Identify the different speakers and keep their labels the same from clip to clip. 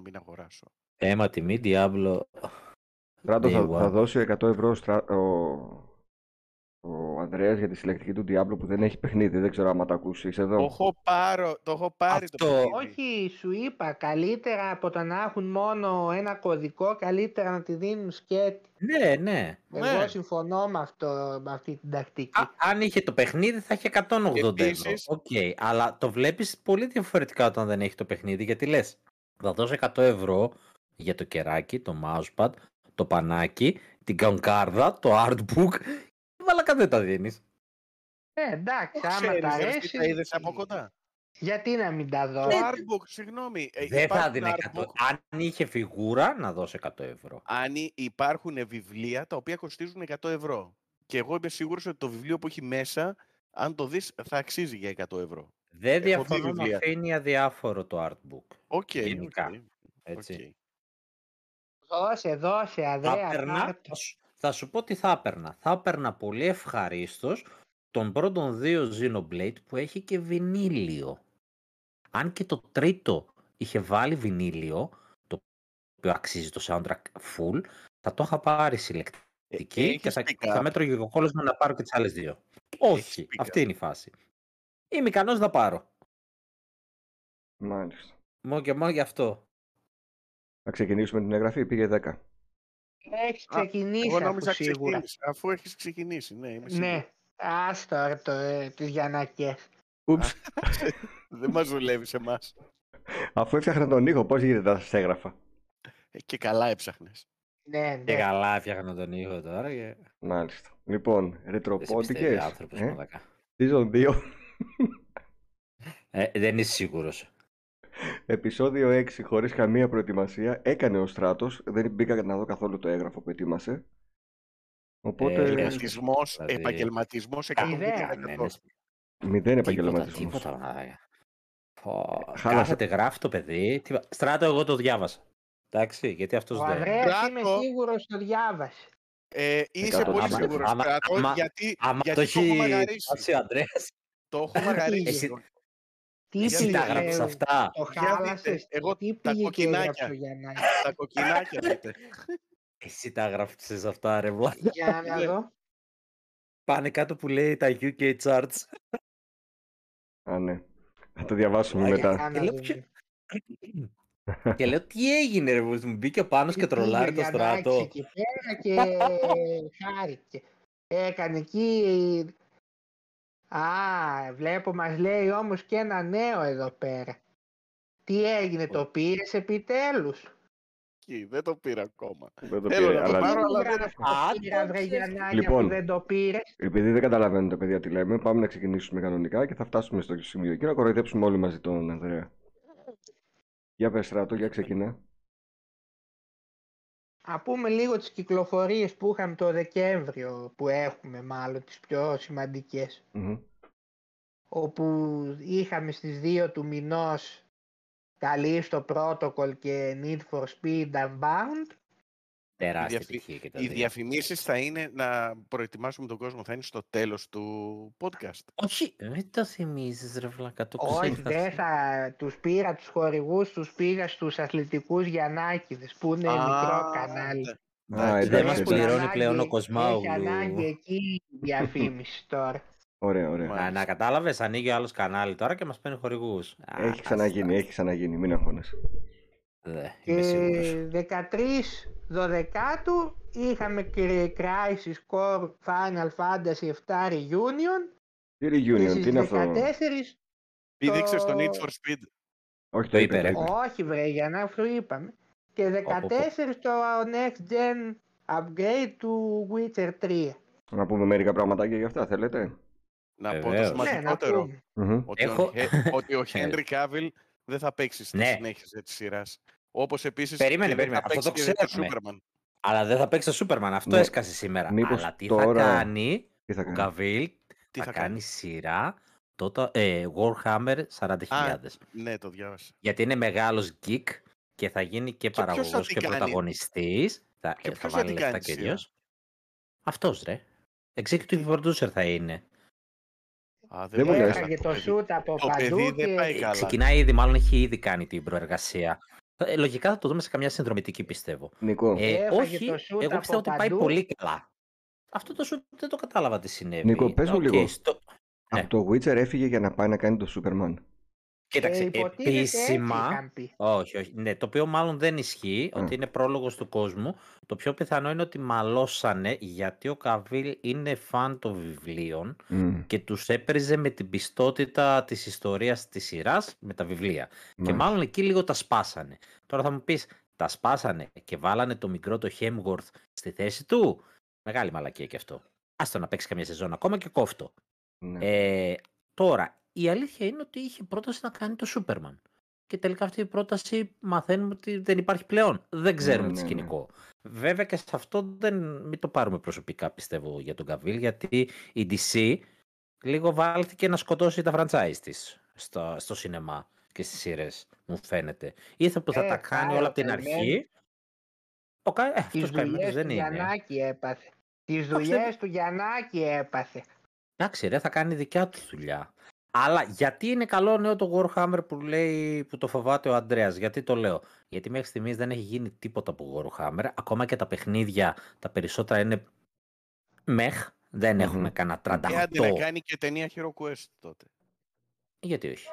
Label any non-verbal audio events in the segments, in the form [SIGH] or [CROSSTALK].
Speaker 1: μην αγοράσω.
Speaker 2: Έμα τιμή, Diablo.
Speaker 3: Ράντο, θα,
Speaker 2: Day one.
Speaker 3: θα δώσει 100 ευρώ στρα- ο, ο Ανδρέας για τη συλλεκτική του Diablo που δεν έχει παιχνίδι. Δεν ξέρω αν τα ακούσεις.
Speaker 1: Το
Speaker 3: Είσαι εδώ.
Speaker 1: έχω, πάρω, το έχω πάρει το
Speaker 2: Αυτό.
Speaker 1: παιχνίδι.
Speaker 4: Όχι, σου είπα, καλύτερα από το να έχουν μόνο ένα κωδικό, καλύτερα να τη δίνουν σκέτη.
Speaker 2: Ναι, ναι.
Speaker 1: Ναι.
Speaker 4: Εγώ συμφωνώ με, αυτό, με αυτή την τακτική.
Speaker 2: Α, αν είχε το παιχνίδι θα είχε 180 ευρώ.
Speaker 1: Επίσης-
Speaker 2: Οκ, αλλά το βλέπεις πολύ διαφορετικά όταν δεν έχει το παιχνίδι, γιατί λες, θα δώσω 100 ευρώ για το κεράκι, το mousepad, το πανάκι, την καγκάρδα, το artbook, μαλακα δεν τα δίνεις.
Speaker 4: Ε, εντάξει,
Speaker 1: Δεν
Speaker 4: άμα
Speaker 1: ξέρεις,
Speaker 4: τα
Speaker 1: ρε, εσύ
Speaker 4: αρέσει.
Speaker 1: τα είδες από κοντά. Ναι.
Speaker 4: Γιατί να μην τα δω.
Speaker 1: Το artbook, συγγνώμη. ε,
Speaker 2: δεν θα
Speaker 1: υπάρχουν
Speaker 2: δίνει 100.
Speaker 1: artbook.
Speaker 2: Αν είχε φιγούρα, να δώσω 100 ευρώ.
Speaker 1: Αν υ- υπάρχουν βιβλία τα οποία κοστίζουν 100 ευρώ. Και εγώ είμαι σίγουρος ότι το βιβλίο που έχει μέσα, αν το δεις, θα αξίζει για 100 ευρώ.
Speaker 2: Δεν
Speaker 1: δει
Speaker 2: διαφωνώ, με
Speaker 1: βιβλία.
Speaker 2: αφήνει αδιάφορο το artbook.
Speaker 1: Οκ,
Speaker 2: Γενικά,
Speaker 1: οκ,
Speaker 2: Έτσι.
Speaker 1: οκ.
Speaker 4: Δώσε, δώσε,
Speaker 2: θα
Speaker 4: αδρέα.
Speaker 2: έπαιρνα,
Speaker 4: πάρ' το.
Speaker 2: θα σου- θα σου πω τι θα έπαιρνα. Θα έπαιρνα πολύ ευχαρίστως τον πρώτον δύο Xenoblade που έχει και βινίλιο. Αν και το τρίτο είχε βάλει βινίλιο, το οποίο αξίζει το soundtrack full, θα το είχα πάρει συλλεκτική
Speaker 1: Ε, έχεις
Speaker 2: και θα,
Speaker 1: pick-up.
Speaker 2: θα μέτρωγε ο κόλλος να πάρω και τις άλλες δύο. Όχι,
Speaker 1: pick-up.
Speaker 2: αυτή είναι η φάση. Είμαι ικανός να πάρω.
Speaker 3: Μάλιστα.
Speaker 2: Μόνο και μόνο γι' αυτό.
Speaker 3: Να ξεκινήσουμε την εγγραφή. Πήγε 10.
Speaker 4: Έχεις
Speaker 1: Α,
Speaker 4: ξεκινήσει
Speaker 1: Εγώ
Speaker 4: αφού
Speaker 1: νόμιζα
Speaker 4: σίγουρα.
Speaker 1: ξεκίνησε, αφού έχεις ξεκινήσει. Ναι, είμαι σίγουρος.
Speaker 4: Ναι, άστο ρε, το, ε, τις Γιαννακές.
Speaker 3: Ούψ.
Speaker 1: Δεν μας δουλεύεις εμάς.
Speaker 3: Αφού έφτιαχνα τον ήχο, πώς γίνεται να σας έγραφα.
Speaker 1: Ε, Και καλά έψαχνες.
Speaker 4: Ναι,
Speaker 2: Και
Speaker 4: ναι.
Speaker 2: καλά έφτιαχνα τον ήχο τώρα και...
Speaker 3: Μάλιστα. Λοιπόν,
Speaker 2: Δεν σε πιστεύει
Speaker 3: ρετροπόντικες.
Speaker 2: άνθρωπος,
Speaker 3: Ε,
Speaker 2: μαλακά.
Speaker 3: season 2,
Speaker 2: Ε, δεν είσαι σίγουρος.
Speaker 3: επεισόδιο 6, χωρίς καμία προετοιμασία. Έκανε ο Στράτος. Δεν μπήκα να δω καθόλου το έγγραφο που ετοίμασε.
Speaker 2: Ε,
Speaker 3: Οπότε,
Speaker 2: λες.
Speaker 1: Επαγγελματισμός,
Speaker 2: Δηλαδή-
Speaker 1: επαγγελματισμός
Speaker 4: Ιδέα,
Speaker 2: ναι,
Speaker 1: 100%.
Speaker 2: ναι.
Speaker 3: μηδέν
Speaker 2: Τίποτα,
Speaker 3: επαγγελματισμός.
Speaker 2: τίποτα. μαλάκα. Πω,
Speaker 3: Χάλασε.
Speaker 2: Κάθεται, γράφει το παιδί. τίποτα. Στράτο, εγώ το διάβασα. Εντάξει, γιατί αυτός
Speaker 4: Ο
Speaker 2: δεν.
Speaker 4: Ανδρέας είμαι
Speaker 1: Κράκο.
Speaker 4: σίγουρος το διάβασε.
Speaker 1: Ε, είσαι
Speaker 3: κρατώ.
Speaker 1: πολύ
Speaker 3: Άμα-
Speaker 1: σίγουρος,
Speaker 2: άμα-
Speaker 1: Στράτο,
Speaker 2: άμα-
Speaker 1: γιατί,
Speaker 2: Άμα
Speaker 1: γιατί
Speaker 2: το
Speaker 1: το έχω
Speaker 2: έχει
Speaker 1: μαγαρίσει.
Speaker 2: διαβάσει ο Ανδρέας,
Speaker 1: Το έχω μαγαρίσει.
Speaker 4: Εσύ-
Speaker 1: τον-
Speaker 4: Τι
Speaker 1: Γιατί
Speaker 2: εσύ
Speaker 4: πήγε,
Speaker 2: τα
Speaker 1: ε,
Speaker 2: γράψεις
Speaker 4: ε,
Speaker 2: αυτά.
Speaker 4: Το
Speaker 1: Για δείτε,
Speaker 4: χάλασες.
Speaker 1: εγώ
Speaker 4: Τι
Speaker 1: τα
Speaker 4: πήγε και
Speaker 1: κοκκινάκια.
Speaker 4: έγραψε ο Γιαννάκης.
Speaker 1: Τα κοκκινάκια δείτε.
Speaker 2: Εσύ τα γράψεις αυτά, ρε μωρέ.
Speaker 4: Για
Speaker 1: [LAUGHS]
Speaker 4: να
Speaker 1: Ναι.
Speaker 4: δω.
Speaker 2: Πάνε κάτω που λέει τα UK charts.
Speaker 3: Α, ναι. Θα το διαβάσουμε
Speaker 2: Μαλάκα.
Speaker 3: μετά.
Speaker 4: Για να
Speaker 2: λέω
Speaker 4: δούμε.
Speaker 2: ποιο- Και λέω, τι έγινε ρε, μου μπήκε ο Πάνος και
Speaker 4: Τι πήγε
Speaker 2: τρολάρει το
Speaker 4: ο Γιαννάκης
Speaker 2: στράτο.
Speaker 4: εκεί πέρα και χάρηκε. Έκανε εκεί... Α, βλέπω μας λέει όμως και ένα νέο εδώ πέρα. Τι έγινε, το πήρες επιτέλους.
Speaker 1: Εκεί, Δεν το πήρα ακόμα.
Speaker 3: Δεν το
Speaker 1: Θέλω
Speaker 3: πήρε,
Speaker 1: να το
Speaker 3: Ε, αλλά-
Speaker 1: πάρω.
Speaker 4: Τι
Speaker 1: αλλά
Speaker 4: μοίρα
Speaker 1: δεν-
Speaker 4: να σου το πήρα,
Speaker 2: Άντε,
Speaker 4: βρε
Speaker 2: ξέρεις.
Speaker 4: Γιαννάκη,
Speaker 3: Λοιπόν.
Speaker 4: αφού δεν το πήρες.
Speaker 3: Επειδή δεν καταλαβαίνουν τα παιδιά τι λέμε, πάμε να ξεκινήσουμε κανονικά και θα φτάσουμε στο σημείο εκεί να κοροϊδέψουμε όλοι μαζί τον Ανδρέα. Για πες στράτο, για ξεκινά.
Speaker 4: Α πούμε λίγο τις κυκλοφορίες που είχαμε το Δεκέμβριο, που έχουμε μάλλον τις πιο σημαντικές.
Speaker 3: Μμμ.
Speaker 4: Όπου είχαμε στις 2 του μηνός Καλύστο Protocol και Need for Speed
Speaker 2: [LAUGHS]
Speaker 4: Unbound.
Speaker 2: Τεράστια
Speaker 1: διαφη-
Speaker 2: επιτυχία και τα
Speaker 1: Οι
Speaker 2: δύο.
Speaker 1: διαφημίσεις θα είναι να προετοιμάσουμε τον κόσμο, θα είναι στο τέλος του podcast.
Speaker 2: Όχι, μην το θυμίζεις ρε βλάκα, το
Speaker 4: Όχι,
Speaker 2: ξέχασα.
Speaker 4: δεν θα τους πήρα τους χορηγούς, τους πήγα στους αθλητικούς Γιαννάκηδες, που είναι Ναι,
Speaker 1: ναι,
Speaker 4: μικρό κανάλι.
Speaker 3: Α,
Speaker 1: εντάξει.
Speaker 2: Δεν
Speaker 3: εντάξει,
Speaker 2: μας
Speaker 3: εντάξει.
Speaker 2: πληρώνει
Speaker 4: Ανάγκη-
Speaker 2: πλέον ο
Speaker 4: Έχει ανάγκη
Speaker 2: Κοσμάουγλου.
Speaker 4: εκεί η διαφήμιση
Speaker 2: [LAUGHS]
Speaker 4: τώρα.
Speaker 3: Ωραία, ωραία.
Speaker 1: Μα-
Speaker 2: Να, να κατάλαβες, ανοίγει ο άλλος κανάλι τώρα και μας παίρνει χορηγούς.
Speaker 3: Έχει ξαναγίνει, έχει ξαναγίνει, μην αγχώνεσαι.
Speaker 2: Είμαι σίγουρος.
Speaker 4: Και 13 Δωδεκάτου είχαμε και Crisis Core Final Fantasy 7 Reunion
Speaker 3: Τι
Speaker 4: και
Speaker 3: reunion,
Speaker 4: στις
Speaker 3: τι είναι αυτό.
Speaker 4: 14
Speaker 1: Πήδηξες στο Need
Speaker 4: το-
Speaker 1: for Speed.
Speaker 3: Όχι,
Speaker 2: Το
Speaker 3: το
Speaker 2: είπε,
Speaker 3: είπε. το
Speaker 2: ρε.
Speaker 3: είπε.
Speaker 4: όχι βρε για να αυτό είπαμε και
Speaker 2: Πω, πω, πω.
Speaker 4: 14 το Next Gen Upgrade του Witcher 3
Speaker 3: Να πούμε μερικά πραγματάκια για αυτά, θέλετε.
Speaker 1: Να πω το
Speaker 2: Βεβαίως.
Speaker 4: ναι να
Speaker 1: σημαντικότερο.
Speaker 4: πούμε
Speaker 3: Μμμ.
Speaker 1: Ότι,
Speaker 2: Έχω-
Speaker 1: ο, Χε- ότι ο Χένρι Κάβιλ δεν θα παίξει στη
Speaker 2: Ναι.
Speaker 1: συνέχεια τη σειράς. Όπως επίσης.
Speaker 2: Περίμενε, περίμενε. Αυτό το ξέραμε.
Speaker 1: Σούπερμαν.
Speaker 2: Αλλά δεν θα παίξει το Σούπερμαν. Αυτό
Speaker 3: Ναι.
Speaker 2: έσκασε σήμερα.
Speaker 3: Μήπως
Speaker 2: Αλλά τι
Speaker 3: τώρα
Speaker 2: θα
Speaker 3: Ε.
Speaker 2: κάνει
Speaker 3: Τι θα
Speaker 2: ο
Speaker 3: κάνει.
Speaker 2: Καβίλ,
Speaker 1: Τι
Speaker 2: θα,
Speaker 1: θα
Speaker 2: κάνει
Speaker 1: κάνει.
Speaker 2: σειρά τότε, ε, Warhammer 40.000.
Speaker 1: Ναι, το διάβασα.
Speaker 2: Γιατί είναι μεγάλος geek και θα γίνει και,
Speaker 1: ποιος θα
Speaker 2: παραγωγός
Speaker 1: την
Speaker 2: και
Speaker 1: κάνει?
Speaker 2: πρωταγωνιστής. Θα,
Speaker 1: Και
Speaker 2: ε, θα
Speaker 1: ποιος θα
Speaker 2: βάλει
Speaker 1: την
Speaker 2: λεφτά
Speaker 1: κάνει
Speaker 2: και
Speaker 1: σειρά?
Speaker 2: ίδιο. Αυτός ρε. Executive producer θα είναι.
Speaker 1: Α,
Speaker 3: Δεν μου
Speaker 1: πάει
Speaker 3: λες.
Speaker 1: καλά
Speaker 4: Έχαγε το
Speaker 1: παιδί.
Speaker 4: shoot από
Speaker 1: Το
Speaker 4: παντού
Speaker 1: παιδί δεν πάει
Speaker 4: και
Speaker 1: Ε, καλά.
Speaker 2: Ξεκινάει ήδη, μάλλον έχει ήδη κάνει την προεργασία. Ε, Λογικά θα το δούμε σε καμιά συνδρομητική, πιστεύω.
Speaker 3: Νικό,
Speaker 2: Ε,
Speaker 4: Έφαγε
Speaker 2: όχι,
Speaker 4: το σούτ
Speaker 2: εγώ
Speaker 4: από
Speaker 2: πιστεύω ότι πάει
Speaker 4: παντού.
Speaker 2: πολύ καλά. Αυτό το σούτ δεν το κατάλαβα τι συνέβη.
Speaker 3: Νίκο, πες μου
Speaker 2: Οκ,
Speaker 3: λίγο.
Speaker 2: στο- ναι.
Speaker 3: από το Witcher έφυγε για να πάει να κάνει το Superman.
Speaker 4: Ε,
Speaker 2: Κοίταξε,
Speaker 4: υποτίθεται έτσι
Speaker 2: επίσημα.
Speaker 4: είχαν πει.
Speaker 2: Όχι, όχι. Ναι, το οποίο μάλλον δεν ισχύει,
Speaker 3: Α.
Speaker 2: ότι είναι πρόλογος του κόσμου. Το πιο πιθανό είναι ότι μαλώσανε γιατί ο Καβίλ είναι φαν των βιβλίων
Speaker 3: Μμ,
Speaker 2: και τους έπαιζε με την πιστότητα της ιστορίας της σειράς με τα βιβλία. Και
Speaker 3: μάλιστα.
Speaker 2: μάλλον εκεί λίγο τα σπάσανε. Τώρα θα μου πεις, τα σπάσανε και βάλανε το μικρό το Hemworth στη θέση του. Μεγάλη μαλακία και αυτό. Άστο να παίξει καμία σεζόν ακόμα και κόφτο.
Speaker 3: Ναι.
Speaker 2: Ε, τώρα, η αλήθεια είναι ότι είχε πρόταση να κάνει το Σούπερμαν. Και τελικά αυτή η πρόταση μαθαίνουμε ότι δεν υπάρχει πλέον. Δεν ξέρουμε
Speaker 3: Ναι,
Speaker 2: τι
Speaker 3: ναι, ναι.
Speaker 2: σκηνικό. Βέβαια και σε αυτό δεν, μην το πάρουμε προσωπικά πιστεύω για τον Καβίλ γιατί η DC λίγο βάλθηκε να σκοτώσει τα franchise της στο, στο σινεμά και στις σειρές μου φαίνεται. Ήρθε που θα
Speaker 4: Ε,
Speaker 2: τα κάνει
Speaker 4: καλά,
Speaker 2: όλα από την
Speaker 4: καημένος.
Speaker 2: αρχή. Ο, κα... ε,
Speaker 4: Τι
Speaker 2: αυτός
Speaker 4: δουλειέ
Speaker 2: καημένος
Speaker 4: του
Speaker 2: δεν είναι.
Speaker 4: Γιαννάκη έπαθε. Τις
Speaker 2: δεν-
Speaker 4: δουλειέ του Γιαννάκη έπαθε.
Speaker 2: Εντάξει ρε, θα κάνει δικιά του δουλειά. Αλλά γιατί είναι καλό νέο το Warhammer που λέει που το φοβάται ο Αντρέας. Γιατί το λέω. Γιατί μέχρι στιγμής δεν έχει γίνει τίποτα από Warhammer. Ακόμα και τα παιχνίδια τα περισσότερα είναι μεχ. Δεν
Speaker 3: Μμμ.
Speaker 2: έχουμε κανένα
Speaker 1: Ε, άντε να
Speaker 2: 38.
Speaker 1: κάνει και ταινία Hero Quest τότε.
Speaker 2: Γιατί όχι.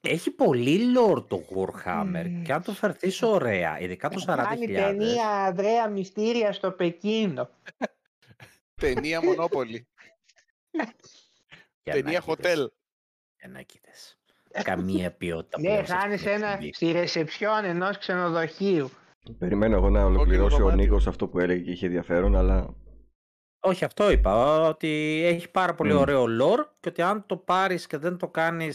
Speaker 2: Έχει πολύ lore το Warhammer
Speaker 4: Μμμ.
Speaker 2: και αν το φερθείς ωραία, ειδικά το 40.000.
Speaker 4: Κάνει ταινία Ανδρέα Μυστήρια στο Πεκίνο.
Speaker 1: ταινία Monopoly.
Speaker 2: για να
Speaker 1: ταινία
Speaker 2: κοίτες,
Speaker 1: Hotel.
Speaker 2: για να κοίτες.
Speaker 4: [LAUGHS]
Speaker 2: Καμία ποιότητα
Speaker 4: Ναι,
Speaker 2: πλέον σε
Speaker 4: χάνει
Speaker 2: αυτή την
Speaker 4: ένα
Speaker 2: εκπομπή.
Speaker 4: στη ρεσεψιόν ενός
Speaker 2: [LAUGHS]
Speaker 4: ξενοδοχείου.
Speaker 3: Περιμένω εγώ να ολοκληρώσει ο
Speaker 1: δωμάτιο.
Speaker 3: Νίκος αυτό που έλεγε και είχε ενδιαφέρον, αλλά
Speaker 2: Όχι, αυτό είπα. Ότι έχει πάρα πολύ
Speaker 3: Μμμ.
Speaker 2: ωραίο lore και ότι αν το πάρεις και δεν το κάνεις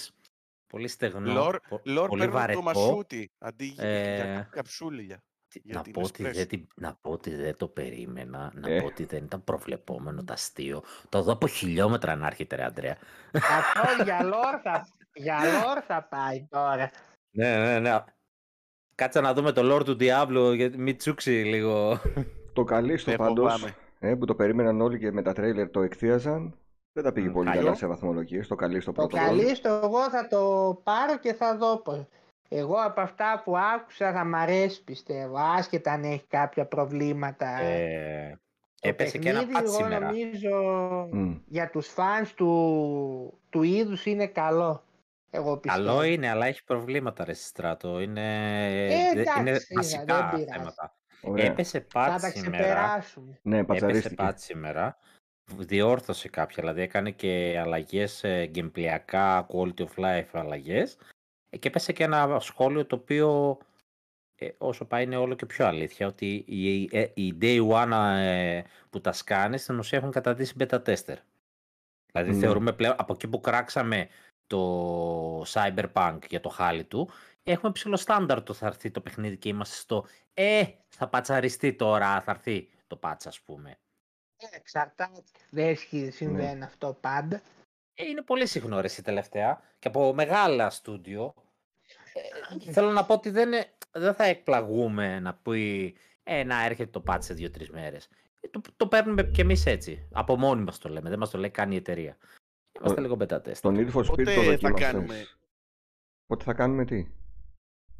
Speaker 2: πολύ στεγνό.
Speaker 1: Lore-
Speaker 2: πο-
Speaker 1: Λόρ
Speaker 2: πολύ
Speaker 1: παίρνει το
Speaker 2: βαρετό.
Speaker 1: μασούτι αντί για-
Speaker 2: Ε,
Speaker 1: για καψούλια.
Speaker 2: τι-
Speaker 1: για
Speaker 2: να,
Speaker 1: την
Speaker 2: πω ότι
Speaker 1: espresso.
Speaker 2: δεν, την- να πω ότι δεν το περίμενα, να
Speaker 3: Ε.
Speaker 2: πω ότι δεν ήταν προβλεπόμενο το αστείο. Το δω από χιλιόμετρα αν άρχεται, ρε Αντρέα.
Speaker 4: Αυτό για λόρ θα, για lore θα πάει τώρα.
Speaker 2: Ναι, ναι, ναι. Κάτσε να δούμε το lore του Diablo, γιατί μην τσούξει λίγο.
Speaker 3: το καλή στο
Speaker 1: Ε,
Speaker 3: πάντως,
Speaker 1: φοβάμαι.
Speaker 3: ε, που το περίμεναν όλοι και με τα τρέιλερ το εκθίαζαν, δεν τα πήγε
Speaker 2: Μμ,
Speaker 3: πολύ
Speaker 1: καλό.
Speaker 3: καλά σε βαθμολογίες, το καλή στο
Speaker 4: Το
Speaker 3: πρώτο ρόλο.
Speaker 4: καλή στο εγώ θα το πάρω και θα δω πως. Εγώ από αυτά που άκουσα θα μ' αρέσει πιστεύω, άσχετα αν έχει κάποια προβλήματα.
Speaker 2: Ε,
Speaker 4: Το
Speaker 2: έπεσε και ένα
Speaker 4: παιχνίδι,
Speaker 2: πατ
Speaker 4: εγώ
Speaker 2: σήμερα.
Speaker 4: νομίζω
Speaker 3: Μμ.
Speaker 4: για τους φανς του, του είδους είναι καλό. Εγώ πιστεύω.
Speaker 2: Καλό είναι, αλλά έχει προβλήματα ρε Στράτο. Είναι,
Speaker 4: Ε,
Speaker 2: δε- είναι
Speaker 4: εντάξει, δεν
Speaker 2: βασικά
Speaker 4: πειράζει.
Speaker 2: θέματα.
Speaker 3: Ωραία.
Speaker 2: Έπεσε
Speaker 4: Θα
Speaker 2: πατ
Speaker 4: τα
Speaker 2: σήμερα.
Speaker 4: ξεπεράσουμε.
Speaker 3: Ναι,
Speaker 2: Έπεσε
Speaker 3: πατσαρίστηκε.
Speaker 2: πατ σήμερα. Διόρθωσε κάποια, δηλαδή έκανε και αλλαγές ε, γκαιμπλιακά, quality of life αλλαγές. Ε, Και έπεσε και ένα σχόλιο το οποίο ε, όσο πάει είναι όλο και πιο αλήθεια, ότι οι, ε, οι day one ε, που τα σκάνε στην ουσία έχουν καταδείξει beta tester. Δηλαδή
Speaker 3: Ναι.
Speaker 2: θεωρούμε πλέον από εκεί που κράξαμε το Cyberpunk για το χάλι του, έχουμε ψηλό στάνταρ το θα έρθει το παιχνίδι και είμαστε στο «Ε, θα πατσαριστεί τώρα, θα έρθει το πάτσα ας πούμε».
Speaker 4: Ε, Εξαρτάται. Δεν ισχύει,
Speaker 2: Ναι.
Speaker 4: συμβαίνει αυτό πάντα.
Speaker 2: Ε, είναι πολύ συχνό ρε εσύ τελευταία και από μεγάλα στούντιο. Ε, θέλω να πω ότι δεν, ε, δεν θα εκπλαγούμε να πει «Ε, να έρχεται το patch σε δύο-τρεις μέρες». Ε, Το, το παίρνουμε κι εμείς έτσι. Από μόνοι μας το λέμε. Δεν μας το λέει καν η εταιρεία. Είμαστε
Speaker 3: Ο-
Speaker 2: λίγο πετατές.
Speaker 3: Τον Need for Speed
Speaker 1: Πότε
Speaker 3: το
Speaker 1: θα
Speaker 3: δοκίμασες.
Speaker 1: κάνουμε?
Speaker 3: Πότε θα κάνουμε τι.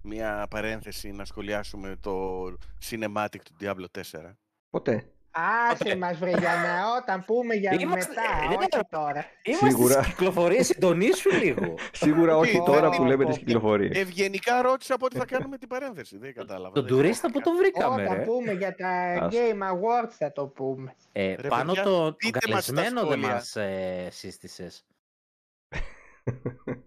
Speaker 1: Μια παρένθεση να σχολιάσουμε το cinematic του Diablo 4.
Speaker 3: Ποτέ.
Speaker 4: Άσε
Speaker 2: Ποτέ.
Speaker 4: μας βρε Γιάννα, όταν πούμε για
Speaker 2: Είμαστε- ε,
Speaker 4: μετά,
Speaker 2: δεν
Speaker 4: όχι
Speaker 2: είναι-
Speaker 4: τώρα.
Speaker 2: Είμαστε
Speaker 3: Σίγουρα.
Speaker 2: στις κυκλοφορίες, συντονίσου λίγο.
Speaker 3: Σίγουρα
Speaker 1: Τι, ε,
Speaker 3: όχι
Speaker 1: δεν
Speaker 3: τώρα
Speaker 1: είναι
Speaker 3: που λέμε
Speaker 4: από-
Speaker 2: Ε,
Speaker 3: τις κυκλοφορίες.
Speaker 1: Ευγενικά ρώτησα πότε θα κάνουμε την παρένθεση. Δεν κατάλαβα.
Speaker 2: [LAUGHS] Τον
Speaker 1: δεν
Speaker 2: τουρίστα που
Speaker 1: θυμάμαι.
Speaker 2: τον βρήκαμε,
Speaker 4: Όταν
Speaker 2: ρε.
Speaker 4: πούμε για τα
Speaker 3: Άστο.
Speaker 4: Game Awards θα το πούμε.
Speaker 2: Ε,
Speaker 1: Ρε
Speaker 2: πάνω
Speaker 1: παιδιά,
Speaker 2: το, τον
Speaker 1: πείτε μας τα
Speaker 2: καλεσμένο δεν
Speaker 1: σχόλια.
Speaker 2: μας ε, σύστησες.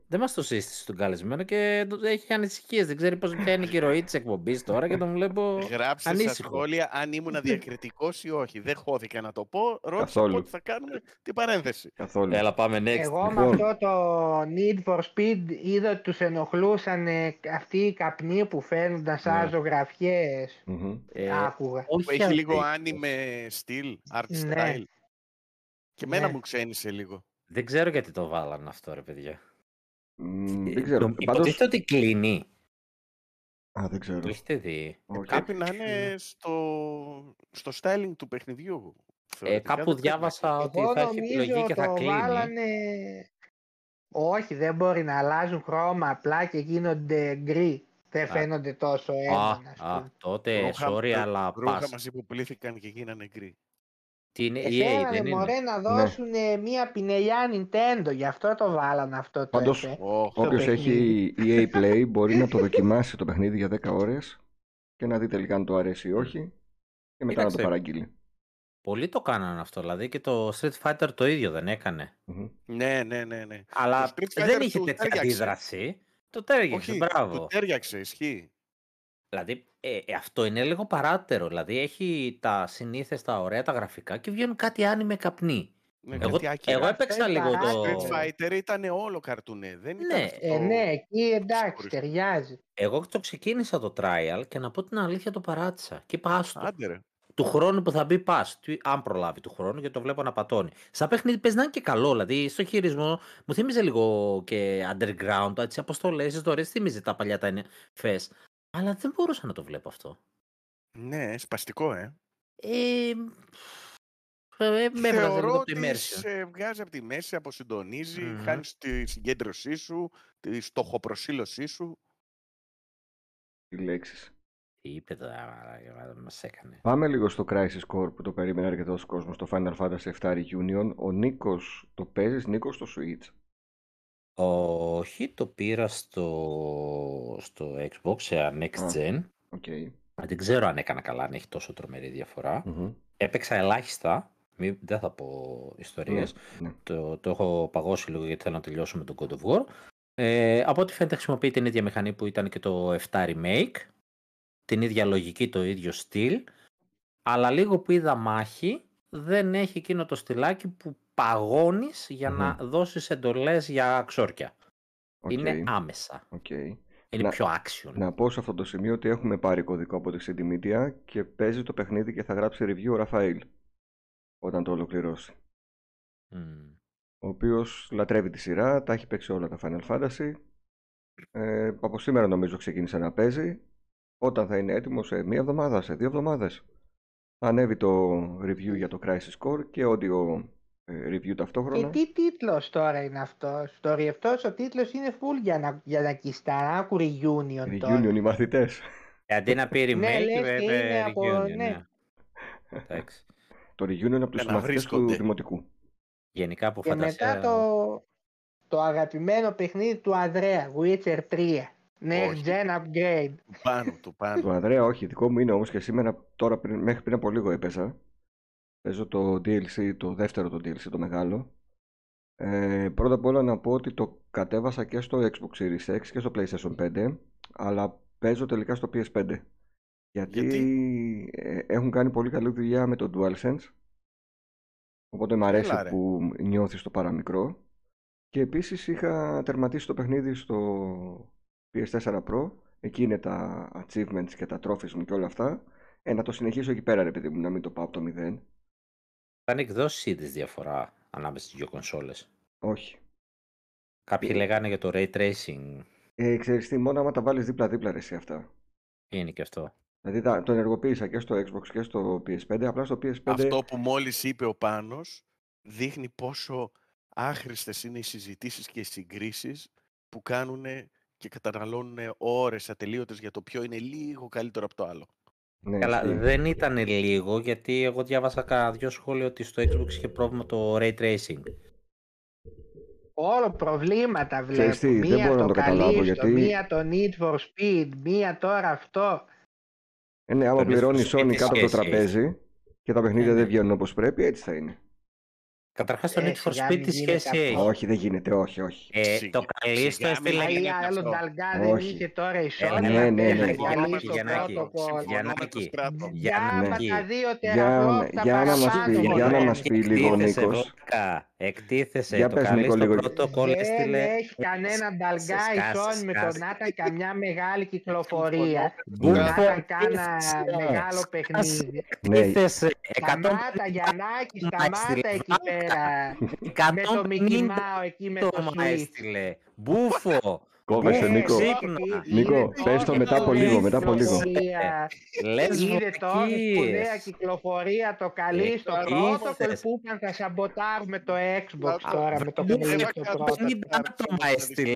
Speaker 2: δεν μας το σύστησε τον καλεσμένο και το- έχει ανησυχίες. Δεν ξέρει πώς ποια είναι και η ροή της εκπομπής τώρα και τον βλέπω...
Speaker 1: Γράψτε στα
Speaker 2: Ανήσυχο.
Speaker 1: σχόλια αν ήμουν διακριτικός ή όχι. Δεν χώθηκα να το πω. Ρώτησα
Speaker 3: Καθόλου.
Speaker 1: πότε θα κάνουμε την παρένθεση.
Speaker 3: Καθόλου.
Speaker 2: Έλα πάμε next.
Speaker 4: Εγώ με
Speaker 3: λοιπόν.
Speaker 4: αυτό το Need for Speed είδα ότι τους ενοχλούσαν ε, αυτοί οι καπνοί που φαίνονταν σαν
Speaker 3: Ναι.
Speaker 4: ζωγραφιές.
Speaker 3: Μμμ.
Speaker 2: Ε,
Speaker 4: Άκουγα.
Speaker 2: όχι
Speaker 1: Που έχει λίγο
Speaker 2: αντίκτυπο.
Speaker 1: άνιμε στυλ, art
Speaker 4: Ναι.
Speaker 1: style. Και εμένα
Speaker 4: Ναι.
Speaker 1: μου ξένησε λίγο.
Speaker 2: Δεν ξέρω γιατί το βάλαν αυτό ρε παιδιά.
Speaker 3: Μμ,
Speaker 2: Ε,
Speaker 3: Δεν ξέρω.
Speaker 2: το-
Speaker 3: Πάντως...
Speaker 2: Υποτίθεται ότι κλείνει.
Speaker 3: Α, δεν ξέρω.
Speaker 2: Το έχετε δει.
Speaker 3: Όχι.
Speaker 1: Πρέπει να είναι στο, στο styling του παιχνιδιού.
Speaker 2: Ε,
Speaker 1: Θεωρητικά
Speaker 2: κάπου
Speaker 1: δεν πρέπει να
Speaker 2: διάβασα ότι
Speaker 4: Εγώ
Speaker 2: θα έχει επιλογή
Speaker 4: νομίζω
Speaker 2: και θα
Speaker 4: το
Speaker 2: κλείνει.
Speaker 4: βάλανε... Όχι, δεν μπορεί να αλλάζουν χρώμα, απλά και γίνονται γκρι Δεν
Speaker 2: Α.
Speaker 4: φαίνονται τόσο
Speaker 2: Α,
Speaker 4: έντονα. ας
Speaker 2: α,
Speaker 4: πούμε.
Speaker 2: τότε,
Speaker 1: Ρούχα-
Speaker 2: sorry,
Speaker 1: ρού-
Speaker 2: αλλά
Speaker 1: Ρούχα
Speaker 2: πας.
Speaker 1: μας υποπλήθηκαν και γίνανε γκρι.
Speaker 2: Τι είναι,
Speaker 4: Ε,
Speaker 2: EA δεν
Speaker 4: Θέλανε
Speaker 2: είναι. Ναι.
Speaker 4: μωρέ να δώσουν μία πινελιά Nintendo, γι' αυτό το βάλαν αυτό το
Speaker 3: Πάντως,
Speaker 4: εφέ.
Speaker 1: Ωχ,
Speaker 4: Το
Speaker 3: Όποιος
Speaker 4: παιχνίδι.
Speaker 3: έχει EA Play μπορεί να το δοκιμάσει το παιχνίδι για 10 ώρες και να δει τελικά αν το αρέσει ή όχι και μετά να το
Speaker 2: Κοίταξε.
Speaker 3: παραγγείλει.
Speaker 2: Πολλοί το κάνανε αυτό, δηλαδή και το Street Fighter το ίδιο δεν έκανε.
Speaker 3: Μμμ.
Speaker 1: Ναι, ναι, ναι, ναι.
Speaker 2: Αλλά
Speaker 1: Street Fighter
Speaker 2: δεν είχε
Speaker 1: του
Speaker 2: τέτοια
Speaker 1: τέριαξε.
Speaker 2: αντίδραση. Το τέριαξε,
Speaker 1: Όχι,
Speaker 2: μπράβο.
Speaker 1: του τέριαξε, ισχύει.
Speaker 2: Δηλαδή, ε, ε, αυτό είναι λίγο παράτερο. Δηλαδή, έχει τα συνήθες, τα ωραία, τα γραφικά και βγαίνουν κάτι άνιμε καπνί.
Speaker 1: Ναι,
Speaker 2: Εγώ,
Speaker 1: κάτι άκυρο.
Speaker 2: εγώ έπαιξα
Speaker 4: Αυτό είναι
Speaker 2: λίγο το...
Speaker 4: παράτερο.
Speaker 1: Street Fighter ήταν όλο καρτουνέ. Δεν ήταν
Speaker 2: Ναι,
Speaker 1: αυτό.
Speaker 4: Ε, ναι, εκεί εντάξει,
Speaker 1: Ξεχωριστό.
Speaker 4: ταιριάζει.
Speaker 2: Εγώ το ξεκίνησα το trial και να πω την αλήθεια το παράτησα. Και είπα άστο.
Speaker 1: Άντε ρε.
Speaker 2: Του χρόνου που θα μπει πας, τι- αν προλάβει του χρόνου γιατί το βλέπω να πατώνει. Σαν παιχνίδι παίζει να είναι και καλό, δηλαδή στο χειρισμό μου θύμιζε λίγο και underground, έτσι αποστολές, ιστορίες, θύμιζε τα παλιά τα είναι φες. Αλλά δεν μπορούσα να το βλέπω αυτό.
Speaker 1: Ναι, σπαστικό, ε.
Speaker 2: Ε, ε, με έβγαζε λίγο
Speaker 1: Θεωρώ
Speaker 2: το
Speaker 1: ότι
Speaker 2: immersion.
Speaker 1: σε βγάζει από τη μέση, αποσυντονίζει,
Speaker 2: Μμμ.
Speaker 1: χάνεις τη συγκέντρωσή σου, τη στοχοπροσύλωσή σου.
Speaker 3: Τι λέξεις.
Speaker 2: Τι είπε τώρα, μαλάκα, μα- μας έκανε.
Speaker 3: Πάμε λίγο στο Crisis Core που το περίμενε αρκετός κόσμος στο Final Fantasy VII Reunion. Ο Νίκος το παίζεις, Νίκος στο Switch.
Speaker 2: Όχι, το πήρα στο, στο Xbox, σε Next
Speaker 3: Α.
Speaker 2: Gen.
Speaker 3: Οκ.
Speaker 2: Δεν ξέρω αν έκανα καλά, αν έχει τόσο τρομερή διαφορά.
Speaker 3: Μμμ.
Speaker 2: Έπαιξα ελάχιστα, μη- δεν θα πω ιστορίες.
Speaker 3: Ναι, ναι.
Speaker 2: Το, το έχω παγώσει λίγο γιατί θέλω να τελειώσω με τον God of War. Ε, από ό,τι φαίνεται χρησιμοποιεί την ίδια μηχανή που ήταν και το 7 remake. Την ίδια λογική, το ίδιο στυλ. Αλλά λίγο που είδα μάχη, δεν έχει εκείνο το στυλάκι που παγώνεις για να δώσεις εντολές για ξόρκια.
Speaker 3: Οκ.
Speaker 2: Είναι άμεσα.
Speaker 3: Οκ.
Speaker 2: Είναι
Speaker 3: Να-
Speaker 2: πιο action.
Speaker 3: Να πω σε αυτό το σημείο ότι έχουμε πάρει κωδικό από τη CD Media και παίζει το παιχνίδι και θα γράψει review ο Ραφαήλ όταν το ολοκληρώσει.
Speaker 2: Μμμ.
Speaker 3: ο οποίος λατρεύει τη σειρά, τα έχει παίξει όλα τα Final Fantasy. Ε, από σήμερα νομίζω ξεκίνησε να παίζει. Όταν θα είναι έτοιμο σε μία εβδομάδα, σε δύο εβδομάδες. Θα ανέβει το review για το Crisis Core και audio ε, review
Speaker 4: Και
Speaker 3: ταυτόχρονα.
Speaker 4: τι τίτλος τώρα είναι αυτός. Το αυτός ο τίτλος είναι full για να, για να κυστά, άκου reunion τώρα.
Speaker 3: Reunion οι μαθητές.
Speaker 2: Ε, αντί να πει
Speaker 4: Ναι,
Speaker 2: remake,
Speaker 4: λες και είναι
Speaker 2: βέβαια,
Speaker 4: από-
Speaker 2: reunion,
Speaker 4: ναι.
Speaker 2: ναι. Εντάξει.
Speaker 3: το reunion είναι από τους
Speaker 1: Για να
Speaker 3: μαθητές του
Speaker 1: βρίσκονται.
Speaker 3: δημοτικού.
Speaker 2: Γενικά ε, από
Speaker 4: Και μετά
Speaker 2: φαντασία...
Speaker 4: το, το αγαπημένο παιχνίδι του Ανδρέα, Witcher 3. Next
Speaker 1: Όχι.
Speaker 4: Gen Upgrade.
Speaker 1: Του Πάνω, του
Speaker 3: του
Speaker 2: [LAUGHS]
Speaker 1: πάνω.
Speaker 3: Ανδρέα, όχι, δικό μου είναι όμως και σήμερα, τώρα πριν, μέχρι πριν από λίγο έπαιζα. Παίζω το DLC, το δεύτερο το DLC, το μεγάλο. Ε, πρώτα απ' όλα να πω ότι το κατέβασα και στο Xbox Series X και στο PlayStation 5, αλλά παίζω τελικά στο PS5. Γιατί, ε, έχουν κάνει πολύ καλή δουλειά με το DualSense, οπότε μου αρέσει
Speaker 1: Έλα, ρε.
Speaker 3: που νιώθεις το παραμικρό. Και επίσης είχα τερματίσει το παιχνίδι στο PS4 Pro, εκεί είναι τα achievements και τα trophies μου και όλα αυτά. Ε, να το συνεχίσω εκεί πέρα ρε παιδί μου, να μην το πάω από το μηδέν.
Speaker 2: Θα είναι εκδόσει ήδη διαφορά ανάμεσα στις δύο κονσόλες.
Speaker 3: Όχι.
Speaker 2: Κάποιοι
Speaker 3: Ε.
Speaker 2: λέγανε για το ray tracing.
Speaker 3: Ε, ξέρεις τι, μόνο άμα τα βάλεις δίπλα-δίπλα ρε εσύ αυτά.
Speaker 2: Είναι και αυτό.
Speaker 3: Δηλαδή τα- το ενεργοποίησα και στο Xbox και στο PS5, απλά στο PS5
Speaker 1: Αυτό που μόλις είπε ο Πάνος δείχνει πόσο άχρηστες είναι οι συζητήσεις και οι συγκρίσεις που κάνουν και καταναλώνουν ώρες ατελείωτες για το ποιο είναι λίγο καλύτερο από το άλλο.
Speaker 3: ναι,
Speaker 2: Καλά,
Speaker 3: ισχύει.
Speaker 2: δεν ήταν λίγο γιατί εγώ διάβασα κανένα δυο σχόλια ότι στο Xbox είχε πρόβλημα το ray tracing.
Speaker 4: Όλο προβλήματα βλέπω.
Speaker 3: Ξέρεις τι, δεν
Speaker 4: μία
Speaker 3: μπορώ να
Speaker 4: το
Speaker 3: το καταλάβω,
Speaker 4: καλύψω,
Speaker 3: γιατί-
Speaker 4: μία το Need for Speed, μία τώρα αυτό.
Speaker 3: Ε, ναι, άμα
Speaker 2: Τον
Speaker 3: πληρώνει η
Speaker 2: ύφος
Speaker 3: Sony
Speaker 2: της
Speaker 3: κάτω από το
Speaker 2: σχέσης.
Speaker 3: τραπέζι και τα παιχνίδια
Speaker 2: Ναι, ναι.
Speaker 3: δεν βγαίνουν όπως πρέπει, έτσι θα είναι.
Speaker 2: Καταρχάς το
Speaker 4: Ε,
Speaker 2: Need for
Speaker 4: σιγά
Speaker 2: Speed
Speaker 4: μην
Speaker 2: της
Speaker 4: γίνεται
Speaker 2: σχέση
Speaker 4: αυτό.
Speaker 2: έχει.
Speaker 3: Όχι, δεν γίνεται, όχι, όχι.
Speaker 2: Ε, το
Speaker 1: Σιγά-
Speaker 2: καλή στο
Speaker 1: σιγά μην
Speaker 2: έστειλε
Speaker 1: γίνεται.
Speaker 2: και-
Speaker 4: Αγία, άλλο
Speaker 1: αυτό.
Speaker 4: Νταλγκά δεν
Speaker 3: Όχι.
Speaker 4: είχε τώρα η
Speaker 2: Έλα,
Speaker 4: Sony
Speaker 3: ναι,
Speaker 4: να
Speaker 3: ναι,
Speaker 4: παίζει
Speaker 3: ναι.
Speaker 4: καλή
Speaker 1: Συμφωνώ
Speaker 4: στο
Speaker 1: με τον
Speaker 2: Γιαννάκη.
Speaker 4: πρωτόκολλο.
Speaker 1: Συμφωνώ με το
Speaker 2: Γιαννάκη.
Speaker 1: στράτο.
Speaker 4: Γιάννα
Speaker 2: Γιαννάκη.
Speaker 4: τα δύο
Speaker 3: Για,
Speaker 4: τεραβλόπτα
Speaker 3: για να μας
Speaker 4: παραπάνω
Speaker 3: πει,
Speaker 4: μου
Speaker 3: για να
Speaker 4: λένε.
Speaker 3: μας πει λίγο ο
Speaker 2: Εκτίθεσε,
Speaker 3: Νίκος.
Speaker 2: Βόκα. Εκτίθεσε.
Speaker 3: Για
Speaker 2: το
Speaker 3: πες,
Speaker 2: καλή
Speaker 3: Νίκο,
Speaker 2: στο
Speaker 3: λίγο.
Speaker 2: πρωτόκολλο
Speaker 4: Ε, Δεν
Speaker 2: έστειλε.
Speaker 4: έχει κανένα νταλγκά η
Speaker 2: σκάσε,
Speaker 4: Sony με το
Speaker 2: σκάσε.
Speaker 4: να ήταν καμιά μεγάλη κυκλοφορία.
Speaker 2: Συμφωνώ.
Speaker 4: Να ήταν
Speaker 2: Μπούμφο,
Speaker 4: κάνα
Speaker 2: Λοιπόν, σκάσε,
Speaker 4: μεγάλο παιχνίδι.
Speaker 3: Ναι.
Speaker 2: Εκτίθεσε.
Speaker 4: Σταμάτα Γιαννάκη, σταμάτα εκεί πέρα. Με το Mickey
Speaker 2: 150
Speaker 4: Mouse εκεί με το
Speaker 2: το μα
Speaker 4: Switch.
Speaker 2: έστειλε. Μπούφο.
Speaker 3: Κόβεσαι,
Speaker 4: Ε,
Speaker 3: Νίκο.
Speaker 2: ξύπνα.
Speaker 3: Νίκο, πες το μετά από λίγο, μετά από λίγο.
Speaker 4: κυκλοφορία.
Speaker 2: Λες
Speaker 4: Είδε τώρα τη σπουδαία
Speaker 2: βολακίες.
Speaker 4: κυκλοφορία το καλή στο
Speaker 1: Ε,
Speaker 4: πρωτόκολλο
Speaker 2: είδες.
Speaker 4: που είπαν θα σαμποτάρουμε το Xbox
Speaker 1: Α,
Speaker 4: τώρα με το
Speaker 2: δεν
Speaker 4: καλή
Speaker 2: είναι
Speaker 4: στο
Speaker 2: κανένα παιχνίδι.
Speaker 4: πρωτόκολλο.
Speaker 2: άτομα έστειλε.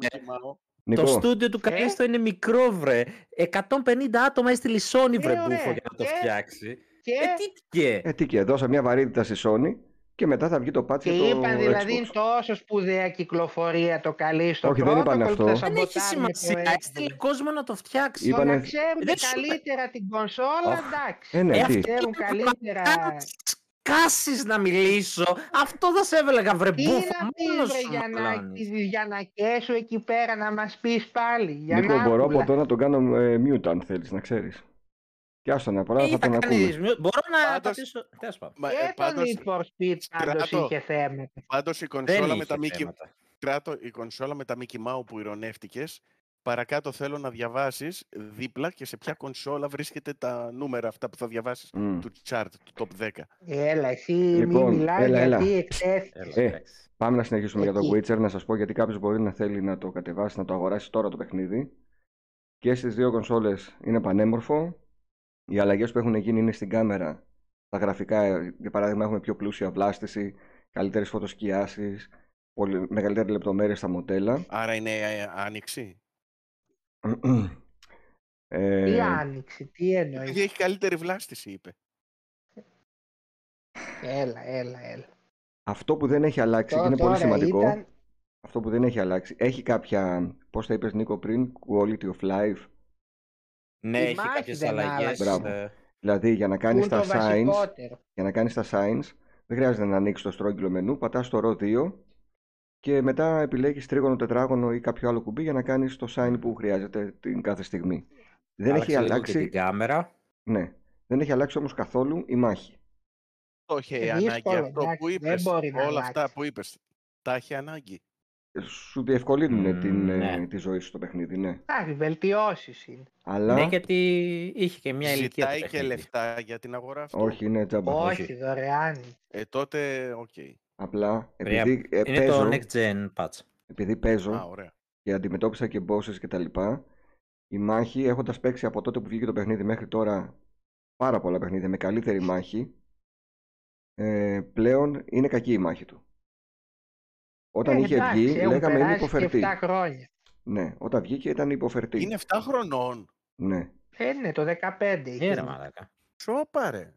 Speaker 3: Νικό,
Speaker 2: Το στούντιο
Speaker 4: Ε.
Speaker 2: του Καλίστο είναι μικρό, βρε. 150 άτομα έστειλε η Sony, βρε,
Speaker 4: Ε, ωραία.
Speaker 2: μπούφο για να το
Speaker 4: Ε.
Speaker 2: φτιάξει.
Speaker 4: Και,
Speaker 2: Ε, τι και.
Speaker 3: ε, τι και, δώσα μια βαρύτητα στη Sony και μετά θα βγει το patch
Speaker 4: και
Speaker 3: για το
Speaker 4: είπαν δηλαδή είναι
Speaker 3: Xbox.
Speaker 4: τόσο σπουδαία κυκλοφορία το καλή στο
Speaker 3: Όχι, δεν
Speaker 4: protocol
Speaker 3: είπαν
Speaker 4: που
Speaker 3: αυτό.
Speaker 4: θα
Speaker 3: Δεν
Speaker 2: Δεν έχει
Speaker 4: σαμποτάρουν το
Speaker 2: σημασία.
Speaker 4: Apple.
Speaker 2: Έστειλε κόσμο να το φτιάξει.
Speaker 4: Το να
Speaker 3: Είπανε-
Speaker 4: ξέρουν
Speaker 2: Δεν σου-
Speaker 4: καλύτερα την κονσόλα,
Speaker 2: Αχ,
Speaker 4: εντάξει.
Speaker 3: Ε, ναι,
Speaker 2: Ε,
Speaker 3: τι.
Speaker 2: αυτό
Speaker 4: Ξέρουν
Speaker 2: είναι
Speaker 4: καλύτερα.
Speaker 2: πραγματικά Κάσεις να μιλήσω. Αυτό δεν σε έβλεγα, βρε,
Speaker 4: Τι
Speaker 2: μπούφο.
Speaker 4: να
Speaker 2: Μόνος
Speaker 4: πεις ρε
Speaker 2: σου μαλώνεις.
Speaker 4: Γιαννάκη, Γιαννακές σου εκεί πέρα να μας πεις πάλι.
Speaker 3: Νίκο, Λοιπόν, μπορώ από
Speaker 4: Γιαννάκουλα.
Speaker 3: τώρα να τον κάνω ε, mute αν θέλεις, να ξέρεις. Και άστο να
Speaker 2: Ε,
Speaker 3: πολλά, θα
Speaker 2: θα
Speaker 3: τον
Speaker 2: κάνεις
Speaker 3: ακούμε.
Speaker 2: μιου- Μπορώ να
Speaker 1: Πάντως-
Speaker 2: πατήσω. Τέλος πάντων.
Speaker 1: Μα, ε,
Speaker 4: Και το
Speaker 1: πάντως,
Speaker 4: Need for Speed πάντως
Speaker 1: στράτο.
Speaker 4: είχε θέματα.
Speaker 1: πάντως η
Speaker 2: Δεν
Speaker 1: κονσόλα
Speaker 2: είχε
Speaker 1: με τα Mickey
Speaker 2: θέματα.
Speaker 1: Κράτο, η κονσόλα με τα Mickey Mouse που ηρωνεύτηκες, παρακάτω θέλω να διαβάσεις δίπλα και σε ποια κονσόλα βρίσκεται τα νούμερα αυτά που θα διαβάσεις
Speaker 3: Μμ.
Speaker 1: του chart, του top 10.
Speaker 4: Έλα, εσύ
Speaker 3: Λοιπόν,
Speaker 4: μην μιλάς
Speaker 3: έλα, έλα.
Speaker 4: γιατί εκτέθηκες.
Speaker 2: Έλα,
Speaker 3: Ε.
Speaker 2: εντάξει.
Speaker 3: Πάμε να συνεχίσουμε για το
Speaker 4: Εκεί.
Speaker 3: Witcher, να σας πω γιατί κάποιος μπορεί να θέλει να το κατεβάσει, να το αγοράσει τώρα το παιχνίδι. Και στις δύο κονσόλες είναι πανέμορφο. Οι αλλαγές που έχουν γίνει είναι στην κάμερα. Τα γραφικά, ε, για παράδειγμα, έχουμε πιο πλούσια βλάστηση, καλύτερες φωτοσκιάσεις, πολύ, μεγαλύτερη λεπτομέρεια στα μοντέλα.
Speaker 1: Άρα είναι ε, άνοιξη.
Speaker 4: Τι
Speaker 3: [CLEARS THROAT] ε,
Speaker 4: άνοιξε, τι
Speaker 1: Επειδή
Speaker 4: εννοείς.
Speaker 1: έχει καλύτερη βλάστηση, είπε.
Speaker 4: Έλα, έλα, έλα.
Speaker 3: αυτό που δεν έχει αλλάξει
Speaker 4: Το
Speaker 3: είναι πολύ
Speaker 4: τώρα
Speaker 3: σημαντικό.
Speaker 4: ήταν-
Speaker 3: Αυτό που δεν έχει αλλάξει. Έχει κάποια, πώς τα είπες Νίκο πριν, quality of life.
Speaker 2: Ναι,
Speaker 4: Η
Speaker 2: έχει
Speaker 4: μάχη
Speaker 2: κάποιες
Speaker 4: δεν
Speaker 2: αλλαγές.
Speaker 4: άλλαξε.
Speaker 3: Μπράβο.
Speaker 2: ε,
Speaker 3: Δηλαδή για να
Speaker 4: Πού
Speaker 3: κάνεις
Speaker 4: είναι
Speaker 3: τα
Speaker 4: το
Speaker 3: signs,
Speaker 4: βασικότερο.
Speaker 3: για να κάνεις τα signs, δεν χρειάζεται να ανοίξεις το στρόγγυλο μενού, πατάς το ρο 2 και μετά επιλέγεις τρίγωνο, τετράγωνο ή κάποιο άλλο κουμπί για να κάνεις το sign που χρειάζεται την κάθε στιγμή. Δεν
Speaker 2: άλλαξε
Speaker 3: έχει
Speaker 2: λίγο και
Speaker 3: αλλάξει,
Speaker 2: την κάμερα.
Speaker 3: ναι, δεν έχει αλλάξει όμως καθόλου η μάχη.
Speaker 1: Το είχε
Speaker 4: Ε,
Speaker 1: ανάγκη
Speaker 4: δύσκολο,
Speaker 1: αυτό που
Speaker 4: εντάξει, δεν
Speaker 1: είπες.
Speaker 4: μπορεί να
Speaker 1: Όλα αυτά
Speaker 4: αλλάξει.
Speaker 1: που είπες. Τα έχει ανάγκη.
Speaker 3: Σου διευκολύνουν
Speaker 2: Μμμ,
Speaker 3: την, ε,
Speaker 2: ναι.
Speaker 3: τη ζωή σου στο παιχνίδι, ναι.
Speaker 4: Εντάξει, βελτιώσεις είναι.
Speaker 3: Αλλά
Speaker 2: Ναι, γιατί είχε και μια ηλικία. το
Speaker 1: Ζητάει και
Speaker 2: παιχνίδι.
Speaker 1: λεφτά για την αγορά αυτή.
Speaker 3: όχι, είναι τζάμπα.
Speaker 4: Όχι, δωρεάν.
Speaker 1: Ε, τότε, οκ.
Speaker 3: Απλά
Speaker 2: Βρε,
Speaker 3: επειδή, ε,
Speaker 2: Είναι
Speaker 3: παίζω,
Speaker 2: το next gen patch.
Speaker 3: επειδή παίζω,
Speaker 1: Α, ωραία.
Speaker 3: και αντιμετώπισα και bosses και τα λοιπά. Η μάχη έχοντας παίξει από τότε που βγήκε το παιχνίδι μέχρι τώρα πάρα πολλά παιχνίδια με καλύτερη μάχη ε, πλέον είναι κακή η μάχη του. Όταν
Speaker 4: Ε,
Speaker 3: είχε
Speaker 4: εντάξει,
Speaker 3: βγει
Speaker 4: έχουν
Speaker 3: λέγαμε είναι
Speaker 4: περάσει και
Speaker 3: υποφερτή.
Speaker 4: 7 χρόνια.
Speaker 3: Ναι, όταν βγήκε ήταν υποφερτή.
Speaker 1: Είναι 7 χρονών.
Speaker 3: Ναι.
Speaker 4: Ε, ναι, το 15 είχε.
Speaker 2: Ναι, ρε μαλάκα.
Speaker 1: Σώπα, ρε.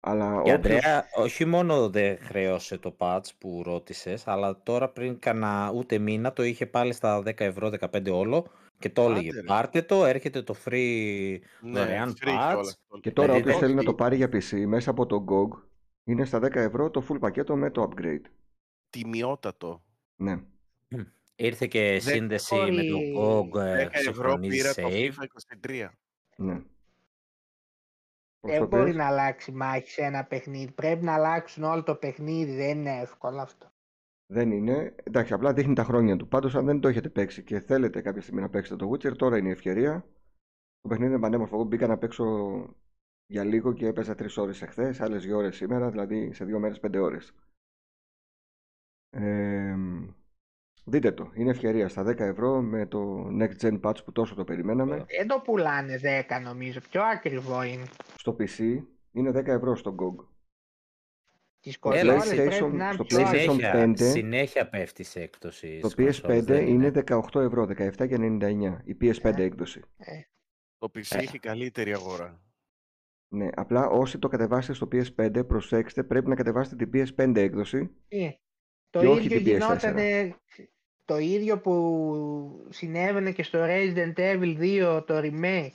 Speaker 3: Αλλά
Speaker 2: Και
Speaker 3: όποιος-
Speaker 2: Αντρέα, όχι μόνο δεν χρέωσε το patch που ρώτησες, αλλά τώρα πριν κανένα ούτε μήνα το είχε πάλι στα 10 ευρώ, 15 όλο και το
Speaker 1: Άντε,
Speaker 2: έλεγε.
Speaker 1: ρε.
Speaker 2: Πάρτε το, έρχεται το free.
Speaker 1: Ναι,
Speaker 2: Δωρεάν
Speaker 1: free
Speaker 2: patch.
Speaker 1: κιόλας.
Speaker 3: και τώρα
Speaker 1: Ε,
Speaker 2: Δηλαδή,
Speaker 3: όποιος
Speaker 2: δεν-
Speaker 3: θέλει να το πάρει για PC μέσα από το GOG είναι στα 10 ευρώ το full πακέτο με το upgrade.
Speaker 1: Τιμιότατο.
Speaker 3: Ναι.
Speaker 2: Ήρθε και
Speaker 1: Δεν
Speaker 2: σύνδεση
Speaker 4: μπορεί.
Speaker 2: με το GOG.
Speaker 1: 10
Speaker 2: ε,
Speaker 1: ευρώ
Speaker 2: Συμφωνεί
Speaker 1: πήρα το
Speaker 2: save.
Speaker 1: FIFA 23.
Speaker 3: ναι.
Speaker 4: Δεν
Speaker 3: Προσωπές.
Speaker 4: Ε, μπορεί να αλλάξει μάχη σε ένα παιχνίδι. Πρέπει να αλλάξουν όλο το παιχνίδι. Δεν είναι εύκολο αυτό.
Speaker 3: Δεν είναι. Εντάξει, απλά δείχνει τα χρόνια του. Πάντως, αν δεν το έχετε παίξει και θέλετε κάποια στιγμή να παίξετε το Witcher, τώρα είναι η ευκαιρία. Το παιχνίδι είναι πανέμορφο. Εγώ μπήκα να παίξω για λίγο και έπαιζα τρεις ώρες εχθές, άλλες δύο ώρες σήμερα, δηλαδή σε δύο μέρες πέντε ώρες. Ε, δείτε το. Είναι ευκαιρία στα 10 ευρώ με το next gen patch που τόσο το περιμέναμε.
Speaker 4: Δεν το πουλάνε 10 νομίζω. Πιο ακριβό είναι.
Speaker 3: Στο PC είναι 10 ευρώ στο GOG.
Speaker 4: Τις
Speaker 3: Το
Speaker 4: κονσόλες
Speaker 2: PlayStation-
Speaker 4: πρέπει να είναι
Speaker 3: στο
Speaker 4: πιο ακριβές.
Speaker 2: Συνέχεια,
Speaker 3: PlayStation 5.
Speaker 2: συνέχεια πέφτει σε έκπτωση.
Speaker 3: Το
Speaker 2: στις
Speaker 3: PS5
Speaker 2: κονσόλες, δεν
Speaker 3: είναι 18 ευρώ, 17,99 η PS5
Speaker 4: Ε.
Speaker 3: έκδοση.
Speaker 1: Το PC
Speaker 2: Ε.
Speaker 1: έχει καλύτερη αγορά.
Speaker 3: Ναι, απλά όσοι το κατεβάσετε στο PS5, προσέξτε, πρέπει να κατεβάσετε την PS5 έκδοση.
Speaker 4: Ε, Το
Speaker 3: Και όχι
Speaker 4: ίδιο
Speaker 3: την PS4.
Speaker 4: γινότανε, το ίδιο που συνέβαινε και στο Resident Evil 2 το remake.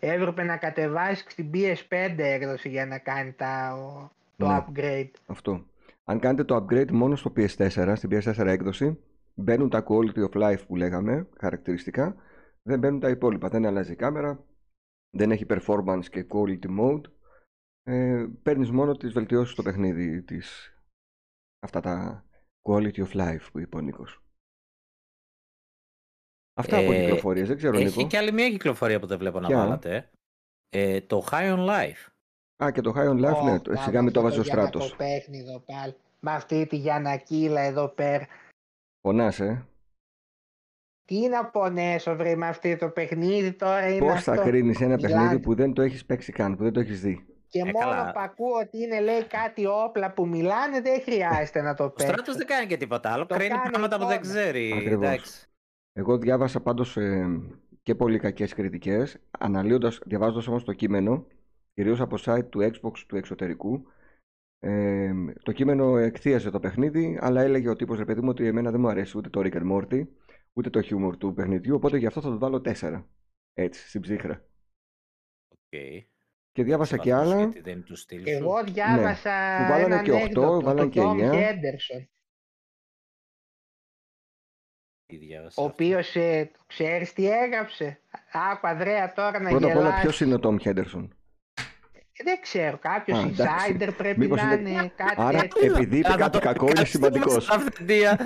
Speaker 4: Έπρεπε να κατεβάσεις την PS5 έκδοση για να κάνει τα, ο- το
Speaker 3: Ναι,
Speaker 4: upgrade.
Speaker 3: αυτό. Αν κάνετε το upgrade μόνο στο PS4, στην PS4 έκδοση, μπαίνουν τα quality of life που λέγαμε, χαρακτηριστικά, δεν μπαίνουν τα υπόλοιπα. Δεν αλλάζει η κάμερα, δεν έχει performance και quality mode. Ε, παίρνεις μόνο τις βελτιώσεις στο παιχνίδι, τις... αυτά τα quality of life που είπε ο Νίκος. Αυτά από
Speaker 2: Ε,
Speaker 3: κυκλοφορίες, δεν ξέρω
Speaker 2: Έχει
Speaker 3: Νίκο.
Speaker 2: και άλλη μια κυκλοφορία που δεν βλέπω να
Speaker 3: Ποια?
Speaker 2: βάλατε. Ε, το High on Life.
Speaker 3: Α, και το High on Life,
Speaker 4: Ω,
Speaker 3: ναι, το-
Speaker 4: πάμε
Speaker 3: σιγά με
Speaker 4: αυτό
Speaker 3: το βάζει ο
Speaker 4: Γιανακοπέχνιδο
Speaker 3: Στράτος.
Speaker 4: πάλι. Με αυτή τη Γιανακίλα εδώ πέρα.
Speaker 3: Πονάς, ε.
Speaker 4: Τι να πονέσω βρε με αυτή το παιχνίδι τώρα είναι
Speaker 3: Πώς
Speaker 4: αυτό.
Speaker 3: θα κρίνεις ένα
Speaker 4: Μιλάνε.
Speaker 3: παιχνίδι που δεν το έχεις παίξει καν, που δεν το έχεις δει.
Speaker 4: Και
Speaker 2: Ε,
Speaker 4: μόνο
Speaker 2: καλά.
Speaker 4: που ακούω ότι είναι λέει κάτι όπλα που μιλάνε δεν χρειάζεται να το
Speaker 2: Ο
Speaker 4: παίξω.
Speaker 2: στράτο δεν κάνει και τίποτα άλλο.
Speaker 4: Το
Speaker 2: Κρίνει
Speaker 4: κάνει
Speaker 2: πράγματα που δεν
Speaker 4: εικόνα.
Speaker 2: ξέρει.
Speaker 3: Ακριβώς.
Speaker 2: Εντάξει.
Speaker 3: Εγώ διάβασα πάντως ε, και πολύ κακές κριτικές, αναλύοντας, διαβάζοντας όμως το κείμενο, κυρίως από site του Xbox του εξωτερικού. Ε, το κείμενο εκθίασε το παιχνίδι, αλλά έλεγε ο τύπος, ρε παιδί μου, ότι εμένα δεν μου αρέσει ούτε το Rick and Morty, ούτε το χιούμορ του παιχνιδιού, οπότε γι' αυτό θα του βάλω 4. Έτσι, στην ψύχρα.
Speaker 2: Okay.
Speaker 3: Και διάβασα και άλλα.
Speaker 2: Γιατί δεν είναι του στυλ σου.
Speaker 4: Εγώ διάβασα.
Speaker 3: Μου Ναι. βάλανε
Speaker 4: ένα
Speaker 3: και οκτώ,
Speaker 4: ανέκδοτο
Speaker 3: βάλανε
Speaker 4: του
Speaker 3: και
Speaker 4: Tom
Speaker 3: εννιά.
Speaker 4: Henderson,
Speaker 2: Τι διάβασα
Speaker 4: ο
Speaker 2: αυτό.
Speaker 4: οποίος ξέρεις τι έγραψε. Άκου Ανδρέα τώρα να
Speaker 3: Πρώτα απ' όλα,
Speaker 4: γελάς. Ε,
Speaker 3: ποιος είναι ο Τόμ Χέντερσον.
Speaker 4: Δεν ξέρω, κάποιος
Speaker 3: Α, εντάξει.
Speaker 4: insider πρέπει
Speaker 3: Μήπως
Speaker 4: να
Speaker 3: είναι-
Speaker 4: είναι κάτι
Speaker 3: Άρα,
Speaker 4: τέτοιο.
Speaker 3: επειδή είπε
Speaker 2: Άρα,
Speaker 3: κάτι
Speaker 2: το-
Speaker 3: κακό, είναι
Speaker 2: κάτσε
Speaker 3: σημαντικό.
Speaker 2: μέσα αυθεντία.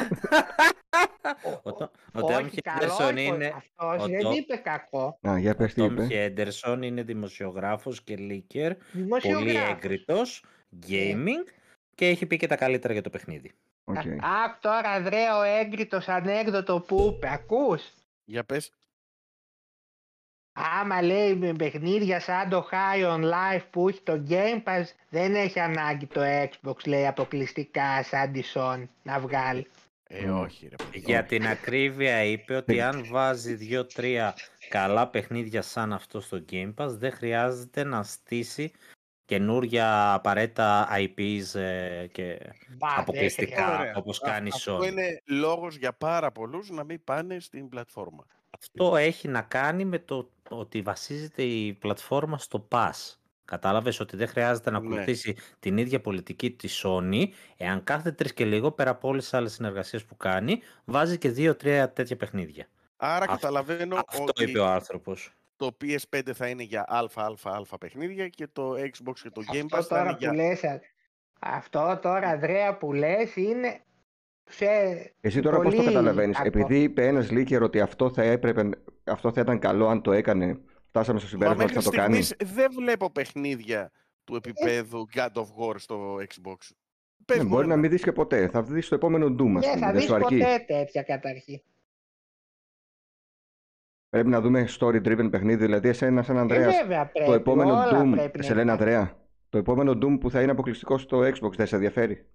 Speaker 2: Ο Το- ο Τόμ
Speaker 4: Όχι, καλό
Speaker 2: Χέντερσον
Speaker 4: είναι.
Speaker 2: είναι...
Speaker 4: Αυτός
Speaker 2: ο
Speaker 4: δεν
Speaker 2: Tom-
Speaker 4: είπε κακό.
Speaker 3: Α, για πες τι
Speaker 2: Τόμ
Speaker 3: είπε.
Speaker 2: Χέντερσον είναι δημοσιογράφος και leaker, πολύ
Speaker 4: Δημοσιογράφος.
Speaker 2: έγκριτος, gaming και έχει πει και τα καλύτερα για το παιχνίδι.
Speaker 3: Οκ.
Speaker 4: Άκου τώρα, Ανδρέα, ο έγκριτος ανέκδοτο που είπε. Ακούς.
Speaker 1: Για πες.
Speaker 4: Άμα λέει με παιχνίδια σαν το High on Life που έχει το Game Pass, δεν έχει ανάγκη το Xbox, λέει αποκλειστικά σαν τη Sony να βγάλει.
Speaker 1: Ε,
Speaker 3: Μμμ.
Speaker 1: όχι ρε παιδί.
Speaker 2: Για την ακρίβεια είπε ότι αν βάζει δύο-τρία καλά παιχνίδια σαν αυτό στο Game Pass δεν χρειάζεται να στήσει καινούρια απαραίτητα IPs ε, και
Speaker 4: Μπα, δεν
Speaker 2: αποκλειστικά
Speaker 1: Ε, Ωραία.
Speaker 2: όπως κάνει η
Speaker 1: Αυτό
Speaker 2: Sony.
Speaker 1: είναι λόγος για πάρα πολλούς να μην πάνε στην πλατφόρμα.
Speaker 2: Αυτό έχει να κάνει με το ότι βασίζεται η πλατφόρμα στο Pass. Κατάλαβες ότι δεν χρειάζεται να
Speaker 1: Ναι.
Speaker 2: ακολουθήσει την ίδια πολιτική της Sony, εάν κάθε τρεις και λίγο, πέρα από όλες τις άλλες συνεργασίες που κάνει, βάζει και δύο-τρία τέτοια παιχνίδια.
Speaker 1: Άρα
Speaker 2: Αυτό-
Speaker 1: καταλαβαίνω
Speaker 2: Αυτό
Speaker 1: ότι
Speaker 2: είπε ο άνθρωπος.
Speaker 1: το PS5 θα είναι για ΑΑΑ παιχνίδια και το Xbox και το Game Pass
Speaker 4: Αυτό
Speaker 1: θα είναι
Speaker 4: τώρα
Speaker 1: για...
Speaker 4: που λες, α- αυτό τώρα, Ανδρέα, που λες είναι σε...
Speaker 3: Εσύ τώρα πώς το
Speaker 4: πολύ
Speaker 3: καταλαβαίνεις.
Speaker 4: από-
Speaker 3: Επειδή είπε ένας leaker ότι αυτό θα, έπρεπε, αυτό θα ήταν καλό αν το έκανε, φτάσαμε στο
Speaker 1: Μα
Speaker 3: συμπέρασμα ότι
Speaker 1: μέχρι
Speaker 3: θα το κάνει.
Speaker 1: στιγμής δεν βλέπω παιχνίδια του επίπεδου God of War στο Xbox. Πες
Speaker 3: Ναι,
Speaker 1: μου
Speaker 3: μπορεί
Speaker 1: ένα.
Speaker 3: να μην δεις και ποτέ. Θα δεις το επόμενο Doom, ας
Speaker 4: Δεν
Speaker 3: πούμε.
Speaker 4: Ναι, θα
Speaker 3: Δεν
Speaker 4: δεις
Speaker 3: σου αρκεί.
Speaker 4: ποτέ τέτοια καταρχήν. Ε,
Speaker 3: Πρέπει να δούμε story-driven παιχνίδι. Δηλαδή, εσένα σαν
Speaker 4: Ε,
Speaker 3: Ανδρέας,
Speaker 4: βέβαια πρέπει,
Speaker 3: το επόμενο
Speaker 4: όλα
Speaker 3: Doom,
Speaker 4: πρέπει να
Speaker 3: σε λένε
Speaker 4: υπάρχουν.
Speaker 3: Ανδρέα, το επόμενο Doom που θα είναι αποκλειστικό στο Xbox, δεν σε ενδιαφέρει.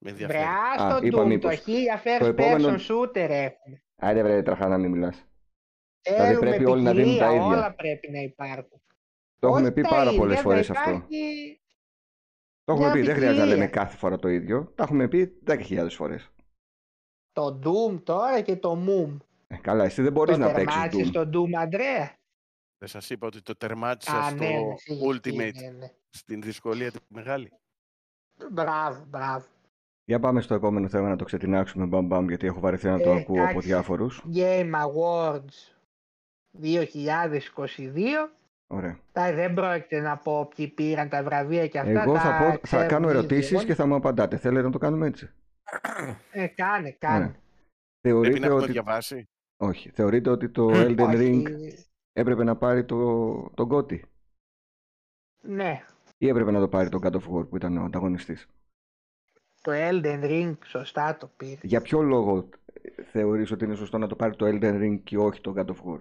Speaker 1: Με
Speaker 4: Βρε,
Speaker 1: ενδιαφέρει.
Speaker 4: άστο
Speaker 3: Α, είπα
Speaker 4: Doom,
Speaker 3: μήπως.
Speaker 4: το χίλια
Speaker 3: Το
Speaker 4: first
Speaker 3: επόμενο-
Speaker 4: person shooter ε, έχουμε.
Speaker 3: Άντε βρε τραχά να μην μιλάς.
Speaker 4: Θέλουμε
Speaker 3: πρέπει όλοι να δίνουν τα
Speaker 4: ποικιλία,
Speaker 3: ίδια.
Speaker 4: Όλα πρέπει να υπάρχουν.
Speaker 3: Το έχουμε
Speaker 4: Όχι
Speaker 3: πει
Speaker 4: τα
Speaker 3: πάρα
Speaker 4: ίδια,
Speaker 3: πολλές
Speaker 4: θα
Speaker 3: φορές αυτό.
Speaker 4: υπάρχει-
Speaker 3: Το έχουμε
Speaker 4: μια
Speaker 3: πει, δεν χρειάζεται να
Speaker 4: ποικιλία.
Speaker 3: λέμε κάθε φορά το ίδιο. Τα έχουμε πει 10.000 φορές.
Speaker 4: Το Doom τώρα και το Moom.
Speaker 3: Ε, καλά, εσύ δεν
Speaker 4: Το
Speaker 3: μπορείς να παίξεις
Speaker 4: τερμάτισες
Speaker 3: Doom.
Speaker 4: το Doom, Ανδρέα.
Speaker 1: Δεν σας είπα ότι το τερμάτισα
Speaker 4: Α,
Speaker 1: στο
Speaker 4: ναι, ναι, εσύ,
Speaker 1: Ultimate
Speaker 4: ναι, ναι.
Speaker 1: στην δυσκολία τη μεγάλη.
Speaker 4: Μπράβο, μπράβο.
Speaker 3: Για πάμε στο επόμενο θέμα να το ξετινάξουμε μπαμ μπαμ γιατί έχω βαρεθεί να το
Speaker 4: Ε,
Speaker 3: ακούω από
Speaker 4: εντάξει.
Speaker 3: διάφορους.
Speaker 4: Game Awards 2022.
Speaker 3: Ωραία.
Speaker 4: Τα, δεν πρόκειται να πω ποιοι πήραν τα βραβεία και αυτά.
Speaker 3: Εγώ
Speaker 4: τα
Speaker 3: θα, πω, θα
Speaker 4: ξέρουν
Speaker 3: κάνω
Speaker 4: οι
Speaker 3: ερωτήσεις
Speaker 4: δύο.
Speaker 3: και θα μου απαντάτε. Θέλετε να το κάνουμε έτσι.
Speaker 4: Ε, κάνε, κάνε.
Speaker 3: Ωραία.
Speaker 1: Πρέπει να
Speaker 3: Θεωρείτε
Speaker 1: έχουμε
Speaker 3: ότι...
Speaker 1: διαβάσει.
Speaker 3: Όχι. Θεωρείτε ότι το Elden
Speaker 4: Όχι,
Speaker 3: Ring έπρεπε να πάρει το, τον Gotti
Speaker 4: Ναι,
Speaker 3: ή έπρεπε να το πάρει τον God of War που ήταν ο ανταγωνιστής.
Speaker 4: το Elden Ring σωστά το πήρες.
Speaker 3: Για ποιο λόγο θεωρείς ότι είναι σωστό να το πάρει το Elden Ring και όχι το God of War.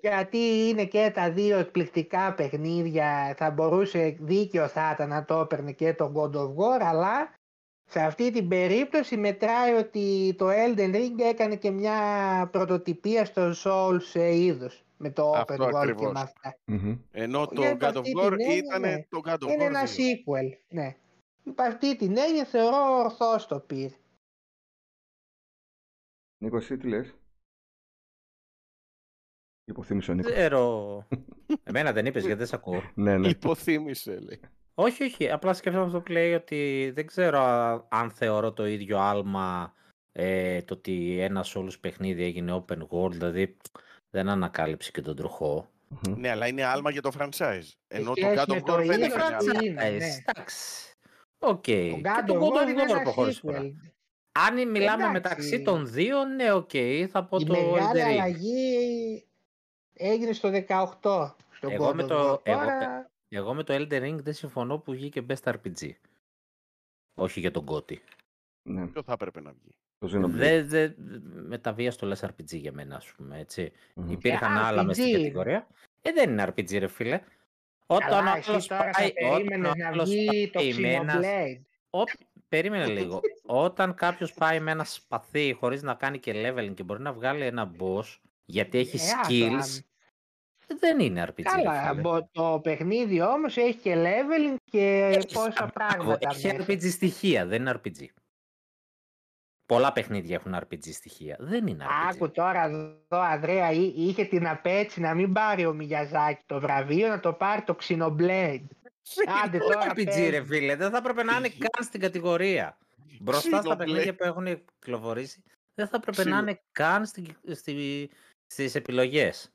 Speaker 4: Γιατί είναι και τα δύο εκπληκτικά παιχνίδια, θα μπορούσε δίκιο θα ήταν να το έπαιρνε και το God of War, αλλά σε αυτή την περίπτωση μετράει ότι το Elden Ring έκανε και μια πρωτοτυπία στο Souls σε είδος με το
Speaker 1: Αυτό
Speaker 4: Open World και
Speaker 1: ακριβώς.
Speaker 4: με αυτά.
Speaker 3: Μμμ.
Speaker 1: Ενώ το
Speaker 4: Για
Speaker 1: God
Speaker 4: αυτή
Speaker 1: of
Speaker 4: την
Speaker 1: War
Speaker 4: έννοια, ναι.
Speaker 1: ήταν το God of
Speaker 4: Είναι
Speaker 1: War
Speaker 4: ένα
Speaker 1: 2.
Speaker 4: sequel, ναι. Υπ' αυτή την έννοια θεωρώ ορθώς το πήρε.
Speaker 3: Νίκος, εσύ τι λες. Υποθύμησε ο
Speaker 1: Ε, [LAUGHS]
Speaker 3: Νίκος.
Speaker 2: Ξέρω. Εμένα δεν είπες γιατί δεν σε ακούω.
Speaker 3: Ναι,
Speaker 1: ε,
Speaker 3: ναι.
Speaker 1: Υποθύμησε, λέει.
Speaker 2: Όχι, όχι. Απλά σκέφτομαι αυτό που λέει ότι δεν ξέρω α- αν θεωρώ το ίδιο άλμα ε, το ότι ένας όλους παιχνίδι έγινε open world, δηλαδή δεν ανακάλυψε και τον τροχό.
Speaker 3: Μμμ.
Speaker 1: Ναι, αλλά είναι άλμα για το franchise. Ενώ το
Speaker 4: σχέση
Speaker 1: God
Speaker 4: με
Speaker 1: of
Speaker 4: το
Speaker 1: War δεν
Speaker 4: ίδιο
Speaker 2: Είναι
Speaker 1: έκανε άλμα.
Speaker 4: franchise.
Speaker 2: franchise,
Speaker 4: είναι, ναι.
Speaker 2: εντάξει. Ε, Οκ.
Speaker 4: Το
Speaker 2: Ε, Και
Speaker 4: God
Speaker 2: τον
Speaker 4: of War είναι
Speaker 2: God of War
Speaker 4: ένα
Speaker 2: προχώρησε τώρα.
Speaker 4: sequel.
Speaker 2: Αν μιλάμε
Speaker 4: Εντάξει.
Speaker 2: μεταξύ των δύο, ναι, οκ, θα πω
Speaker 4: Η
Speaker 2: το
Speaker 4: μεγάλη
Speaker 2: Elden Ring.
Speaker 4: αλλαγή έγινε στο 18. Στον
Speaker 2: Εγώ
Speaker 4: God
Speaker 2: με
Speaker 4: of
Speaker 2: το-
Speaker 4: War.
Speaker 2: εγώ-
Speaker 4: Τώρα,
Speaker 2: Εγώ με το Elden Ring δεν συμφωνώ που βγήκε Best RPG. Όχι για τον Κώτη.
Speaker 3: ναι.
Speaker 1: Ποιο θα έπρεπε να βγει.
Speaker 3: Το Xenoblade.
Speaker 2: Δε, δε, με τα βία στο λες RPG για μένα, ας πούμε, έτσι.
Speaker 3: Μμμ.
Speaker 2: Υπήρχαν
Speaker 4: Ε,
Speaker 2: άλλα μες στην
Speaker 4: RPG.
Speaker 2: κατηγορία. Ε, δεν είναι RPG, ρε φίλε. Όταν
Speaker 4: καλά,
Speaker 2: ο άλλος
Speaker 4: εσύ
Speaker 2: πάει,
Speaker 4: τώρα θα περίμενε
Speaker 2: όταν ο
Speaker 4: να
Speaker 2: άλλος
Speaker 4: βγει το
Speaker 2: πάει με ένας-
Speaker 4: Xenoblade.
Speaker 2: όπ- Περίμενε λίγο. Όταν κάποιος πάει με ένα σπαθί χωρίς να κάνει και leveling και μπορεί να βγάλει ένα boss γιατί έχει
Speaker 4: Ε, άστο,
Speaker 2: skills. Δεν είναι RPG. ρε
Speaker 4: Καλά,
Speaker 2: φίλε.
Speaker 4: μπο- το παιχνίδι όμως έχει και leveling και
Speaker 2: Έχει,
Speaker 4: πόσα
Speaker 2: μπράβο,
Speaker 4: πράγματα
Speaker 2: Έχει
Speaker 4: μέσα.
Speaker 2: RPG στοιχεία, δεν είναι RPG. Πολλά παιχνίδια έχουν RPG στοιχεία. Δεν είναι RPG.
Speaker 4: Άκου τώρα εδώ, Ανδρέα, εί- είχε την απέτηση να μην πάρει ο Μiyazaki το βραβείο, να το πάρει το Xenoblade. Άντε
Speaker 2: Δεν
Speaker 4: τώρα,
Speaker 2: είναι RPG,
Speaker 4: πες.
Speaker 2: ρε φίλε. Δεν θα έπρεπε να είναι
Speaker 1: Ψυχή.
Speaker 2: καν στην κατηγορία. Μπροστά στα
Speaker 1: Xenoblade.
Speaker 2: παιχνίδια που έχουν κυκλοφορήσει, δεν θα έπρεπε να
Speaker 1: Xeno-
Speaker 2: είναι καν στην, στη, στις επιλογές.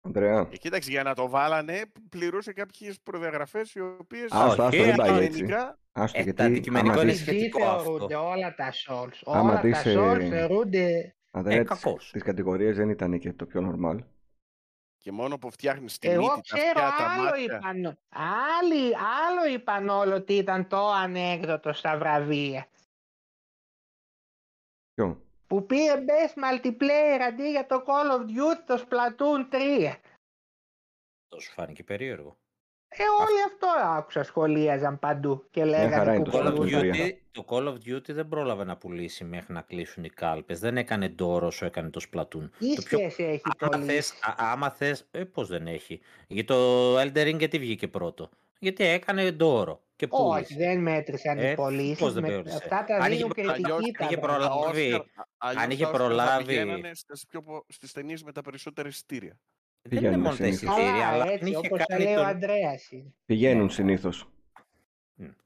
Speaker 3: Ανδρέα.
Speaker 1: Ε, κοίταξε, για να το βάλανε, πληρούσε κάποιες προδιαγραφές οι οποίες.
Speaker 2: Α,
Speaker 3: Άστο, άστο,
Speaker 2: όχι,
Speaker 3: δεν πάει έτσι.
Speaker 1: Γενικά,
Speaker 3: Άστο,
Speaker 2: Ε, τα
Speaker 3: γιατί
Speaker 2: αντικειμενικά
Speaker 3: άμα
Speaker 2: είναι
Speaker 3: δεις,
Speaker 2: σχετικά.
Speaker 4: Τι
Speaker 2: σχετικό αυτό.
Speaker 4: θεωρούνται όλα τα Souls.
Speaker 3: Άμα
Speaker 4: Όλα
Speaker 3: δεις,
Speaker 4: τα
Speaker 3: ε,
Speaker 4: Souls θεωρούνται...
Speaker 2: Ε,
Speaker 3: Ανδρέα,
Speaker 2: κακός.
Speaker 3: τις, τις κατηγορίες δεν ήταν και το πιο normal.
Speaker 1: και μόνο που φτιάχνεις τη
Speaker 4: Εγώ
Speaker 1: μύτη, τα
Speaker 4: ξέρω,
Speaker 1: αυτιά, τα
Speaker 4: άλλο
Speaker 1: μάτια.
Speaker 4: είπαν, άλλοι, άλλο είπαν όλο ότι ήταν το ανέκδοτο στα βραβεία.
Speaker 3: Ποιο.
Speaker 4: Που πήρε best multiplayer αντί για το Call of Duty το Splatoon 3.
Speaker 2: Το σου φάνηκε περίεργο.
Speaker 4: Ε, όλοι αυτό άκουσα σχολίαζαν παντού και
Speaker 3: χαρά
Speaker 4: λέγανε
Speaker 3: είναι
Speaker 4: που
Speaker 3: το
Speaker 2: Call of
Speaker 3: Splatoon
Speaker 4: κολούν.
Speaker 3: τρία.
Speaker 2: Duty, το Call of Duty δεν πρόλαβε να πουλήσει μέχρι να κλείσουν οι κάλπες. Δεν έκανε ντόρο όσο έκανε το Splatoon.
Speaker 4: Τι
Speaker 2: Το πιο-
Speaker 4: σχέση έχει
Speaker 2: Άμα
Speaker 4: πολύ.
Speaker 2: θες, α- άμα θες, ε, πώς δεν έχει. Για το Elder Ring γιατί βγήκε πρώτο. Γιατί έκανε ντόρο και πούλησε.
Speaker 4: Όχι, δεν μέτρησαν
Speaker 2: Ε,
Speaker 4: οι πωλήσει.
Speaker 2: πώς δεν πούλησε.
Speaker 4: Αυτά τα
Speaker 2: Αν είχε
Speaker 4: δίνουν
Speaker 2: προ- αλλιώς
Speaker 4: κριτική τα
Speaker 2: είχε
Speaker 4: βραβεία.
Speaker 1: Τα
Speaker 2: προλάβει.
Speaker 1: Όσκαρ- αλλιώς
Speaker 2: Αν είχε
Speaker 1: τα Όσκαρ θα
Speaker 2: προλάβει.
Speaker 1: πηγαίνανε στις πιο πο- στις ταινίες με τα περισσότερα εισιτήρια.
Speaker 2: Δεν είναι
Speaker 3: Πηγαίνουμε
Speaker 2: μόνο τα
Speaker 3: συνήθως.
Speaker 2: εισιτήρια, αλλά
Speaker 4: Καλά,
Speaker 2: αν
Speaker 4: έτσι,
Speaker 2: είχε
Speaker 4: όπως τα
Speaker 2: κάνει
Speaker 4: λέει ο
Speaker 2: τον...
Speaker 4: Ανδρέας. είναι.
Speaker 3: Πηγαίνουν
Speaker 2: Ναι.
Speaker 3: συνήθως.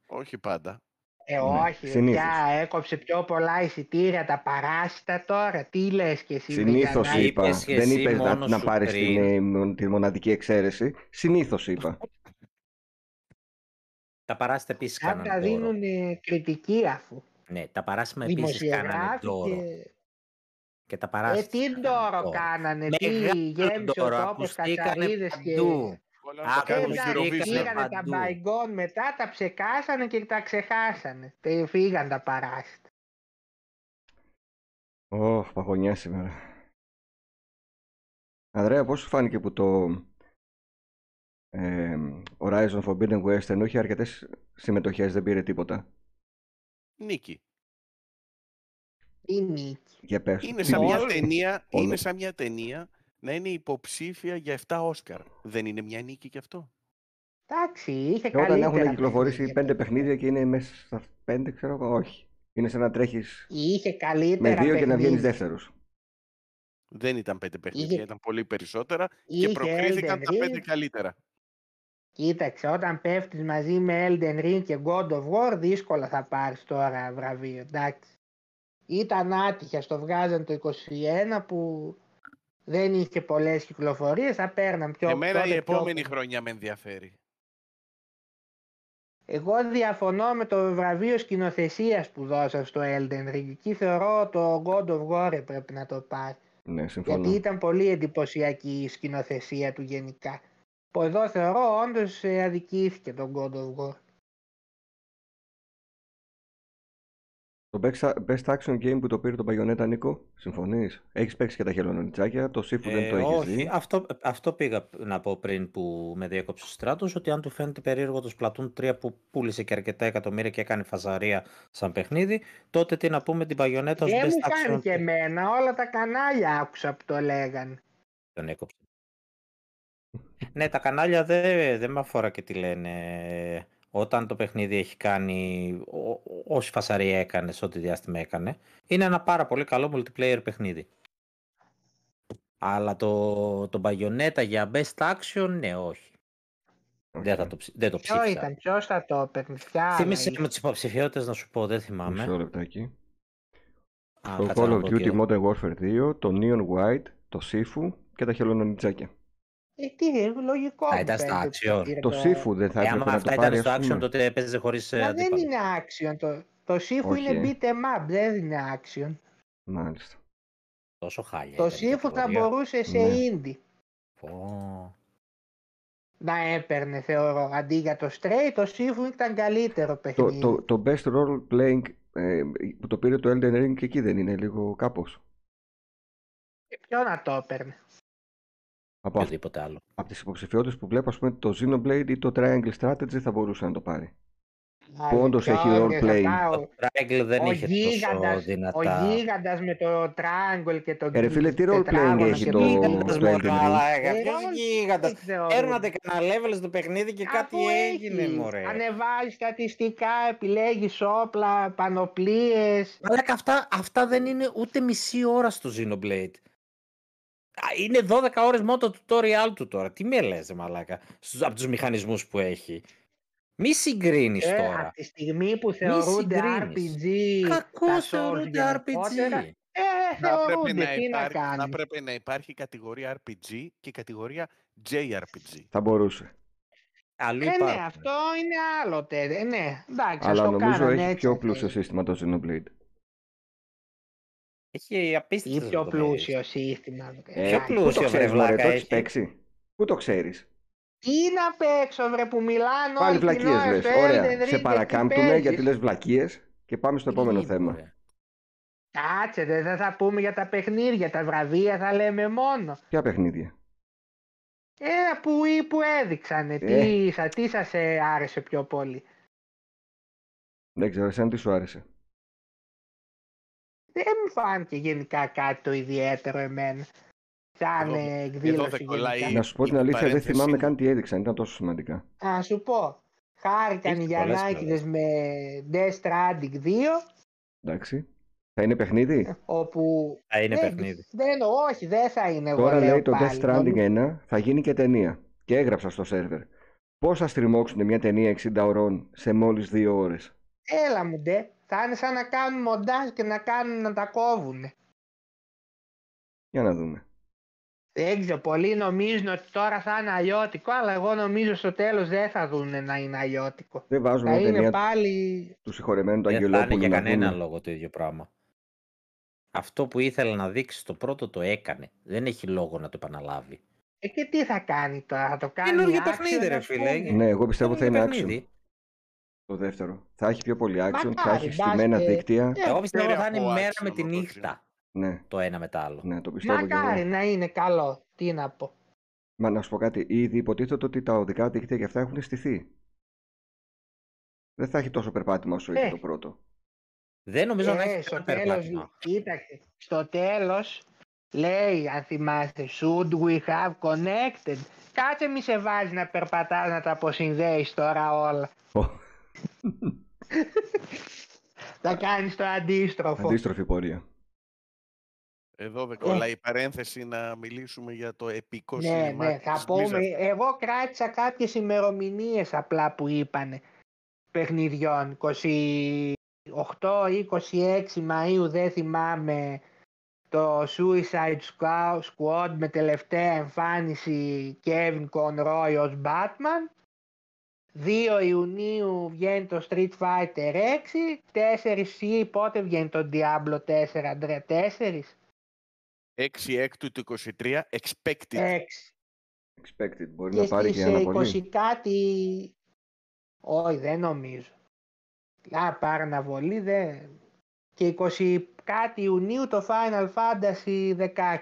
Speaker 1: Όχι πάντα.
Speaker 4: Ε,
Speaker 3: Ναι,
Speaker 4: όχι, ρε,
Speaker 3: συνήθως.
Speaker 4: πια έκοψε πιο πολλά εισιτήρια τα παράσιτα τώρα. Τι λες και εσύ,
Speaker 3: Συνήθως
Speaker 4: Μητσανάκη.
Speaker 2: είπες
Speaker 3: είπα.
Speaker 2: και
Speaker 3: Δεν
Speaker 2: εσύ
Speaker 3: είπες να,
Speaker 2: μόνος
Speaker 3: να
Speaker 2: σου
Speaker 3: πάρεις
Speaker 2: πριν.
Speaker 3: τη μοναδική εξαίρεση. Συνήθως είπα.
Speaker 2: Τα παράστα επίσης
Speaker 4: Αν τα
Speaker 2: κάνανε ντόρο.
Speaker 4: δίνουν ε, κριτική αφού.
Speaker 2: Ναι, τα παράσιμα επίσης κάνανε
Speaker 4: Δημοσιογράφοι
Speaker 2: ντόρο.
Speaker 4: και...
Speaker 2: Και τα Ε,
Speaker 4: Ε,
Speaker 2: παράσιμα.
Speaker 4: τι ντόρο κάνανε, τι γέμισε ο τόπος κατσαρίδες και...
Speaker 1: Όλα
Speaker 2: Α,
Speaker 1: τα κάνουν
Speaker 2: εντάξει,
Speaker 1: στην Eurovision. ναι.
Speaker 2: πήγανε
Speaker 4: Πήγανε τα
Speaker 2: παντού.
Speaker 4: μπαϊγκόν μετά, τα ψεκάσανε και τα ξεχάσανε. Τε- Φύγαν τα παράσιτα.
Speaker 3: Ωχ, παγωνιά σήμερα. Ανδρέα, πώς σου φάνηκε που το ε, Horizon Forbidden West ενώ είχε αρκετές συμμετοχές δεν πήρε τίποτα.
Speaker 1: Νίκη.
Speaker 4: Τι νίκη.
Speaker 3: Για πες.
Speaker 1: Είναι
Speaker 3: τι
Speaker 1: σαν, μια
Speaker 3: πήρε.
Speaker 1: ταινία,
Speaker 3: Όλο.
Speaker 1: είναι σαν μια ταινία να είναι υποψήφια για 7 Όσκαρ. Δεν είναι μια νίκη και αυτό.
Speaker 4: Εντάξει, είχε
Speaker 3: Και όταν
Speaker 4: καλύτερα.
Speaker 3: έχουν κυκλοφορήσει
Speaker 4: παιχνίδια.
Speaker 3: πέντε παιχνίδια και είναι μέσα στα πέντε, ξέρω εγώ, όχι. Είναι σαν να τρέχεις
Speaker 4: Είχε
Speaker 3: με
Speaker 4: καλύτερα
Speaker 3: δύο και να βγαίνεις
Speaker 4: παιχνίδια.
Speaker 3: δεύτερος.
Speaker 1: Δεν ήταν πέντε παιχνίδια,
Speaker 4: Είχε-
Speaker 1: ήταν πολύ περισσότερα και
Speaker 4: Είχε
Speaker 1: προκρίθηκαν
Speaker 4: Elden
Speaker 1: τα πέντε
Speaker 4: Ring.
Speaker 1: καλύτερα.
Speaker 4: Κοίταξε, όταν πέφτεις μαζί με Elden Ring και God of War, δύσκολα θα πάρεις τώρα βραβείο, εντάξει. Ήταν άτυχα, στο βγάζαν το 21 που δεν είχε πολλές κυκλοφορίες, θα παίρναν πιο...
Speaker 1: Εμένα η
Speaker 4: τότε πιο-
Speaker 1: επόμενη χρονιά με ενδιαφέρει.
Speaker 4: Εγώ διαφωνώ με το βραβείο σκηνοθεσίας που δώσαν στο Elden Ring. Εκεί θεωρώ το God of War πρέπει να το πάρει.
Speaker 3: Ναι, συμφωνώ.
Speaker 4: Γιατί ήταν πολύ εντυπωσιακή η σκηνοθεσία του γενικά. Που εδώ θεωρώ όντως ε, αδικήθηκε τον God of War.
Speaker 3: Το best, best Action Game που το πήρε τον Παγιονέτα Νίκο, συμφωνείς. Έχεις παίξει και τα χελονονιτσάκια, το Sifu δεν το έχεις
Speaker 2: Ε, όχι,
Speaker 3: δει.
Speaker 2: αυτό, αυτό πήγα να πω πριν που με διέκοψε ο Στράτος, ότι αν του φαίνεται περίεργο το Splatoon 3 που πούλησε και αρκετά εκατομμύρια και έκανε φαζαρία σαν παιχνίδι, τότε τι να πούμε την παγιονέτα ως
Speaker 4: Δεν Ε, μου
Speaker 2: best action
Speaker 4: φάνηκε εμένα, όλα τα κανάλια άκουσα που το λέγαν.
Speaker 2: τον έκοψε. ναι, τα κανάλια δεν δεν με αφορά και τι λένε. Όταν το παιχνίδι έχει κάνει ό- ό- όση φασαρία έκανε, σε ό,τι διάστημα έκανε, είναι ένα πάρα πολύ καλό multiplayer παιχνίδι. Αλλά το, το Bayonetta για best action, ναι, όχι. Δεν, θα
Speaker 3: Οκ.
Speaker 2: το, ψη- δεν το
Speaker 4: Ποιο
Speaker 2: ψήφισα.
Speaker 4: ήταν, ποιος θα το έπαιρνε, ποια άλλα
Speaker 2: Θύμησε
Speaker 4: είχε.
Speaker 2: με τις υποψηφιότητες να σου πω, δεν θυμάμαι.
Speaker 3: Μισό λεπτάκι.
Speaker 2: Α,
Speaker 3: Το
Speaker 2: κάτσε να
Speaker 3: Call
Speaker 2: δω
Speaker 3: of
Speaker 2: και-
Speaker 3: Duty Modern Warfare 2, το Neon White, το Sifu και τα χελωνονιτσάκια.
Speaker 4: Ε, τι, λογικό.
Speaker 2: Α,
Speaker 4: μου
Speaker 2: ήταν στα
Speaker 4: φαίνεται που
Speaker 2: action.
Speaker 4: πήρε
Speaker 3: Το Sifu δεν θα
Speaker 2: Ε, άμα
Speaker 3: έπρεπε να
Speaker 2: αυτά
Speaker 3: το
Speaker 2: ήταν
Speaker 3: πάρει,
Speaker 2: στο
Speaker 3: ας
Speaker 2: action,
Speaker 3: πούμε.
Speaker 2: τότε έπαιζε χωρίς
Speaker 4: Μα δεν
Speaker 2: αντίπαλο.
Speaker 4: είναι action το. Το Sifu
Speaker 3: Όχι,
Speaker 4: είναι
Speaker 3: ε.
Speaker 4: beat em up, δεν είναι action.
Speaker 3: Μάλιστα.
Speaker 2: Τόσο χάλια.
Speaker 4: Το
Speaker 2: ήταν η
Speaker 4: Sifu θα
Speaker 2: Ε, κατηγορία.
Speaker 4: μπορούσε σε
Speaker 3: Ναι.
Speaker 4: indie
Speaker 2: Πω.
Speaker 4: να έπαιρνε, θεωρώ. Αντί για το Stray, το Sifu ήταν καλύτερο
Speaker 3: Το,
Speaker 4: παιχνίδι.
Speaker 3: το, το best role playing ε, που το πήρε το Elden Ring και εκεί δεν είναι λίγο κάπως.
Speaker 4: Και Ε, Ποιο να το έπαιρνε.
Speaker 3: Από, αυ-
Speaker 2: Οποιοδήποτε άλλο.
Speaker 3: από τις υποψηφιότητες που βλέπω, ας πούμε, το Xenoblade ή το Triangle Strategy θα μπορούσε να το πάρει. που όντως έχει role play.
Speaker 2: Το Triangle δεν
Speaker 4: Ο
Speaker 2: είχε
Speaker 4: γίγαντας-
Speaker 2: τόσο δυνατά.
Speaker 4: Ο γίγαντας με το triangle και το
Speaker 3: Ε, ρε φίλε, τι role playing
Speaker 4: τετράγωνο
Speaker 3: έχει
Speaker 4: και
Speaker 3: το
Speaker 4: το-
Speaker 2: Γίγαντας,
Speaker 3: το Elden
Speaker 2: μωρά,
Speaker 3: Ring.
Speaker 2: λέγα,
Speaker 4: Ε,
Speaker 2: ποιος
Speaker 4: όχι,
Speaker 2: γίγαντας.
Speaker 4: δεν ξέρω.
Speaker 2: Παίρνατε κανένα level στο παιχνίδι και κάτι
Speaker 4: Αφού
Speaker 2: έγινε,
Speaker 4: έχεις,
Speaker 2: μωρέ.
Speaker 4: Ανεβάζεις στατιστικά, επιλέγεις όπλα, πανοπλίες.
Speaker 2: Μαλάκα, αυτά, αυτά δεν είναι ούτε μισή ώρα στο Xenoblade. Α, Είναι 12 ώρες μόνο το tutorial του τώρα. Τι με λες, ρε μαλάκα, στους, από τους μηχανισμούς που έχει. Μη συγκρίνεις
Speaker 4: Ε,
Speaker 2: τώρα.
Speaker 4: από τη στιγμή που θεωρούνται
Speaker 2: συγκρίνεις.
Speaker 4: RPG. τα
Speaker 2: Κακό
Speaker 4: souls
Speaker 2: θεωρούνται
Speaker 4: γενικότερα,
Speaker 2: RPG.
Speaker 4: Ε,
Speaker 1: Να πρέπει
Speaker 4: θεωρούνται,
Speaker 1: να,
Speaker 4: τι να
Speaker 1: υπάρχει, να,
Speaker 4: κάνεις.
Speaker 1: πρέπει να υπάρχει κατηγορία RPG και κατηγορία JRPG.
Speaker 3: Θα μπορούσε.
Speaker 2: Αλλού
Speaker 4: Ε, ναι,
Speaker 2: υπάρχουν.
Speaker 4: αυτό είναι άλλο τέτοιο. Ε, ναι, εντάξει, ας
Speaker 3: Αλλά
Speaker 4: το
Speaker 3: νομίζω
Speaker 4: κάνανε
Speaker 3: έχει
Speaker 4: έτσι,
Speaker 3: πιο
Speaker 4: ας το-
Speaker 3: πλούσιο σύστημα το Xenoblade.
Speaker 2: Έχει απίστευτες
Speaker 4: Ή πιο
Speaker 2: λεπτομέρειες.
Speaker 4: πλούσιο σύστημα.
Speaker 3: Ε,
Speaker 2: Πιο
Speaker 4: Χάρη.
Speaker 2: πλούσιο.
Speaker 3: Πού το ξέρεις,
Speaker 2: βρε,
Speaker 3: μωρέ,
Speaker 2: βλάκα,
Speaker 3: το έχεις
Speaker 2: έχει.
Speaker 3: παίξει. Πού το ξέρεις.
Speaker 4: Τι να παίξω, βρε, που μιλάνε
Speaker 3: Πάλι
Speaker 4: όλη την
Speaker 3: βλακίες
Speaker 4: ώρα
Speaker 3: λες.
Speaker 4: στο Elden
Speaker 3: Ωραία.
Speaker 4: Ring και
Speaker 3: Σε
Speaker 4: τι
Speaker 3: παρακάμπτουμε
Speaker 4: παίζεις.
Speaker 3: γιατί λες βλακίες και πάμε στο επόμενο θέμα.
Speaker 2: Μωρέ.
Speaker 4: Κάτσε, δεν θα, θα πούμε για τα παιχνίδια, τα βραβεία θα λέμε μόνο.
Speaker 3: Ποια παιχνίδια.
Speaker 4: Ε, που, ή που έδειξανε, τι, σα, τι σας ε, άρεσε πιο πολύ.
Speaker 3: Δεν ξέρω, εσένα τι σου άρεσε.
Speaker 4: Δεν μου φάνηκε γενικά κάτι το ιδιαίτερο εμένα. Σαν
Speaker 1: Εδώ-
Speaker 4: ε,
Speaker 1: εδώ
Speaker 4: εκδήλωση
Speaker 1: δεν κολλάει
Speaker 2: Ε,
Speaker 4: γενικά.
Speaker 3: Να σου πω
Speaker 1: η
Speaker 3: την αλήθεια, δεν
Speaker 1: παρένθεση.
Speaker 3: θυμάμαι καν τι έδειξαν. Ήταν τόσο σημαντικά.
Speaker 4: Να σου πω. Χάρηκαν
Speaker 2: Έχεις
Speaker 4: οι
Speaker 2: πολλές
Speaker 4: Γιαννάκηδες με Death Stranding 2,
Speaker 3: Εντάξει. Θα είναι παιχνίδι.
Speaker 4: όπου...
Speaker 2: Α, είναι
Speaker 4: Ναι,
Speaker 2: παιχνίδι.
Speaker 4: Δεν, όχι, δεν θα είναι. εγώ
Speaker 3: Τώρα
Speaker 4: λέω
Speaker 3: λέει το Death
Speaker 4: πάλι.
Speaker 3: Stranding
Speaker 4: Νομίζω-
Speaker 3: 1 θα γίνει και ταινία. Και έγραψα στο σερβερ. Πώς θα στριμώξουν μια ταινία 60 ωρών σε μόλις 2 ώρες.
Speaker 4: Έλα μου ντε, θα είναι σαν να κάνουν μοντάζ και να, κάνουν, να τα κόβουν.
Speaker 3: Για να δούμε.
Speaker 4: Δεν ξέρω, πολλοί νομίζουν ότι τώρα θα είναι αλλιώτικο, αλλά εγώ νομίζω στο τέλος δεν θα δουν να είναι αλλιώτικο.
Speaker 3: Δεν βάζουμε
Speaker 4: Θα
Speaker 3: μια
Speaker 4: είναι
Speaker 3: ταινία
Speaker 4: πάλι...
Speaker 3: του συγχωρεμένου του
Speaker 2: Δεν Ε, θα είναι
Speaker 3: Αγγελόπουλου
Speaker 2: για
Speaker 3: να
Speaker 2: κανένα
Speaker 3: δούμε.
Speaker 2: λόγο το ίδιο πράγμα. Αυτό που ήθελε να δείξει το πρώτο το έκανε. Δεν έχει λόγο να το επαναλάβει.
Speaker 4: Ε, και τι θα κάνει τώρα, θα το κάνει
Speaker 2: Καινούργιο
Speaker 4: action,
Speaker 2: παιχνίδι, ρε
Speaker 4: ας
Speaker 2: φίλε.
Speaker 4: πούμε.
Speaker 3: Ναι, εγώ πιστεύω θα είναι action
Speaker 2: παιχνίδι.
Speaker 3: το δεύτερο. Θα έχει πιο πολύ action, θα
Speaker 4: Μακάρι,
Speaker 3: έχει στημένα
Speaker 4: μπάστε.
Speaker 3: δίκτυα.
Speaker 4: Ε,
Speaker 2: Εγώ πιστεύω
Speaker 1: πέρα
Speaker 2: θα είναι η
Speaker 1: από
Speaker 2: μέρα
Speaker 1: action
Speaker 2: με τη
Speaker 1: όλο το
Speaker 2: νύχτα
Speaker 3: Ναι,
Speaker 2: το ένα μετά άλλο.
Speaker 3: ναι, το πιστεύω κι
Speaker 4: Μακάρι
Speaker 3: εγώ.
Speaker 4: να είναι καλό, τι να πω.
Speaker 3: Μα να σου πω κάτι, ήδη υποτίθεται ότι τα οδικά δίκτυα και αυτά έχουν στηθεί. Δεν θα έχει τόσο περπάτημα όσο είχε
Speaker 4: Ε.
Speaker 3: το πρώτο.
Speaker 2: Δεν νομίζω να
Speaker 4: Ε,
Speaker 2: έχει
Speaker 4: στο
Speaker 2: κανένα
Speaker 4: τέλος,
Speaker 2: περπάτημα.
Speaker 4: κοίταξε, στο τέλος λέει, αν θυμάστε, should we have connected. Κάτσε μη σε βάζεις να περπατάς να τα αποσυνδέεις τώρα όλα.
Speaker 3: Ω,
Speaker 4: [LAUGHS] Θα κάνεις το αντίστροφο.
Speaker 3: Αντίστροφη πορεία.
Speaker 1: Εδώ δεν κολλάει η παρένθεση να μιλήσουμε για το επικό
Speaker 4: Ε. Ναι, ναι,
Speaker 1: cinematic
Speaker 4: θα
Speaker 1: της
Speaker 4: πούμε.
Speaker 1: Blizzard.
Speaker 4: Εγώ κράτησα κάποιες ημερομηνίες απλά που είπανε παιχνιδιών. 28-26 Μαΐου δεν θυμάμαι το Suicide Squad- Squad με τελευταία εμφάνιση Kevin Conroy ως Batman. 2 Ιουνίου βγαίνει το Street Fighter 6, 4 ή πότε βγαίνει το Diablo 4, Αντρέ, 4,
Speaker 1: 6 έκτου του 23, expected.
Speaker 4: 6.
Speaker 3: Expected. Μπορεί
Speaker 4: και
Speaker 3: να πάρει
Speaker 4: στις
Speaker 3: και
Speaker 4: ε, 20
Speaker 3: αναβολή.
Speaker 4: κάτι... Όχι, δεν νομίζω. Α, πάρει αναβολή, δεν... Και 20 κάτι Ιουνίου το Final Fantasy 16.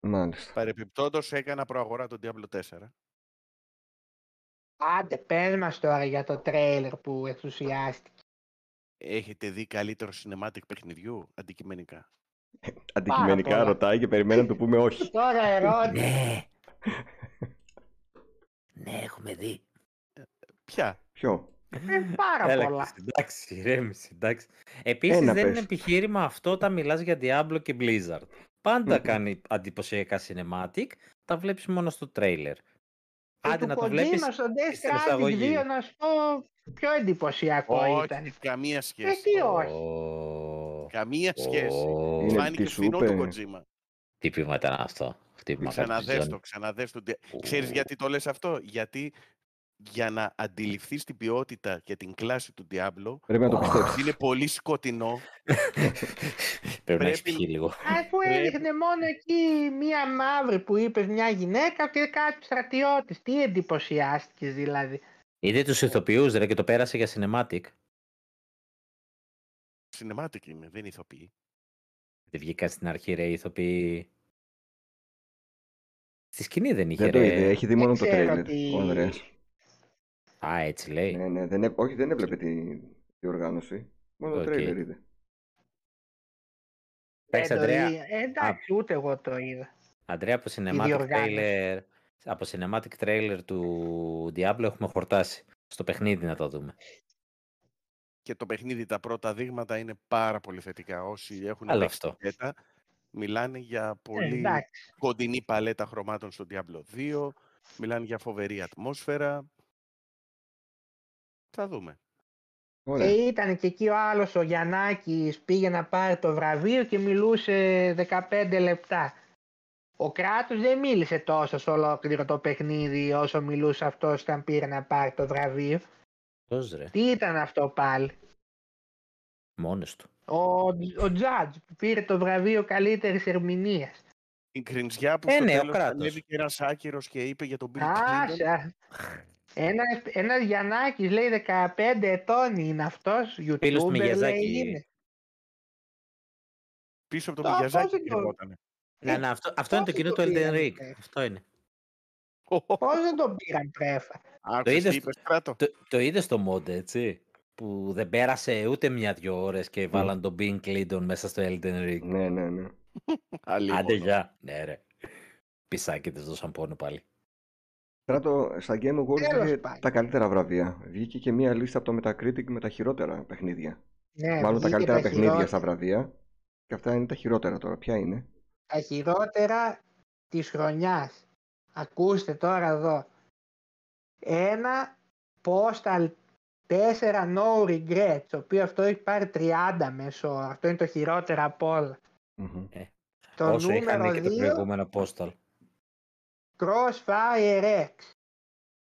Speaker 3: Μάλιστα.
Speaker 1: Παρεπιπτόντως έκανα προαγορά τον Diablo 4.
Speaker 4: Άντε, πες μας τώρα για το τρέιλερ που ενθουσιάστηκε.
Speaker 1: Έχετε δει καλύτερο cinematic παιχνιδιού, αντικειμενικά.
Speaker 3: Αντικειμενικά
Speaker 4: πολλά.
Speaker 3: ρωτάει και περιμένει να του πούμε όχι.
Speaker 4: Τώρα ερώτηση.
Speaker 2: Ναι. ναι, έχουμε δει.
Speaker 1: Ποια.
Speaker 3: Ποιο.
Speaker 4: Ε, πάρα
Speaker 2: Ναι. Έλα,
Speaker 4: πολλά.
Speaker 2: Χριστέ, εντάξει, ρέμισε, εντάξει. Επίσης
Speaker 3: Ένα
Speaker 2: δεν
Speaker 3: πες.
Speaker 2: είναι επιχείρημα αυτό όταν μιλάς για Diablo και Blizzard. Πάντα
Speaker 3: Μμμ.
Speaker 2: κάνει αντιπωσιακά cinematic, τα βλέπεις μόνο στο τρέιλερ.
Speaker 4: Και
Speaker 2: Άντε
Speaker 4: του
Speaker 2: να το
Speaker 4: Kojima
Speaker 2: βλέπεις
Speaker 4: στο
Speaker 2: στην
Speaker 4: Death
Speaker 2: εισαγωγή.
Speaker 4: Stranding 2 να σου πω πιο εντυπωσιακό
Speaker 1: Όχι,
Speaker 4: ήταν.
Speaker 1: καμία
Speaker 4: Ε,
Speaker 1: σχέση.
Speaker 4: τι όχι.
Speaker 2: Ω,
Speaker 1: Καμία σχέση.
Speaker 2: ω,
Speaker 3: Είναι
Speaker 1: Φάνηκε
Speaker 3: τι σου
Speaker 1: φθηνό το
Speaker 3: είπε.
Speaker 1: Kojima.
Speaker 2: Τι πείμα ήταν αυτό. Χτύπημα κάτι που
Speaker 1: Ξαναδες
Speaker 2: ζώνει.
Speaker 1: το, ξαναδες το.
Speaker 2: Ου.
Speaker 1: Ξέρεις γιατί το λες αυτό. Γιατί για να αντιληφθείς την ποιότητα και την κλάση του Diablo,
Speaker 3: Πρέπει να το
Speaker 2: Αχ.
Speaker 3: πιστέψει.
Speaker 1: είναι πολύ σκοτεινό.
Speaker 2: [LAUGHS] Πρέπει να έχει
Speaker 1: Πρέπει-
Speaker 2: πιει λίγο.
Speaker 4: Αφού
Speaker 1: Πρέπει-
Speaker 4: έδειχνε μόνο εκεί μία μαύρη που είπε μια γυναίκα και κάτι στρατιώτης. Τι εντυπωσιάστηκες δηλαδή.
Speaker 2: Είδε τους ηθοποιούς ρε και το πέρασε για cinematic.
Speaker 1: Cinematic είναι, δεν ηθοποιεί.
Speaker 2: Δεν βγήκαν στην αρχή ρε οι ηθοποιοί. Στη σκηνή δεν είχε
Speaker 3: Δεν το
Speaker 2: ρε.
Speaker 3: είδε, έχει δει
Speaker 4: Δεν
Speaker 3: μόνο το
Speaker 4: ξέρω
Speaker 3: τρέιλερ.
Speaker 4: τι-
Speaker 3: Ο Ανδρέας.
Speaker 2: Α, έτσι λέει.
Speaker 3: Ναι, ναι, δεν, έ- όχι, δεν έβλεπε τη, τη οργάνωση. Μόνο το
Speaker 2: Οκ.
Speaker 3: τρέιλερ είδε.
Speaker 2: Εντάξει,
Speaker 4: Δεν το
Speaker 2: Αντρέα,
Speaker 4: είδα. Ε, Εντάξει, ούτε εγώ το είδα. Ε,
Speaker 2: Αντρέα, από cinematic
Speaker 4: διοργάνωση.
Speaker 2: trailer, από cinematic trailer του Diablo έχουμε χορτάσει. Στο παιχνίδι να τα δούμε.
Speaker 1: Και το παιχνίδι, τα πρώτα δείγματα είναι πάρα πολύ θετικά. Όσοι
Speaker 4: Ναι.
Speaker 1: έχουν
Speaker 2: Άλλο
Speaker 1: παίξει
Speaker 2: αυτό.
Speaker 1: παλέτα, μιλάνε για
Speaker 4: Ε,
Speaker 1: πολύ
Speaker 4: Εντάξει.
Speaker 1: κοντινή παλέτα χρωμάτων στο Diablo 2. Μιλάνε για φοβερή ατμόσφαιρα. Θα δούμε.
Speaker 3: Ωραία.
Speaker 4: Ε, ήταν και εκεί ο άλλος ο Γιαννάκης πήγε να πάρει το βραβείο και μιλούσε 15 λεπτά. Ο κράτος δεν μίλησε τόσο σε ολόκληρο το παιχνίδι όσο μιλούσε αυτός όταν πήρε να πάρει το βραβείο.
Speaker 2: Πώς ρε,
Speaker 4: Τι ήταν αυτό πάλι.
Speaker 2: μόνος του.
Speaker 4: Ο, ο Τζάτζ που πήρε το βραβείο καλύτερης ερμηνείας.
Speaker 1: Η κρινζιά που
Speaker 2: Ε,
Speaker 1: στο
Speaker 2: ναι, ο
Speaker 1: τέλος
Speaker 2: κράτος.
Speaker 1: ανέβηκε ένας άκυρος και είπε για τον Bill Clinton.
Speaker 4: Άσα. Ένας, ένας Γιαννάκης λέει 15 ετών είναι αυτός,
Speaker 2: Φίλος του
Speaker 4: YouTuber λέει είναι.
Speaker 2: Μιγιαζάκη.
Speaker 1: Πίσω από
Speaker 4: Α,
Speaker 1: τον Μιγιαζάκη
Speaker 4: πώς είναι το-
Speaker 1: κρυβότανε.
Speaker 2: Ναι,
Speaker 4: Ε,
Speaker 2: ναι, αυτό, αυτό είναι το
Speaker 4: πόσο
Speaker 2: κοινό
Speaker 4: το
Speaker 2: του Elden
Speaker 4: πήρανε, ε.
Speaker 2: Ring.
Speaker 4: ρε.
Speaker 2: Αυτό είναι.
Speaker 4: Πώς δεν τον πήραν πρέφα.
Speaker 1: Άκουσες
Speaker 2: είδες
Speaker 1: τι είπες, κράτο.
Speaker 2: Το, το είδες στο μόντε, έτσι. Που δεν πέρασε ούτε μια-δυο ώρες και βάλαν τον Bing Clinton μέσα στο Elden Ring.
Speaker 3: Ναι, ναι, ναι.
Speaker 2: Άντε
Speaker 1: Αλίμονο.
Speaker 2: γεια. Ναι, ρε. Πισάκι τη δώσαν πόνο πάλι.
Speaker 3: Στράτο, στα Game Awards
Speaker 4: Τέλος
Speaker 3: βγήκε
Speaker 4: πάντων.
Speaker 3: τα καλύτερα βραβεία. Βγήκε και μία λίστα από το Metacritic με τα χειρότερα παιχνίδια.
Speaker 4: Ναι,
Speaker 3: Μάλλον τα
Speaker 4: βγήκε
Speaker 3: καλύτερα παιχνίδια
Speaker 4: χειρότερα-
Speaker 3: στα βραβεία. Και αυτά είναι τα χειρότερα τώρα. Ποια είναι.
Speaker 4: τα χειρότερα της χρονιάς. Ακούστε τώρα εδώ. Ένα Postal 4 No Regrets, το οποίος αυτό έχει πάρει 30 μέσο. όρο. Αυτό είναι το χειρότερο από όλα.
Speaker 3: Μμμ.
Speaker 4: Το
Speaker 2: Όσο είχαν
Speaker 4: νούμερο
Speaker 2: και το
Speaker 4: 2,
Speaker 2: προηγούμενο Postal.
Speaker 4: Crossfire X.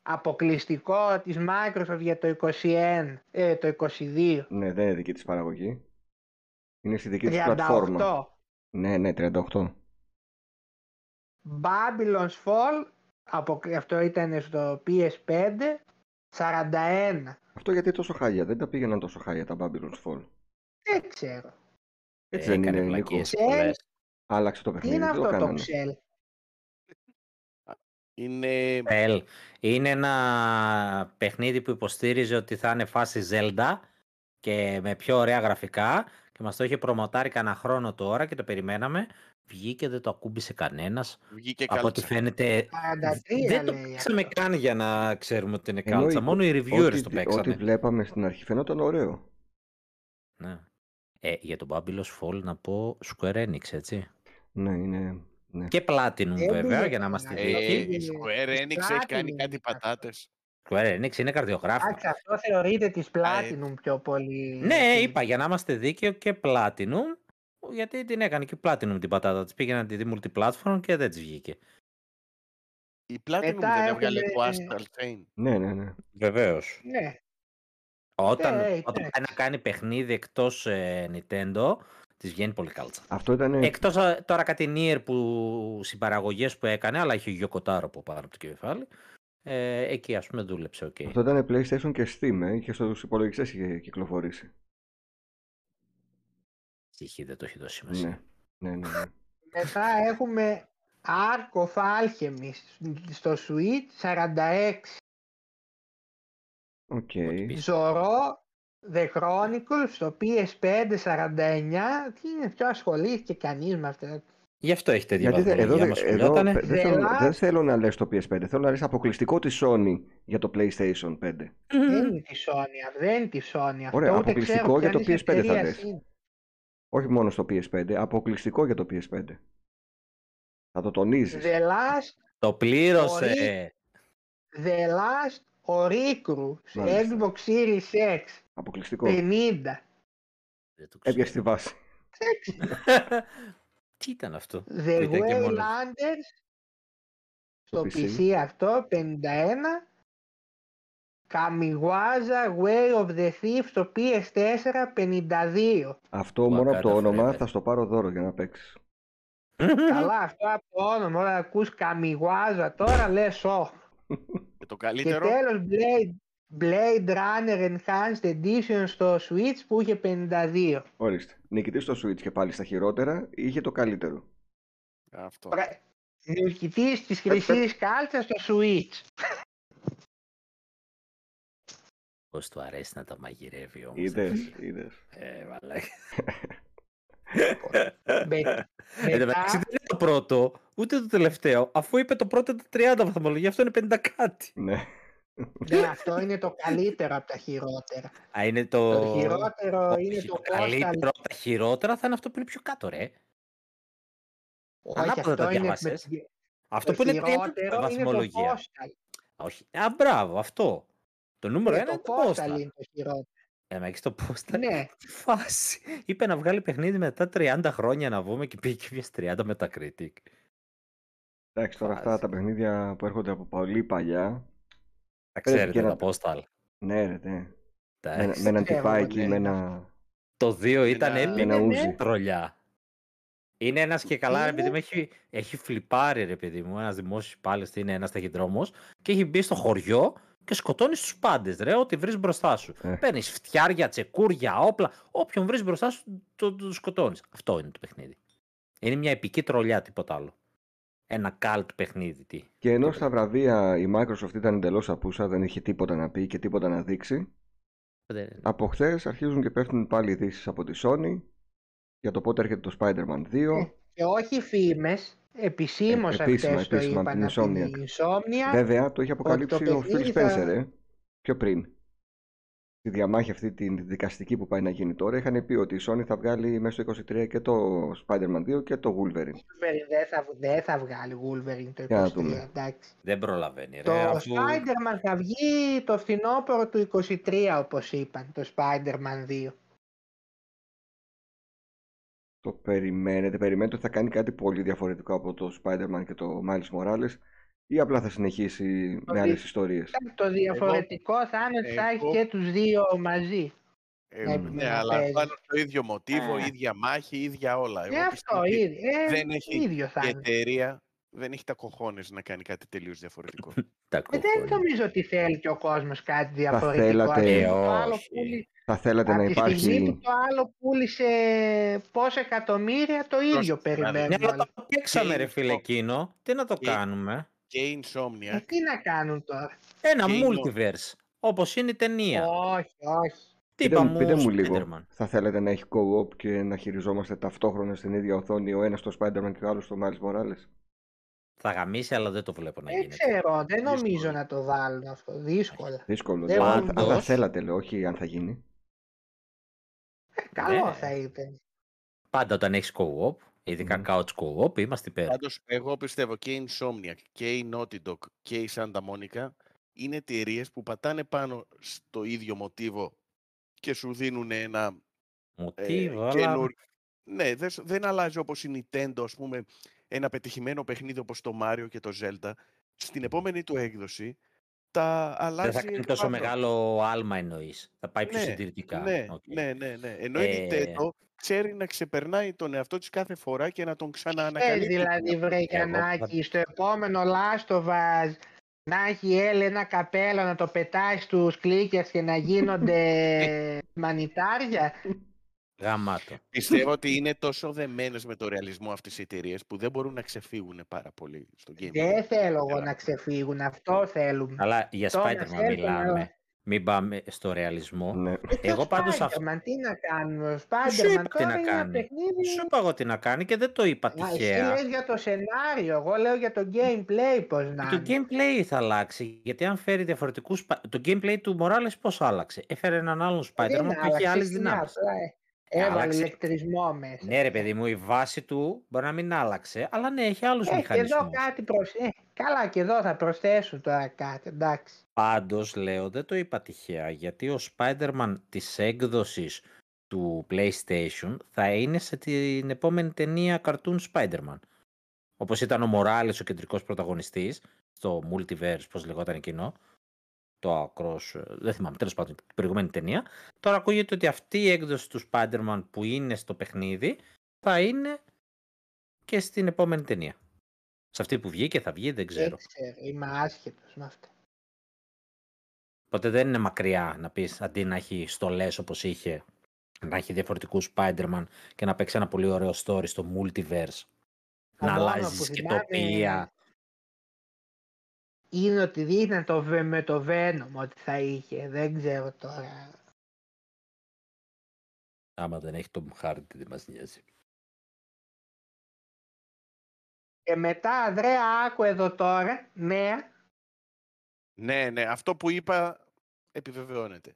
Speaker 4: Αποκλειστικό της Microsoft για το 21, ε, το 22.
Speaker 3: Ναι, δεν είναι δική της παραγωγή. Είναι στη δική της πλατφόρμα.
Speaker 4: 38.
Speaker 3: Ναι, ναι, 38.
Speaker 4: Babylon's Fall, αποκλει- αυτό ήταν στο PS5, 41.
Speaker 3: Αυτό γιατί τόσο χάλια. Δεν τα πήγαιναν τόσο χάλια τα Babylon's Fall.
Speaker 4: Δεν ξέρω.
Speaker 3: Έτσι δεν
Speaker 2: Ε, Έκανε
Speaker 3: είναι, Νίκο.
Speaker 2: πλακίες
Speaker 4: Ξέρεις,
Speaker 2: πολλές.
Speaker 3: Άλλαξε το
Speaker 4: Τι
Speaker 3: παιχνίδι.
Speaker 4: είναι
Speaker 3: Ναι, Δεν το
Speaker 4: αυτό το
Speaker 3: κάνανε.
Speaker 4: ξέλ.
Speaker 1: Είναι
Speaker 2: Ελ. Είναι ένα παιχνίδι που υποστήριζε ότι θα είναι φάση Zelda και με πιο ωραία γραφικά και μας το είχε προμοτάρει κανένα χρόνο τώρα και το περιμέναμε. Βγήκε, δεν το ακούμπησε κανένας.
Speaker 1: βγήκε
Speaker 2: Από ό,τι
Speaker 1: κάλτσα.
Speaker 2: φαίνεται
Speaker 4: 43
Speaker 2: δεν το
Speaker 4: λέει
Speaker 2: παίξαμε
Speaker 4: αυτό.
Speaker 2: καν για να ξέρουμε ότι είναι
Speaker 3: Ενώ
Speaker 2: κάλτσα.
Speaker 3: η-
Speaker 2: Μόνο οι
Speaker 3: Ό,τι,
Speaker 2: reviewers το
Speaker 3: ό,τι
Speaker 2: παίξανε.
Speaker 3: βλέπαμε στην αρχή φαινόταν ωραίο.
Speaker 2: Ναι. Ε, για τον Babylon's Fall να πω Square Enix, έτσι.
Speaker 3: Ναι, είναι. Ναι.
Speaker 2: Και Platinum
Speaker 4: Δεν
Speaker 2: βέβαια,
Speaker 4: πήγε
Speaker 2: για να
Speaker 4: καλά.
Speaker 2: είμαστε
Speaker 4: Ε,
Speaker 1: Ε,
Speaker 2: δίκοι.
Speaker 1: η
Speaker 4: Βγήκε-
Speaker 1: Square
Speaker 4: της
Speaker 1: Enix έχει κάνει
Speaker 4: Platinum
Speaker 1: κάτι
Speaker 4: αυτό.
Speaker 1: πατάτες.
Speaker 2: Square Enix είναι καρδιογράφημα.
Speaker 4: Εντάξει, αυτό θεωρείται της Platinum πιο πολύ.
Speaker 2: ε. Ναι, είπα για να είμαστε δίκαιο και Platinum. Γιατί την έκανε και η Platinum την πατάτα της. Πήγε να τη δει multiplatform και δεν της βγήκε.
Speaker 1: Η Platinum
Speaker 4: Μετά
Speaker 1: δεν έβγαλε το
Speaker 4: έβγαλε-
Speaker 1: Astral Chain.
Speaker 3: ναι, ναι, ναι.
Speaker 2: Βεβαίως.
Speaker 4: Ναι,
Speaker 2: Όταν,
Speaker 4: ε,
Speaker 2: όταν
Speaker 4: εντάξει.
Speaker 2: πάει να κάνει παιχνίδι εκτός Nintendo, της βγαίνει πολύ κάλτσα.
Speaker 3: Αυτό ήταν.
Speaker 2: Εκτό τώρα κάτι Nier που συμπαραγωγές που έκανε, αλλά είχε ο Κοτάρο από πάνω από το κεφάλι. Ε, εκεί ας πούμε δούλεψε. οκ.
Speaker 3: Αυτό ήταν PlayStation και Steam, ε, και στους υπολογιστές είχε κυκλοφορήσει.
Speaker 2: Τυχή δεν το έχει δώσει σημασία.
Speaker 3: Ναι, ναι, ναι. ναι.
Speaker 4: Μετά έχουμε Ark of Alchemy στο Switch 46.
Speaker 3: Οκ.
Speaker 2: Ότι
Speaker 4: Zorro The Chronicles στο PS5 49. Τι είναι, πιο ασχολήθηκε κανείς με αυτά.
Speaker 2: Γι' αυτό έχει τέτοια
Speaker 3: Γιατί δεν- εδώ,
Speaker 2: βαθμολογία.
Speaker 3: δεν-
Speaker 2: Μας
Speaker 3: εδώ
Speaker 2: κουλιότανε.
Speaker 3: πε- δεν, θέλω,
Speaker 4: Δελάς.
Speaker 3: δεν θέλω να λες το PS5, θέλω να λες αποκλειστικό της Sony για το PlayStation 5.
Speaker 4: δεν είναι της Sony, δεν είναι της Sony. Αυτό
Speaker 3: Ωραία,
Speaker 4: ούτε
Speaker 3: αποκλειστικό
Speaker 4: ξέρω
Speaker 3: για το
Speaker 4: ποια είναι
Speaker 3: PS5 θα
Speaker 4: εταιρεία
Speaker 3: λες.
Speaker 4: είναι.
Speaker 3: Όχι μόνο στο PS5, αποκλειστικό για το PS5. Θα το τονίζεις.
Speaker 4: The Last
Speaker 2: Το πλήρωσε.
Speaker 4: The Last Oricru σε
Speaker 3: Μάλιστα.
Speaker 4: Xbox Series X
Speaker 3: Αποκλειστικό.
Speaker 4: 50.
Speaker 2: Δεν το ξέρω.
Speaker 3: Έπιασε
Speaker 2: [LAUGHS]
Speaker 3: τη βάση.
Speaker 2: Τι ήταν αυτό.
Speaker 4: The
Speaker 2: ήταν και μόνος.
Speaker 4: Waylanders στο
Speaker 3: PC.
Speaker 4: PC αυτό 51. Kamiwaza Way of the Thief στο PS4 52.
Speaker 3: Αυτό
Speaker 2: Μα
Speaker 3: μόνο από το
Speaker 2: καταφέρετε.
Speaker 3: όνομα θα στο πάρω δώρο για να παίξεις. [LAUGHS]
Speaker 4: Καλά αυτό από το όνομα. Όταν ακούς Kamiwaza τώρα λες όχ.
Speaker 1: Και Ε, το
Speaker 4: Και
Speaker 1: καλύτερο,
Speaker 4: τέλος Blade, Blade Runner Enhanced Edition στο Switch που είχε 52.
Speaker 3: Ορίστε. Νικητής στο Switch και πάλι στα χειρότερα είχε το καλύτερο.
Speaker 1: αυτό.
Speaker 4: Πρα- Νικητής της χρυσής κάλτσας στο Switch.
Speaker 2: Πώς του αρέσει να τα μαγειρεύει όμως.
Speaker 3: Είδες, είδες.
Speaker 2: Ε,
Speaker 3: [LAUGHS]
Speaker 2: μαλάκα.
Speaker 4: Μπε-
Speaker 2: Εν τω μεταξύ, δεν είναι το πρώτο, ούτε το τελευταίο. Αφού είπε το πρώτο ήταν 30 βαθμολογία, αυτό είναι 50 κάτι.
Speaker 3: Ναι.
Speaker 4: Ναι, [LAUGHS] αυτό είναι το καλύτερο από τα χειρότερα.
Speaker 2: Α, είναι το.
Speaker 4: Το χειρότερο είναι
Speaker 2: Όχι,
Speaker 4: το
Speaker 2: καλύτερο
Speaker 4: Coastal.
Speaker 2: από τα χειρότερα θα είναι αυτό που είναι πιο κάτω, ρε.
Speaker 4: Όχι,
Speaker 2: Ανάποδα τα
Speaker 4: αυτό είναι με
Speaker 2: διάβασες.
Speaker 4: την-
Speaker 2: Αυτό
Speaker 4: Το
Speaker 2: που είναι 30
Speaker 4: χειρότερο είναι το
Speaker 2: βαθμολογία.
Speaker 4: Coastal.
Speaker 2: Όχι. Α, μπράβο, αυτό. Το νούμερο 1
Speaker 4: Είναι
Speaker 2: είναι
Speaker 4: Το
Speaker 2: το
Speaker 4: Coastal
Speaker 2: Postal.
Speaker 4: είναι το χειρότερο.
Speaker 2: Ε, μα έχεις το Postal.
Speaker 4: Ναι,
Speaker 2: [LAUGHS] Τι φάση. Είπε να βγάλει παιχνίδι μετά 30 χρόνια να βγούμε και πήγε και βγες 30 με τα Critic.
Speaker 3: Εντάξει, τώρα αυτά
Speaker 2: Φάση.
Speaker 3: τα παιχνίδια που έρχονται από πολύ παλιά.
Speaker 2: Τα
Speaker 3: Πρέπει
Speaker 2: ξέρετε
Speaker 3: και
Speaker 2: τα
Speaker 3: να-
Speaker 2: Postal.
Speaker 3: Ναι, ρε, ναι. Με, ένα-
Speaker 2: Εντάξει.
Speaker 3: με έναν
Speaker 4: Ξέρω,
Speaker 3: τυφάκι,
Speaker 4: ναι.
Speaker 3: με ένα.
Speaker 2: Το 2 ήταν
Speaker 1: Ένα-
Speaker 3: με
Speaker 2: έπινε
Speaker 3: ένα
Speaker 4: ναι.
Speaker 3: ούζι.
Speaker 2: τρολιά. Είναι ένας και καλά, ρε
Speaker 4: Είναι.
Speaker 2: παιδί μου, έχει, έχει φλιπάρει, ρε παιδί μου. Ένας δημόσιος υπάλληλος είναι ένας ταχυδρόμος και έχει μπει στο χωριό και σκοτώνεις τους πάντες, ρε, ό,τι βρεις μπροστά σου.
Speaker 3: Ε.
Speaker 2: Παίρνεις Παίρνει φτιάρια, τσεκούρια, όπλα. Όποιον βρεις μπροστά σου, τον το, σκοτώνεις. Αυτό είναι το παιχνίδι. Είναι μια επική τρολιά, τίποτα άλλο. Ένα cult παιχνίδι. Τι.
Speaker 3: Και ενώ
Speaker 2: Τίποτα.
Speaker 3: στα βραβεία η Microsoft ήταν εντελώς απούσα, δεν είχε τίποτα να πει και τίποτα να δείξει.
Speaker 2: Δεν-
Speaker 3: Από χθες αρχίζουν και πέφτουν πάλι ειδήσεις από τη Sony για το πότε έρχεται το Spider-Man 2.
Speaker 4: Ε, και όχι φήμες. Επισήμως
Speaker 3: Ε,
Speaker 4: ε,
Speaker 3: επίσημα,
Speaker 4: το
Speaker 3: επίσημα,
Speaker 4: είπαν
Speaker 3: από την
Speaker 4: από την
Speaker 3: Insomniac.
Speaker 4: Insomnia.
Speaker 3: Βέβαια το είχε αποκαλύψει ο Phil
Speaker 4: παιχνίδι θα-
Speaker 3: Spencer, ε, πιο πριν. Τη διαμάχη αυτή τη δικαστική που πάει να γίνει τώρα είχαν πει ότι η Sony θα βγάλει μέσα στο 23 και το Spider-Man 2 και το Wolverine.
Speaker 4: Wolverine δεν θα, δεν θα βγάλει Wolverine το
Speaker 3: Για να
Speaker 4: 23.
Speaker 3: δούμε.
Speaker 4: εντάξει.
Speaker 2: Δεν
Speaker 1: Ε,
Speaker 2: προλαβαίνει. Ρε,
Speaker 4: Το
Speaker 2: αφού-
Speaker 4: Spider-Man θα βγει το φθινόπωρο του 23 όπως είπαν, το Spider-Man 2.
Speaker 3: Το περιμένετε, περιμένετε ότι θα κάνει κάτι πολύ διαφορετικό από το Spider-Man και το Miles Morales ή απλά θα συνεχίσει με
Speaker 4: δι-
Speaker 3: άλλες ιστορίες.
Speaker 4: Το διαφορετικό θα είναι ότι θα έχεις
Speaker 1: εγώ-
Speaker 4: και τους δύο μαζί.
Speaker 1: Ε,
Speaker 4: Ναι,
Speaker 1: ναι,
Speaker 4: να
Speaker 1: αλλά
Speaker 4: παίζεις.
Speaker 1: πάνω στο ίδιο μοτίβο,
Speaker 4: Ε.
Speaker 1: ίδια μάχη, ίδια όλα.
Speaker 4: Ε,
Speaker 1: Εγώ πιστεύω
Speaker 4: αυτό,
Speaker 1: ότι
Speaker 4: ήδη, ε,
Speaker 1: δεν έχει
Speaker 4: ίδιο θα
Speaker 1: η
Speaker 4: είναι.
Speaker 1: εταιρεία δεν έχει τα κοχώνες να κάνει κάτι τελείως διαφορετικό.
Speaker 2: τα
Speaker 4: Ε, δεν
Speaker 2: κόκκονα.
Speaker 4: νομίζω ότι θέλει και ο κόσμος κάτι διαφορετικό.
Speaker 3: θέλατε-
Speaker 4: Ας
Speaker 2: Ε,
Speaker 4: πούμε, το άλλο
Speaker 2: όχι.
Speaker 4: πουλί-
Speaker 3: Θα θέλατε
Speaker 4: Από
Speaker 3: να
Speaker 4: τη στιγμή
Speaker 3: υπάρχει...
Speaker 4: που το άλλο πούλησε πόσα εκατομμύρια, το ίδιο
Speaker 1: Πρόσεξε,
Speaker 2: Ναι,
Speaker 4: περιμένουν
Speaker 2: αλλά
Speaker 4: όλοι.
Speaker 2: το παίξαμε,
Speaker 1: Και
Speaker 2: ρε
Speaker 1: είναι
Speaker 2: φίλε
Speaker 1: αυτό.
Speaker 2: εκείνο. Τι να το
Speaker 1: Και-
Speaker 2: κάνουμε.
Speaker 1: Και η
Speaker 4: Ε,
Speaker 1: Insomnia,
Speaker 4: τι να κάνουν τώρα.
Speaker 2: Ένα
Speaker 1: Και είναι ο-
Speaker 2: multiverse. Όπως είναι η ταινία.
Speaker 4: Όχι, όχι.
Speaker 2: Τι
Speaker 3: Πείτε,
Speaker 2: είπα
Speaker 3: μου,
Speaker 2: μου,
Speaker 3: πείτε μου λίγο,
Speaker 2: Spider-Man.
Speaker 3: θα θέλετε να έχει co-op και να χειριζόμαστε ταυτόχρονα στην ίδια οθόνη ο ένας το Spider-Man και ο άλλος το Miles Morales.
Speaker 2: Θα γαμίσει, αλλά δεν το βλέπω
Speaker 1: Ε,
Speaker 2: να
Speaker 4: Δεν
Speaker 2: γίνεται.
Speaker 4: ξέρω, δεν νομίζω
Speaker 1: Δύσκολο.
Speaker 4: να το βάλουν αυτό. Δύσκολα.
Speaker 3: Δύσκολο.
Speaker 4: Δεν
Speaker 3: λέω,
Speaker 4: μου
Speaker 3: αν, αν θα
Speaker 2: δώσ'.
Speaker 3: θέλατε, λέω, όχι αν θα γίνει.
Speaker 4: Ε, Καλό
Speaker 2: Ναι.
Speaker 4: θα ήταν.
Speaker 2: Πάντα όταν έχεις co-op, ειδικά
Speaker 3: Μμμ.
Speaker 2: couch co-op, είμαστε υπέρ.
Speaker 1: πάντως εγώ πιστεύω και η Insomnia και η Naughty Dog και η Santa Monica είναι εταιρείες που πατάνε πάνω στο ίδιο μοτίβο και σου δίνουν ένα ε,
Speaker 2: Μοτίβο, αλλά.
Speaker 1: καινούριο. Ναι, δεν, σ- δεν αλλάζει όπως η Nintendo, ας πούμε, ένα πετυχημένο παιχνίδι όπως το Mario και το Zelda. Στην επόμενη του έκδοση τα αλλάζει...
Speaker 2: Δεν θα κάνει
Speaker 1: εκ
Speaker 2: τόσο
Speaker 1: βάθρων.
Speaker 2: μεγάλο άλμα εννοείς. Θα πάει πιο
Speaker 1: Ναι,
Speaker 2: συντηρητικά.
Speaker 1: Ναι,
Speaker 2: Οκ.
Speaker 1: ναι, ναι, ναι. Ενώ η
Speaker 2: Ε,
Speaker 1: Nintendo ξέρει να ξεπερνάει τον εαυτό της κάθε φορά και να τον
Speaker 4: Πες
Speaker 1: ξαναανακαλύπτει.
Speaker 4: δηλαδή βρε Γιαννάκη, στο επόμενο Last of Us να έχει έλ ένα καπέλο να το πετάει στους κλίκερς και να γίνονται μανιτάρια.
Speaker 2: Γαμάτο.
Speaker 1: Πιστεύω ότι είναι τόσο δεμένες με το ρεαλισμό αυτής οι εταιρείες που δεν μπορούν να ξεφύγουν πάρα πολύ στο gaming.
Speaker 4: Ε, Δεν θέλω εγώ να ξεφύγουν, αυτό θέλουμε.
Speaker 2: Αλλά για
Speaker 4: Thomas
Speaker 2: Spider-Man
Speaker 4: Elton,
Speaker 2: μιλάμε.
Speaker 4: αλλά-
Speaker 1: ε.
Speaker 2: Μην πάμε στο ρεαλισμό.
Speaker 3: Ναι.
Speaker 4: Ε, το
Speaker 2: Εγώ πάντως αυτό-
Speaker 4: Spider-Man, τι να κάνουμε, ο
Speaker 2: Σου είπα
Speaker 4: Spider-Man
Speaker 2: τι
Speaker 4: τώρα
Speaker 2: να
Speaker 4: είναι ένα
Speaker 2: κάνει.
Speaker 4: παιχνίδι.
Speaker 2: Σου είπα εγώ τι να κάνει και δεν το είπα
Speaker 4: Α, Εσύ
Speaker 2: τυχαία.
Speaker 4: λες για το σενάριο, εγώ λέω για το gameplay πως να
Speaker 2: Το
Speaker 4: είναι.
Speaker 2: gameplay θα αλλάξει. Γιατί αν φέρει διαφορετικούς. Το gameplay του Morales πώς άλλαξε. Έφερε έναν
Speaker 1: Ε,
Speaker 2: άλλον Spider-Man που έχει
Speaker 4: άλλαξε,
Speaker 2: άλλες
Speaker 4: τι
Speaker 2: δυνάμει.
Speaker 4: απλά, ε. Έβαλε
Speaker 2: άλλαξε.
Speaker 4: ηλεκτρισμό μέσα.
Speaker 2: Ναι, ρε παιδί μου, η βάση του μπορεί να μην άλλαξε, αλλά ναι, έχει άλλους
Speaker 4: Ε, και εδώ
Speaker 2: μηχανισμούς.
Speaker 4: κάτι προσθέσουν. καλά, και εδώ θα προσθέσουν τώρα κάτι. Εντάξει.
Speaker 2: Πάντως, λέω, δεν το είπα τυχαία, γιατί ο Spider-Man της έκδοσης του PlayStation θα είναι σε την επόμενη ταινία Cartoon Spider-Man. Όπως ήταν ο Morales ο κεντρικός πρωταγωνιστής στο Multiverse, πώς λεγόταν εκείνο. Το ακρό. ε, Δεν θυμάμαι, τέλος πάντων, την προηγούμενη ταινία. Τώρα ακούγεται ότι αυτή η έκδοση του Spider-Man που είναι στο παιχνίδι θα είναι και στην επόμενη ταινία. Σε αυτή που βγήκε, θα βγει, δεν
Speaker 4: Δεν
Speaker 2: ξέρω.
Speaker 4: ξέρω. ε, Είμαι άσχετος με αυτά.
Speaker 2: Οπότε δεν είναι μακριά να πεις αντί να έχει στολές όπως είχε, να έχει διαφορετικούς Spider-Man και να παίξει ένα πολύ ωραίο story στο multiverse.
Speaker 4: Το
Speaker 2: να
Speaker 4: μόνο
Speaker 2: αλλάζεις
Speaker 4: που
Speaker 2: και
Speaker 4: θυμάμαι
Speaker 2: τοπία.
Speaker 4: είναι ότι δείχναν το, Ve- με το Venom ότι θα είχε. Δεν ξέρω τώρα.
Speaker 2: Άμα δεν έχει τον Χάρντι, δεν μας νοιάζει.
Speaker 4: Και μετά, Ανδρέα, άκου εδώ τώρα. Ναι,
Speaker 1: Ναι, ναι, αυτό που είπα επιβεβαιώνεται.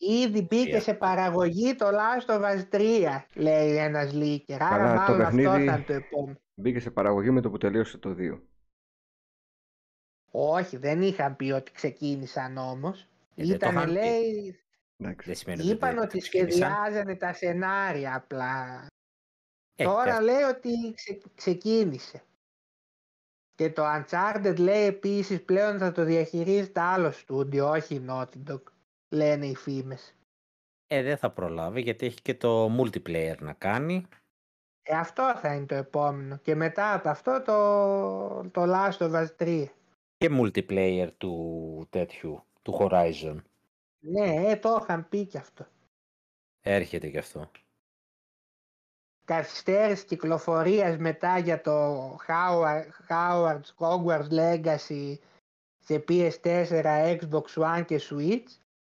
Speaker 4: ήδη μπήκε
Speaker 2: Τρία.
Speaker 4: σε παραγωγή το Last of Us 3, λέει ένας leaker. Άρα
Speaker 3: Καλά, το
Speaker 4: μάλλον αυτό
Speaker 3: παιχνίδι-
Speaker 4: ήταν το επόμενο.
Speaker 3: Μπήκε σε παραγωγή με το που τελείωσε το 2.
Speaker 4: Όχι, δεν είχαν πει ότι ξεκίνησαν όμως.
Speaker 2: Ε, δεν το
Speaker 4: Ήτανε,
Speaker 2: είχαν πει. Ε,
Speaker 4: λέει,
Speaker 3: Εντάξει.
Speaker 2: Δεν σημαίνει ότι
Speaker 4: Είπαν
Speaker 2: δεν
Speaker 4: ότι
Speaker 2: ξεκίνησαν.
Speaker 4: σχεδιάζανε τα σενάρια απλά.
Speaker 2: Ε,
Speaker 4: Τώρα
Speaker 2: κα-
Speaker 4: λέει ότι ξε- ξεκίνησε. Και το Uncharted λέει επίσης πλέον θα το διαχειρίζεται άλλο στούντιο, όχι η Naughty Dog, λένε οι φήμες.
Speaker 2: ε, δεν θα προλάβει γιατί έχει και το multiplayer να κάνει.
Speaker 4: Ε, αυτό θα είναι το επόμενο. Και μετά από αυτό το, το Last of Us 3.
Speaker 2: Και multiplayer του τέτοιου, του Horizon.
Speaker 4: Ναι, ε, το είχαν πει και αυτό.
Speaker 2: Έρχεται και αυτό.
Speaker 4: καθυστέρηση κυκλοφορίας μετά για το Howard, Howard's Hogwarts Legacy σε PS4, Xbox One και Switch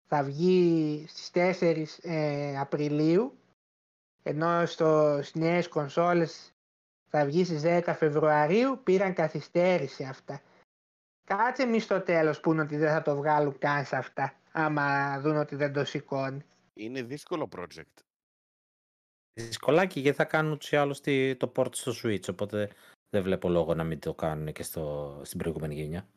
Speaker 4: θα βγει στις 4 ε, Απριλίου ενώ στο, στις νέες κονσόλες θα βγει στις 10 Φεβρουαρίου πήραν καθυστέρηση αυτά κάτσε μη στο τέλος που είναι ότι δεν θα το βγάλουν καν σε αυτά άμα δουν ότι δεν το σηκώνει
Speaker 1: Είναι δύσκολο project.
Speaker 2: Δυσκολάκι γιατί θα κάνουν ούτως ή άλλως τη- το port στο Switch, οπότε δεν βλέπω λόγο να μην το κάνουν και στο, στην προηγούμενη γενιά.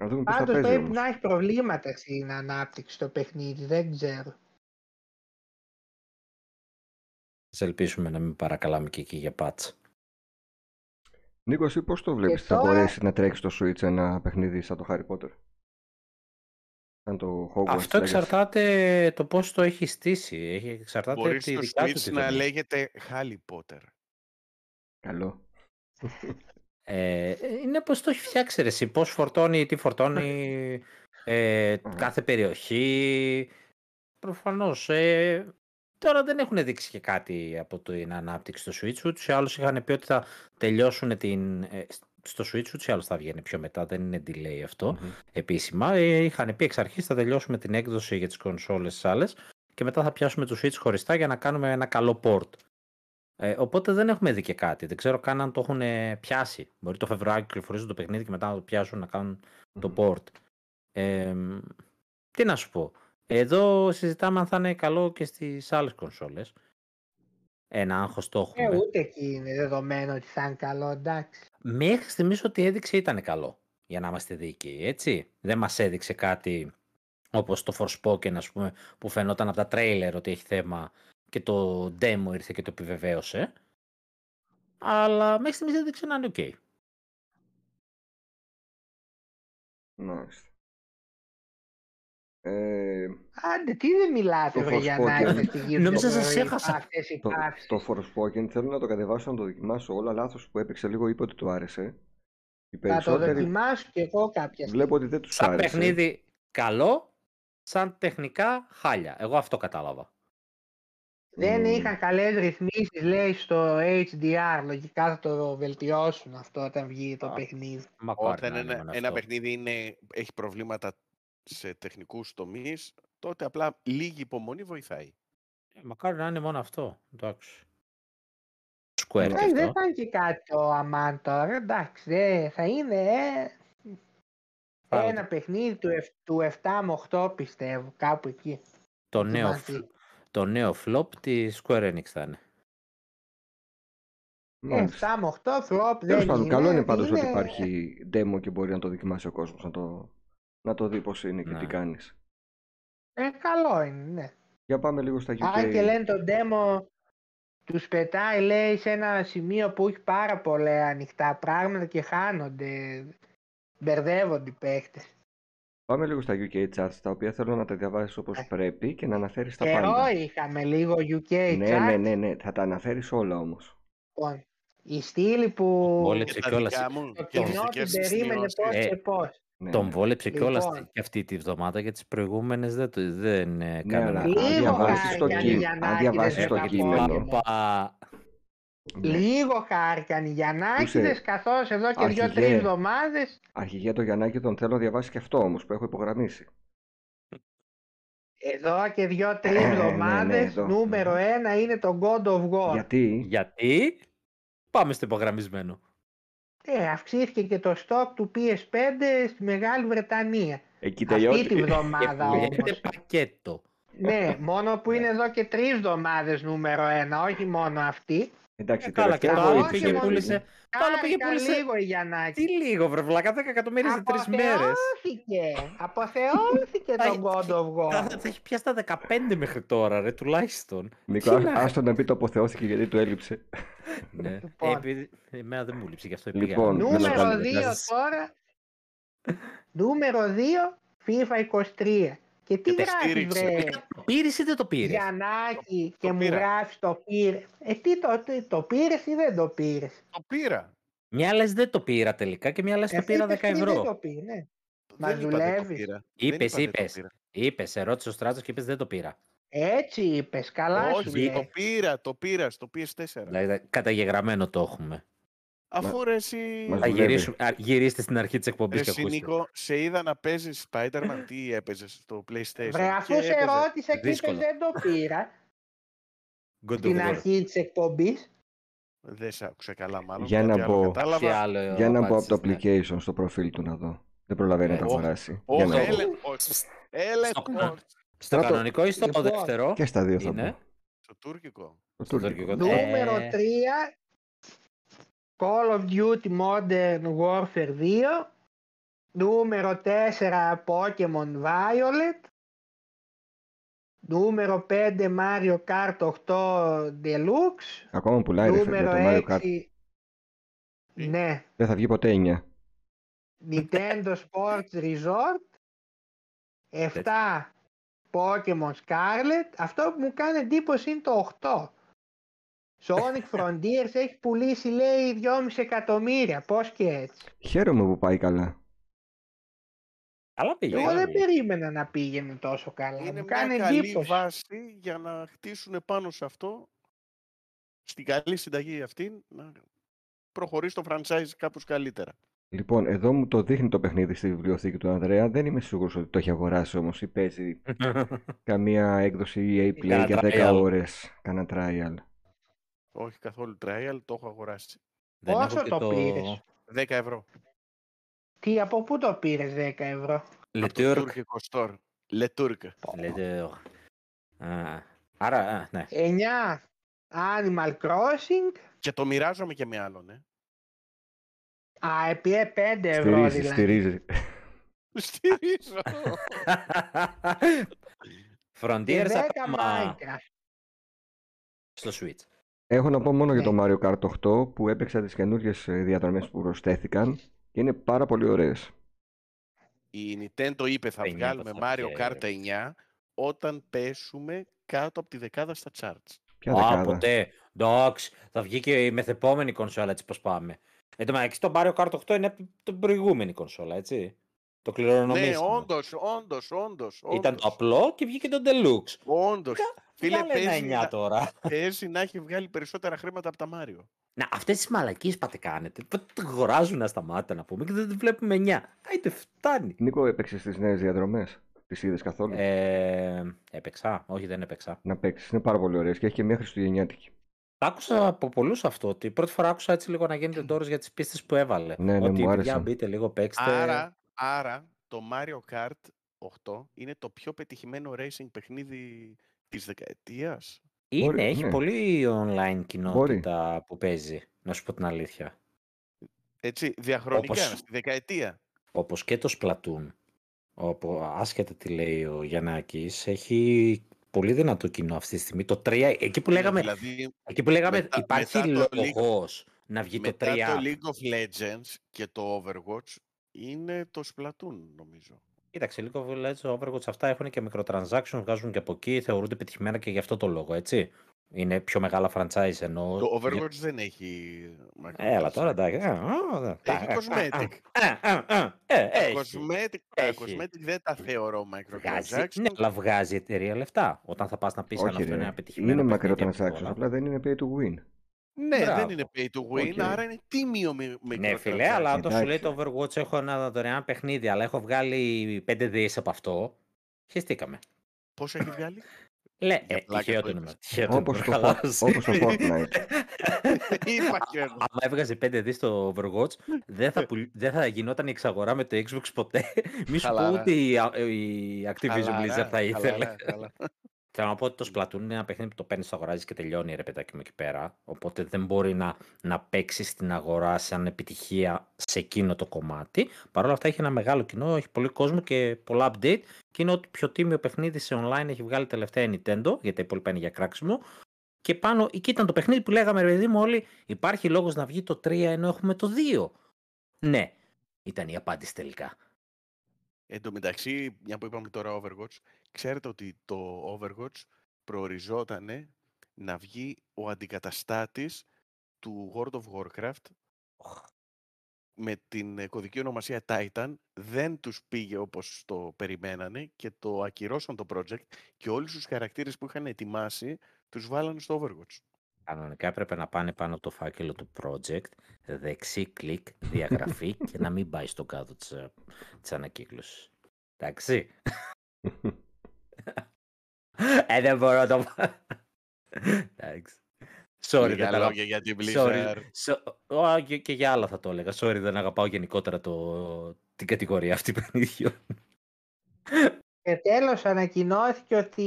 Speaker 3: Να δούμε πώς θα
Speaker 4: Πάντως
Speaker 3: παίζει.
Speaker 4: πρέπει
Speaker 3: όμως.
Speaker 4: να έχει προβλήματα στην ανάπτυξη το παιχνίδι, δεν ξέρω.
Speaker 2: Ας ελπίσουμε να μην παρακαλάμε και εκεί για πάτς.
Speaker 3: Νίκος, εσύ πώς το βλέπεις, θα
Speaker 4: τώρα-
Speaker 3: μπορέσει να τρέξει στο Switch ένα παιχνίδι σαν το Harry Potter. Σαν το Hogwarts.
Speaker 2: Αυτό
Speaker 3: Legacy.
Speaker 2: εξαρτάται το πώς το έχει στήσει. Έχει εξαρτάται
Speaker 1: Μπορείς
Speaker 2: από τη
Speaker 1: στο
Speaker 2: δικιά του
Speaker 1: Switch
Speaker 2: τη
Speaker 1: να
Speaker 2: δομή.
Speaker 1: λέγεται Harry Potter.
Speaker 3: Καλό.
Speaker 2: Ε, είναι πως το έχει φτιάξει ρε, εσύ, πώς φορτώνει, τι φορτώνει ε,
Speaker 3: Μμμ.
Speaker 2: κάθε περιοχή. Προφανώς. Ε, τώρα δεν έχουν δείξει και κάτι από την ανάπτυξη στο Switch. Ούτως ή άλλως είχαν πει ότι θα τελειώσουν την, ε, στο Switch, ούτως ή άλλως θα βγαίνει πιο μετά, δεν είναι delay αυτό
Speaker 3: Μμμ.
Speaker 2: επίσημα. Ε, είχαν πει εξ αρχής θα τελειώσουμε την έκδοση για τις κονσόλες τις άλλες και μετά θα πιάσουμε τους Switch χωριστά για να κάνουμε ένα καλό port. Ε, οπότε δεν έχουμε δει και κάτι. Δεν ξέρω καν αν το έχουν ε, πιάσει. Μπορεί το Φεβρουάριο να κυκλοφορήσουν το παιχνίδι και μετά να το πιάσουν να κάνουν το
Speaker 3: Μμμ.
Speaker 2: port. Ε, μ, τι να σου πω. Εδώ συζητάμε αν θα είναι καλό και στις άλλες κονσόλες. Ένα άγχος το
Speaker 4: Ε,
Speaker 2: έχουμε.
Speaker 4: ούτε εκεί είναι δεδομένο ότι θα είναι καλό, εντάξει.
Speaker 2: Μέχρι στιγμής ό,τι έδειξε ήταν καλό. Για να είμαστε δίκαιοι, έτσι. Δεν μας έδειξε κάτι όπως το Forspoken, ας πούμε, που φαινόταν από τα τρέιλερ ότι έχει θέμα και το demo ήρθε και το επιβεβαίωσε. Αλλά μέχρι στιγμής έδειξε να είναι οκ.
Speaker 3: Μάλιστα. Ε,
Speaker 4: Άντε, τι δεν μιλάτε,
Speaker 3: Το
Speaker 4: βρε, για
Speaker 3: Forspoken.
Speaker 4: να είστε στη γύρω.
Speaker 2: Νόμιζα σας έχασα.
Speaker 4: Αυτές οι
Speaker 3: το,
Speaker 4: καύσεις.
Speaker 3: το Forspoken θέλω να το κατεβάσω να το δοκιμάσω. Όλα λάθος που έπαιξε λίγο είπε ότι του άρεσε. Οι
Speaker 4: Θα το
Speaker 3: περισσότεροι
Speaker 4: δοκιμάσω κι εγώ κάποια στιγμή.
Speaker 3: βλέπω ότι δεν τους
Speaker 2: Σαν
Speaker 3: άρεσε.
Speaker 2: παιχνίδι καλό, σαν τεχνικά χάλια. Εγώ αυτό κατάλαβα.
Speaker 4: Δεν
Speaker 3: Μμμ.
Speaker 4: είχαν καλές ρυθμίσεις, λέει, στο HDR. Λογικά θα το βελτιώσουν αυτό όταν βγει το
Speaker 2: Α.
Speaker 4: παιχνίδι.
Speaker 2: Μακάρι
Speaker 1: Όταν
Speaker 2: να είναι
Speaker 1: ένα,
Speaker 2: μόνο
Speaker 1: ένα
Speaker 2: αυτό.
Speaker 1: παιχνίδι είναι, έχει προβλήματα σε τεχνικούς τομείς, τότε απλά λίγη υπομονή βοηθάει.
Speaker 2: Ε, Μακάρι να είναι μόνο αυτό. Εντάξει. Square
Speaker 3: Ναι,
Speaker 2: και
Speaker 4: Ε, δεν
Speaker 2: αυτό.
Speaker 4: θα είναι και κάτι το αμάν τώρα, εντάξει, δε, θα είναι ε,
Speaker 2: Πάρα
Speaker 4: ένα παιχνίδι του, εφ- του 7 με 8 πιστεύω, κάπου εκεί.
Speaker 2: Το νέο,
Speaker 4: μαζί.
Speaker 2: φλ- το νέο flop τη Square Enix θα είναι.
Speaker 4: Ε,
Speaker 3: Μάλιστα.
Speaker 4: 7 με 8 flop
Speaker 3: Τέλος
Speaker 4: δεν
Speaker 3: πάντων,
Speaker 4: είναι.
Speaker 3: καλό είναι πάντω ότι
Speaker 4: είναι-
Speaker 3: υπάρχει demo και μπορεί να το δοκιμάσει ο κόσμος να το, να το δει πώς είναι και
Speaker 2: Ναι.
Speaker 3: τι κάνεις.
Speaker 4: Ε, καλό είναι, ναι.
Speaker 3: Για πάμε λίγο στα UK.
Speaker 4: Αν και λένε το demo τους πετάει λέει σε ένα σημείο που έχει πάρα πολλά ανοιχτά πράγματα και χάνονται, μπερδεύονται οι παίχτες.
Speaker 3: Πάμε λίγο στα UK charts, τα οποία θέλω να τα διαβάσεις όπως
Speaker 4: Ε.
Speaker 3: πρέπει και να αναφέρεις τα
Speaker 4: Καιρό
Speaker 3: πάντα.
Speaker 4: Ε, είχαμε λίγο UK
Speaker 3: Ναι,
Speaker 4: chat.
Speaker 3: ναι, ναι, ναι, θα τα αναφέρεις όλα όμως.
Speaker 4: Λοιπόν, η στήλη που
Speaker 2: Βόλεψε
Speaker 1: Και Ε, τα
Speaker 2: κιόλας.
Speaker 1: δικά μου
Speaker 4: το
Speaker 1: και τις
Speaker 4: κοινό
Speaker 1: δικές
Speaker 4: την
Speaker 1: σας
Speaker 4: Ε, περίμενε
Speaker 1: σημειώσεις.
Speaker 4: πώς
Speaker 2: Ε,
Speaker 4: και πώς.
Speaker 3: Ναι,
Speaker 2: Τον
Speaker 3: ναι.
Speaker 2: βόλεψε
Speaker 4: Λοιπόν.
Speaker 2: κιόλα και αυτή τη βδομάδα και τις προηγούμενες δεν, το- δεν ε,
Speaker 3: Ναι,
Speaker 2: κάνανε
Speaker 3: αλλά
Speaker 2: κάτι.
Speaker 3: αν
Speaker 4: Λίγο
Speaker 3: διαβάσει
Speaker 4: χάρη
Speaker 3: το,
Speaker 4: κι αν
Speaker 3: κείμενο- Ναι.
Speaker 4: η Γιαννάκη
Speaker 3: αν διαβάσεις
Speaker 4: δεν
Speaker 3: το
Speaker 4: τα
Speaker 2: Έπα-
Speaker 4: απόγευμα.
Speaker 3: κείμενο,
Speaker 2: Πα-
Speaker 4: Λίγο χάρηκαν οι Γιαννάκηδες,
Speaker 3: Ούσε-
Speaker 4: καθώς εδώ και
Speaker 3: Αρχηγέ.
Speaker 4: δύο-τρει εβδομάδες
Speaker 3: Αρχηγέ τον Γιαννάκη τον θέλω να διαβάσεις και αυτό όμως που έχω υπογραμμίσει.
Speaker 4: εδώ και δύο-τρει
Speaker 3: Ε, ναι, ναι,
Speaker 4: εβδομάδες
Speaker 3: εδώ.
Speaker 4: νούμερο
Speaker 3: Μμμ.
Speaker 4: ένα είναι το God of War.
Speaker 3: Γιατί
Speaker 2: Γιατί πάμε στο υπογραμμισμένο.
Speaker 4: Ε, αυξήθηκε και το στόκ του PS5 στη Μεγάλη Βρετανία.
Speaker 5: Εκεί
Speaker 4: Αυτή τη
Speaker 5: τελειώνει.
Speaker 3: Ε,
Speaker 4: βδομάδα
Speaker 2: Έχετε
Speaker 4: όμως.
Speaker 2: πακέτο.
Speaker 4: ναι, μόνο που είναι εδώ και τρεις εβδομάδες νούμερο ένα, όχι μόνο αυτή.
Speaker 3: εντάξει,
Speaker 2: Ε, καλά, και
Speaker 3: τελευταία
Speaker 2: το άλλο
Speaker 4: εβδομάδα
Speaker 3: βοήθεια
Speaker 2: πήγε
Speaker 4: είναι
Speaker 3: είναι
Speaker 2: πούλησε. Το άλλο πήγε
Speaker 4: Χάρηκαν
Speaker 2: πούλησε.
Speaker 4: λίγο η Γιαννάκη.
Speaker 2: Τι λίγο, βρε βλάκα, 10 εκατομμύρια σε τρεις μέρες.
Speaker 4: Αποθεώθηκε. Αποθεώθηκε
Speaker 2: Θα-
Speaker 4: το God of War.
Speaker 2: Θα έχει πιάσει τα 15 μέχρι τώρα, ρε, τουλάχιστον.
Speaker 3: Νίκο,
Speaker 2: Τι
Speaker 3: ά-
Speaker 2: να-
Speaker 3: άστο να πει το αποθεώθηκε γιατί του έλειψε.
Speaker 2: Ναι.
Speaker 4: Λοιπόν.
Speaker 2: Επειδή- Εμένα δεν μου λείψει γι' αυτό
Speaker 3: Λοιπόν,
Speaker 2: πήγα.
Speaker 3: δεν
Speaker 4: Νούμερο 2
Speaker 3: λαμβάνουμε
Speaker 4: τώρα. Νούμερο 2 FIFA 23. Και τι
Speaker 1: Και το
Speaker 4: γράφεις,
Speaker 1: στήριξε.
Speaker 4: βρε.
Speaker 2: Το πήρες ή δεν το πήρες.
Speaker 4: Γιαννάκη
Speaker 1: το
Speaker 4: και μου
Speaker 1: πήρα.
Speaker 4: γράφεις το πήρες. Ε, τι το, το, το πήρες ή δεν το πήρες.
Speaker 2: Ε,
Speaker 1: Το πήρα.
Speaker 2: Μια λες δεν το πήρα τελικά και μια λες το πήρα 10
Speaker 4: Ε, Δεν το
Speaker 2: ευρώ.
Speaker 4: πήρες, ναι. Μας
Speaker 1: Δεν είπα δεν το
Speaker 4: δουλεύεις.
Speaker 1: πήρα. Δεν
Speaker 2: Είπες,
Speaker 1: είπα δεν το
Speaker 2: είπες.
Speaker 1: πήρα.
Speaker 2: Είπες, σε ρώτησε ο στράτος και είπες δεν το πήρα.
Speaker 4: Έτσι είπες, καλά σου
Speaker 1: Όχι, το
Speaker 4: λέει.
Speaker 1: πήρα, το πήρα στο PS4.
Speaker 2: Δηλαδή, καταγεγραμμένο το έχουμε.
Speaker 1: Αφού ρε εσύ,
Speaker 3: Μας
Speaker 2: ναι. Θα
Speaker 3: δουλεύει.
Speaker 2: γυρίσουμε, α, γυρίστε στην αρχή της εκπομπής
Speaker 1: ρε
Speaker 2: και
Speaker 1: εσύ
Speaker 2: ακούστε.
Speaker 1: Νίκο, σε είδα να παίζεις Spider-Man, τι έπαιζες στο PlayStation.
Speaker 4: Βρε, αφού
Speaker 1: και
Speaker 4: σε
Speaker 1: έπαιζα.
Speaker 4: ρώτησε και είπες
Speaker 2: Δύσκολο.
Speaker 4: δεν το
Speaker 1: [LAUGHS]
Speaker 4: πήρα
Speaker 2: God
Speaker 4: στην
Speaker 2: of War.
Speaker 4: αρχή της εκπομπής.
Speaker 1: Δεν σε άκουσα καλά μάλλον,
Speaker 3: Για
Speaker 1: κάτι
Speaker 3: να
Speaker 1: άλλο
Speaker 3: μπω.
Speaker 2: Τι
Speaker 1: κατάλαβα.
Speaker 2: άλλο
Speaker 3: Για να μπω από
Speaker 2: απάντησες,
Speaker 3: το
Speaker 2: ναι.
Speaker 3: application στο προφίλ του να δω. Δεν προλαβαίνει να τα
Speaker 2: Ναι.
Speaker 3: αγοράσει. Για
Speaker 1: Όχι,
Speaker 3: να μπω.
Speaker 1: έλεγχος. Έλεγχος.
Speaker 2: Στο
Speaker 3: Στράτο.
Speaker 2: κανονικό ή στο
Speaker 4: Λοιπόν.
Speaker 2: δεύτερο.
Speaker 3: Και στα δύο θα
Speaker 2: Είναι.
Speaker 3: μπω.
Speaker 1: Στο τουρκικό.
Speaker 3: Το
Speaker 2: Στο
Speaker 3: τουρκικό.
Speaker 2: τουρκικό. Ε.
Speaker 4: Νούμερο 3 Call of Duty Modern Warfare 2 Νούμερο 4 Pokemon Violet Νούμερο 5 Mario Kart 8 Deluxe
Speaker 3: Ακόμα πουλάει ρε φίλε,
Speaker 4: Νούμερο
Speaker 3: το Mario
Speaker 4: 6
Speaker 3: Kart.
Speaker 4: Ναι
Speaker 3: Δεν θα βγει ποτέ 9.
Speaker 4: Nintendo Sports Resort 7 Pokemon Scarlet Αυτό που μου κάνει εντύπωση είναι το 8
Speaker 3: [LAUGHS]
Speaker 4: Sonic Frontiers έχει πουλήσει λέει 2,5 εκατομμύρια Πώς και έτσι
Speaker 3: Χαίρομαι που πάει καλά.
Speaker 2: Καλά πήγε.
Speaker 4: Εγώ
Speaker 2: καλά
Speaker 4: δεν
Speaker 2: πήγε. [LAUGHS]
Speaker 4: πήγαινε να πήγαινε τόσο καλά
Speaker 1: Είναι
Speaker 4: Μου
Speaker 1: μια
Speaker 4: κάνει
Speaker 1: καλή
Speaker 4: εντύπωση
Speaker 1: βάση για να χτίσουν πάνω σε αυτό, στην καλή συνταγή αυτή, να προχωρήσει το franchise κάπως καλύτερα.
Speaker 3: Λοιπόν, εδώ μου το δείχνει το παιχνίδι στη βιβλιοθήκη του Ανδρέα. Δεν είμαι σίγουρος ότι το έχει αγοράσει όμως ή παίζει καμία έκδοση EA Play
Speaker 2: Κάνα
Speaker 3: για 10
Speaker 2: trial.
Speaker 3: ώρες. Κάνα trial.
Speaker 1: Όχι καθόλου trial, το έχω αγοράσει.
Speaker 2: Δεν έχω
Speaker 4: Πόσο
Speaker 2: και
Speaker 4: το πήρες?
Speaker 1: 10 ευρώ.
Speaker 4: Τι από πού το πήρες 10 ευρώ
Speaker 2: Le
Speaker 1: από το
Speaker 2: Turc.
Speaker 1: τουρκικό store. Le Turc.
Speaker 2: Le Turc. Α, Άρα, α, ναι.
Speaker 4: Ε, 9 Animal Crossing
Speaker 1: Και το μοιράζομαι και με άλλον, ε. [LAUGHS]
Speaker 4: Α, επίε 5 ευρώ
Speaker 3: Στηρίζει,
Speaker 4: δηλαδή
Speaker 3: στηρίζει.
Speaker 1: Στηρίζω.
Speaker 4: Και
Speaker 2: Frontiers
Speaker 4: 10
Speaker 2: ακόμα
Speaker 4: Minecraft
Speaker 2: στο Switch.
Speaker 3: Έχω να πω μόνο για το
Speaker 4: Ναι.
Speaker 3: Mario Kart 8 που έπαιξα τις καινούργιες ε, διαδρομές που προσθέθηκαν και είναι πάρα πολύ ωραίες.
Speaker 1: Η Nintendo είπε θα
Speaker 2: 9
Speaker 1: βγάλουμε
Speaker 2: το
Speaker 1: Mario
Speaker 2: Frontier.
Speaker 1: Kart 9 όταν πέσουμε κάτω από τη δεκάδα στα charts.
Speaker 3: Ποια
Speaker 2: Α,
Speaker 3: δεκάδα.
Speaker 2: ποτέ. Εντάξει, θα βγει και η μεθεπόμενη κονσόλα έτσι πως πάμε. Εν τω μεταξύ το Mario Kart 8 είναι από την προηγούμενη κονσόλα, έτσι. Το
Speaker 1: Ναι,
Speaker 2: κληρονομήσαμε.
Speaker 1: όντως, όντως, όντως.
Speaker 2: Ήταν το
Speaker 1: όντως.
Speaker 2: απλό και βγήκε το Deluxe.
Speaker 1: Όντως. Φίλε,
Speaker 2: Βγάλε ένα
Speaker 1: παίζει να-
Speaker 2: 9 τώρα.
Speaker 1: Παίζει να έχει βγάλει περισσότερα χρήματα από τα Μάριο.
Speaker 2: Να, αυτές τις μαλακίες πάτε κάνετε. Πότε το αγοράζουν ασταμάτα να πούμε και δεν τη βλέπουμε 9. Άιτε φτάνει.
Speaker 3: Νίκο, έπαιξες τις νέες διαδρομές. Τις είδες καθόλου.
Speaker 2: Ε, έπαιξα. Όχι, δεν έπαιξα.
Speaker 3: Να παίξεις. Είναι πάρα πολύ ωραίες και έχει και μια χριστουγεννιάτικη.
Speaker 2: Τα Άκουσα από πολλούς αυτό. Ότι πρώτη φορά άκουσα έτσι λίγο να
Speaker 1: [CLEARS THROAT]
Speaker 2: γίνεται τόρο για τις πίστες που έβαλε.
Speaker 3: Ναι,
Speaker 2: ότι
Speaker 3: ναι, μου
Speaker 2: παιδιά
Speaker 3: άρεσαν.
Speaker 2: μπείτε λίγο, παίξτε.
Speaker 1: Άρα, άρα, το Mario Kart 8 είναι το πιο πετυχημένο racing παιχνίδι της δεκαετίας.
Speaker 2: Είναι,
Speaker 3: Μπορεί,
Speaker 2: έχει
Speaker 3: ναι.
Speaker 2: πολύ online κοινότητα που παίζει. Να σου πω την αλήθεια.
Speaker 1: Έτσι, διαχρονικά,
Speaker 2: Όπως-
Speaker 1: στη δεκαετία.
Speaker 2: Όπως και το Splatoon. Όπου, άσχετα τι λέει ο Γιαννάκης, έχει πολύ δυνατό κοινό αυτή τη στιγμή. Το 3, εκεί που
Speaker 1: Ναι,
Speaker 2: λέγαμε,
Speaker 1: Δηλαδή,
Speaker 2: εκεί που λέγαμε
Speaker 1: μετά-
Speaker 2: υπάρχει
Speaker 1: μετά το League-
Speaker 2: λόγος να βγει το 3.
Speaker 1: μετά το League of Legends και το Overwatch είναι το Splatoon, νομίζω.
Speaker 2: Κοίταξε, League of Legends, Overwatch, αυτά έχουν και microtransactions, βγάζουν και από εκεί, θεωρούνται πετυχημένα και γι' αυτό το λόγο, έτσι. Είναι πιο μεγάλα franchise ενώ.
Speaker 1: Το Overwatch δεν έχει...
Speaker 2: Έλα τώρα, εντάξει. Α, α, α,
Speaker 1: Έχει
Speaker 2: α, α,
Speaker 1: cosmetic.
Speaker 2: α, α, α, α, ε,
Speaker 1: Τα
Speaker 2: Έχει.
Speaker 1: cosmetic, τα
Speaker 2: Έχει.
Speaker 1: cosmetic δεν τα θεωρώ
Speaker 2: Βγάζει,
Speaker 1: microtransactions.
Speaker 2: ναι, αλλά βγάζει η εταιρεία λεφτά. Όταν θα πας να πεις αν αυτό
Speaker 3: ρε.
Speaker 2: είναι ένα πετυχημένο.
Speaker 3: Είναι
Speaker 2: παιχνίδι από
Speaker 3: macrotransactions,
Speaker 2: τώρα.
Speaker 3: απλά δεν είναι pay to win.
Speaker 1: Ναι, δεν
Speaker 2: Μπράβο.
Speaker 1: είναι pay to win,
Speaker 3: Οκ.
Speaker 1: άρα είναι τίμιο με, με
Speaker 2: Ναι, φιλέ, αλλά όταν σου λέει
Speaker 3: εντάξει.
Speaker 2: το Overwatch έχω ένα δωρεάν παιχνίδι, αλλά έχω βγάλει 5 δις από αυτό. Χαιστήκαμε.
Speaker 1: Πόσο έχει [LAUGHS] βγάλει.
Speaker 2: Λέ,
Speaker 1: Για
Speaker 2: ε,
Speaker 1: πλάκα
Speaker 2: τυχαίο
Speaker 1: το
Speaker 2: το
Speaker 1: είπες. [LAUGHS]
Speaker 2: νούμερο. Τυχαίο το
Speaker 3: Όπως
Speaker 2: νούμερο.
Speaker 3: το,
Speaker 2: καλά.
Speaker 3: Fort- όπως το
Speaker 2: [LAUGHS]
Speaker 3: Fortnite.
Speaker 1: Είπα και εγώ.
Speaker 2: Άμα έβγαζε 5 δις το Overwatch, δεν θα, πουλ- δεν θα γινόταν η εξαγορά με το Xbox ποτέ. Μη σου πω
Speaker 1: Χαλαρά.
Speaker 2: ούτε η, η Activision
Speaker 1: ναι,
Speaker 2: Blizzard θα ήθελε.
Speaker 1: χαλαρά, χαλαρά.
Speaker 2: Θέλω να πω ότι το Splatoon είναι ένα παιχνίδι που το παίρνεις, το αγοράζεις και τελειώνει ρε παιδάκι μου εκεί πέρα. Οπότε δεν μπορεί να, να παίξεις στην αγορά σαν επιτυχία σε εκείνο το κομμάτι. Παρ' όλα αυτά έχει ένα μεγάλο κοινό, έχει πολύ κόσμο και πολλά update. Και είναι ότι πιο τίμιο παιχνίδι σε online έχει βγάλει τελευταία η Nintendo, γιατί τα υπόλοιπα είναι για κράξιμο. Και πάνω εκεί ήταν το παιχνίδι που λέγαμε, ρε παιδί μου, όλοι υπάρχει λόγος να βγει το 3 ενώ έχουμε το 2. Ναι, ήταν η απάντηση τελικά.
Speaker 1: Εν τω μεταξύ, μια που είπαμε τώρα Overwatch, ξέρετε ότι το Overwatch προοριζόταν να βγει ο αντικαταστάτης του World of Warcraft με την ε, κωδική ονομασία Titan. Δεν τους πήγε όπως το περιμένανε και το ακυρώσαν το project και όλους τους χαρακτήρες που είχαν ετοιμάσει τους βάλανε στο Overwatch.
Speaker 2: Κανονικά έπρεπε να πάνε πάνω από το φάκελο του project, δεξί κλικ, διαγραφή και να μην πάει στον κάδο της, ε, της ανακύκλωσης. Εντάξει. ε, δεν μπορώ να το πω. Εντάξει. Sorry, δεν τα
Speaker 1: Λίγα
Speaker 2: αγαπάω.
Speaker 1: λόγια Ναι, για την
Speaker 2: Sorry.
Speaker 1: Blizzard.
Speaker 2: So- Ω, και, και για άλλα θα το έλεγα. Sorry, δεν αγαπάω γενικότερα το, την κατηγορία αυτή παιχνιδιών.
Speaker 4: Και τέλος ανακοινώθηκε ότι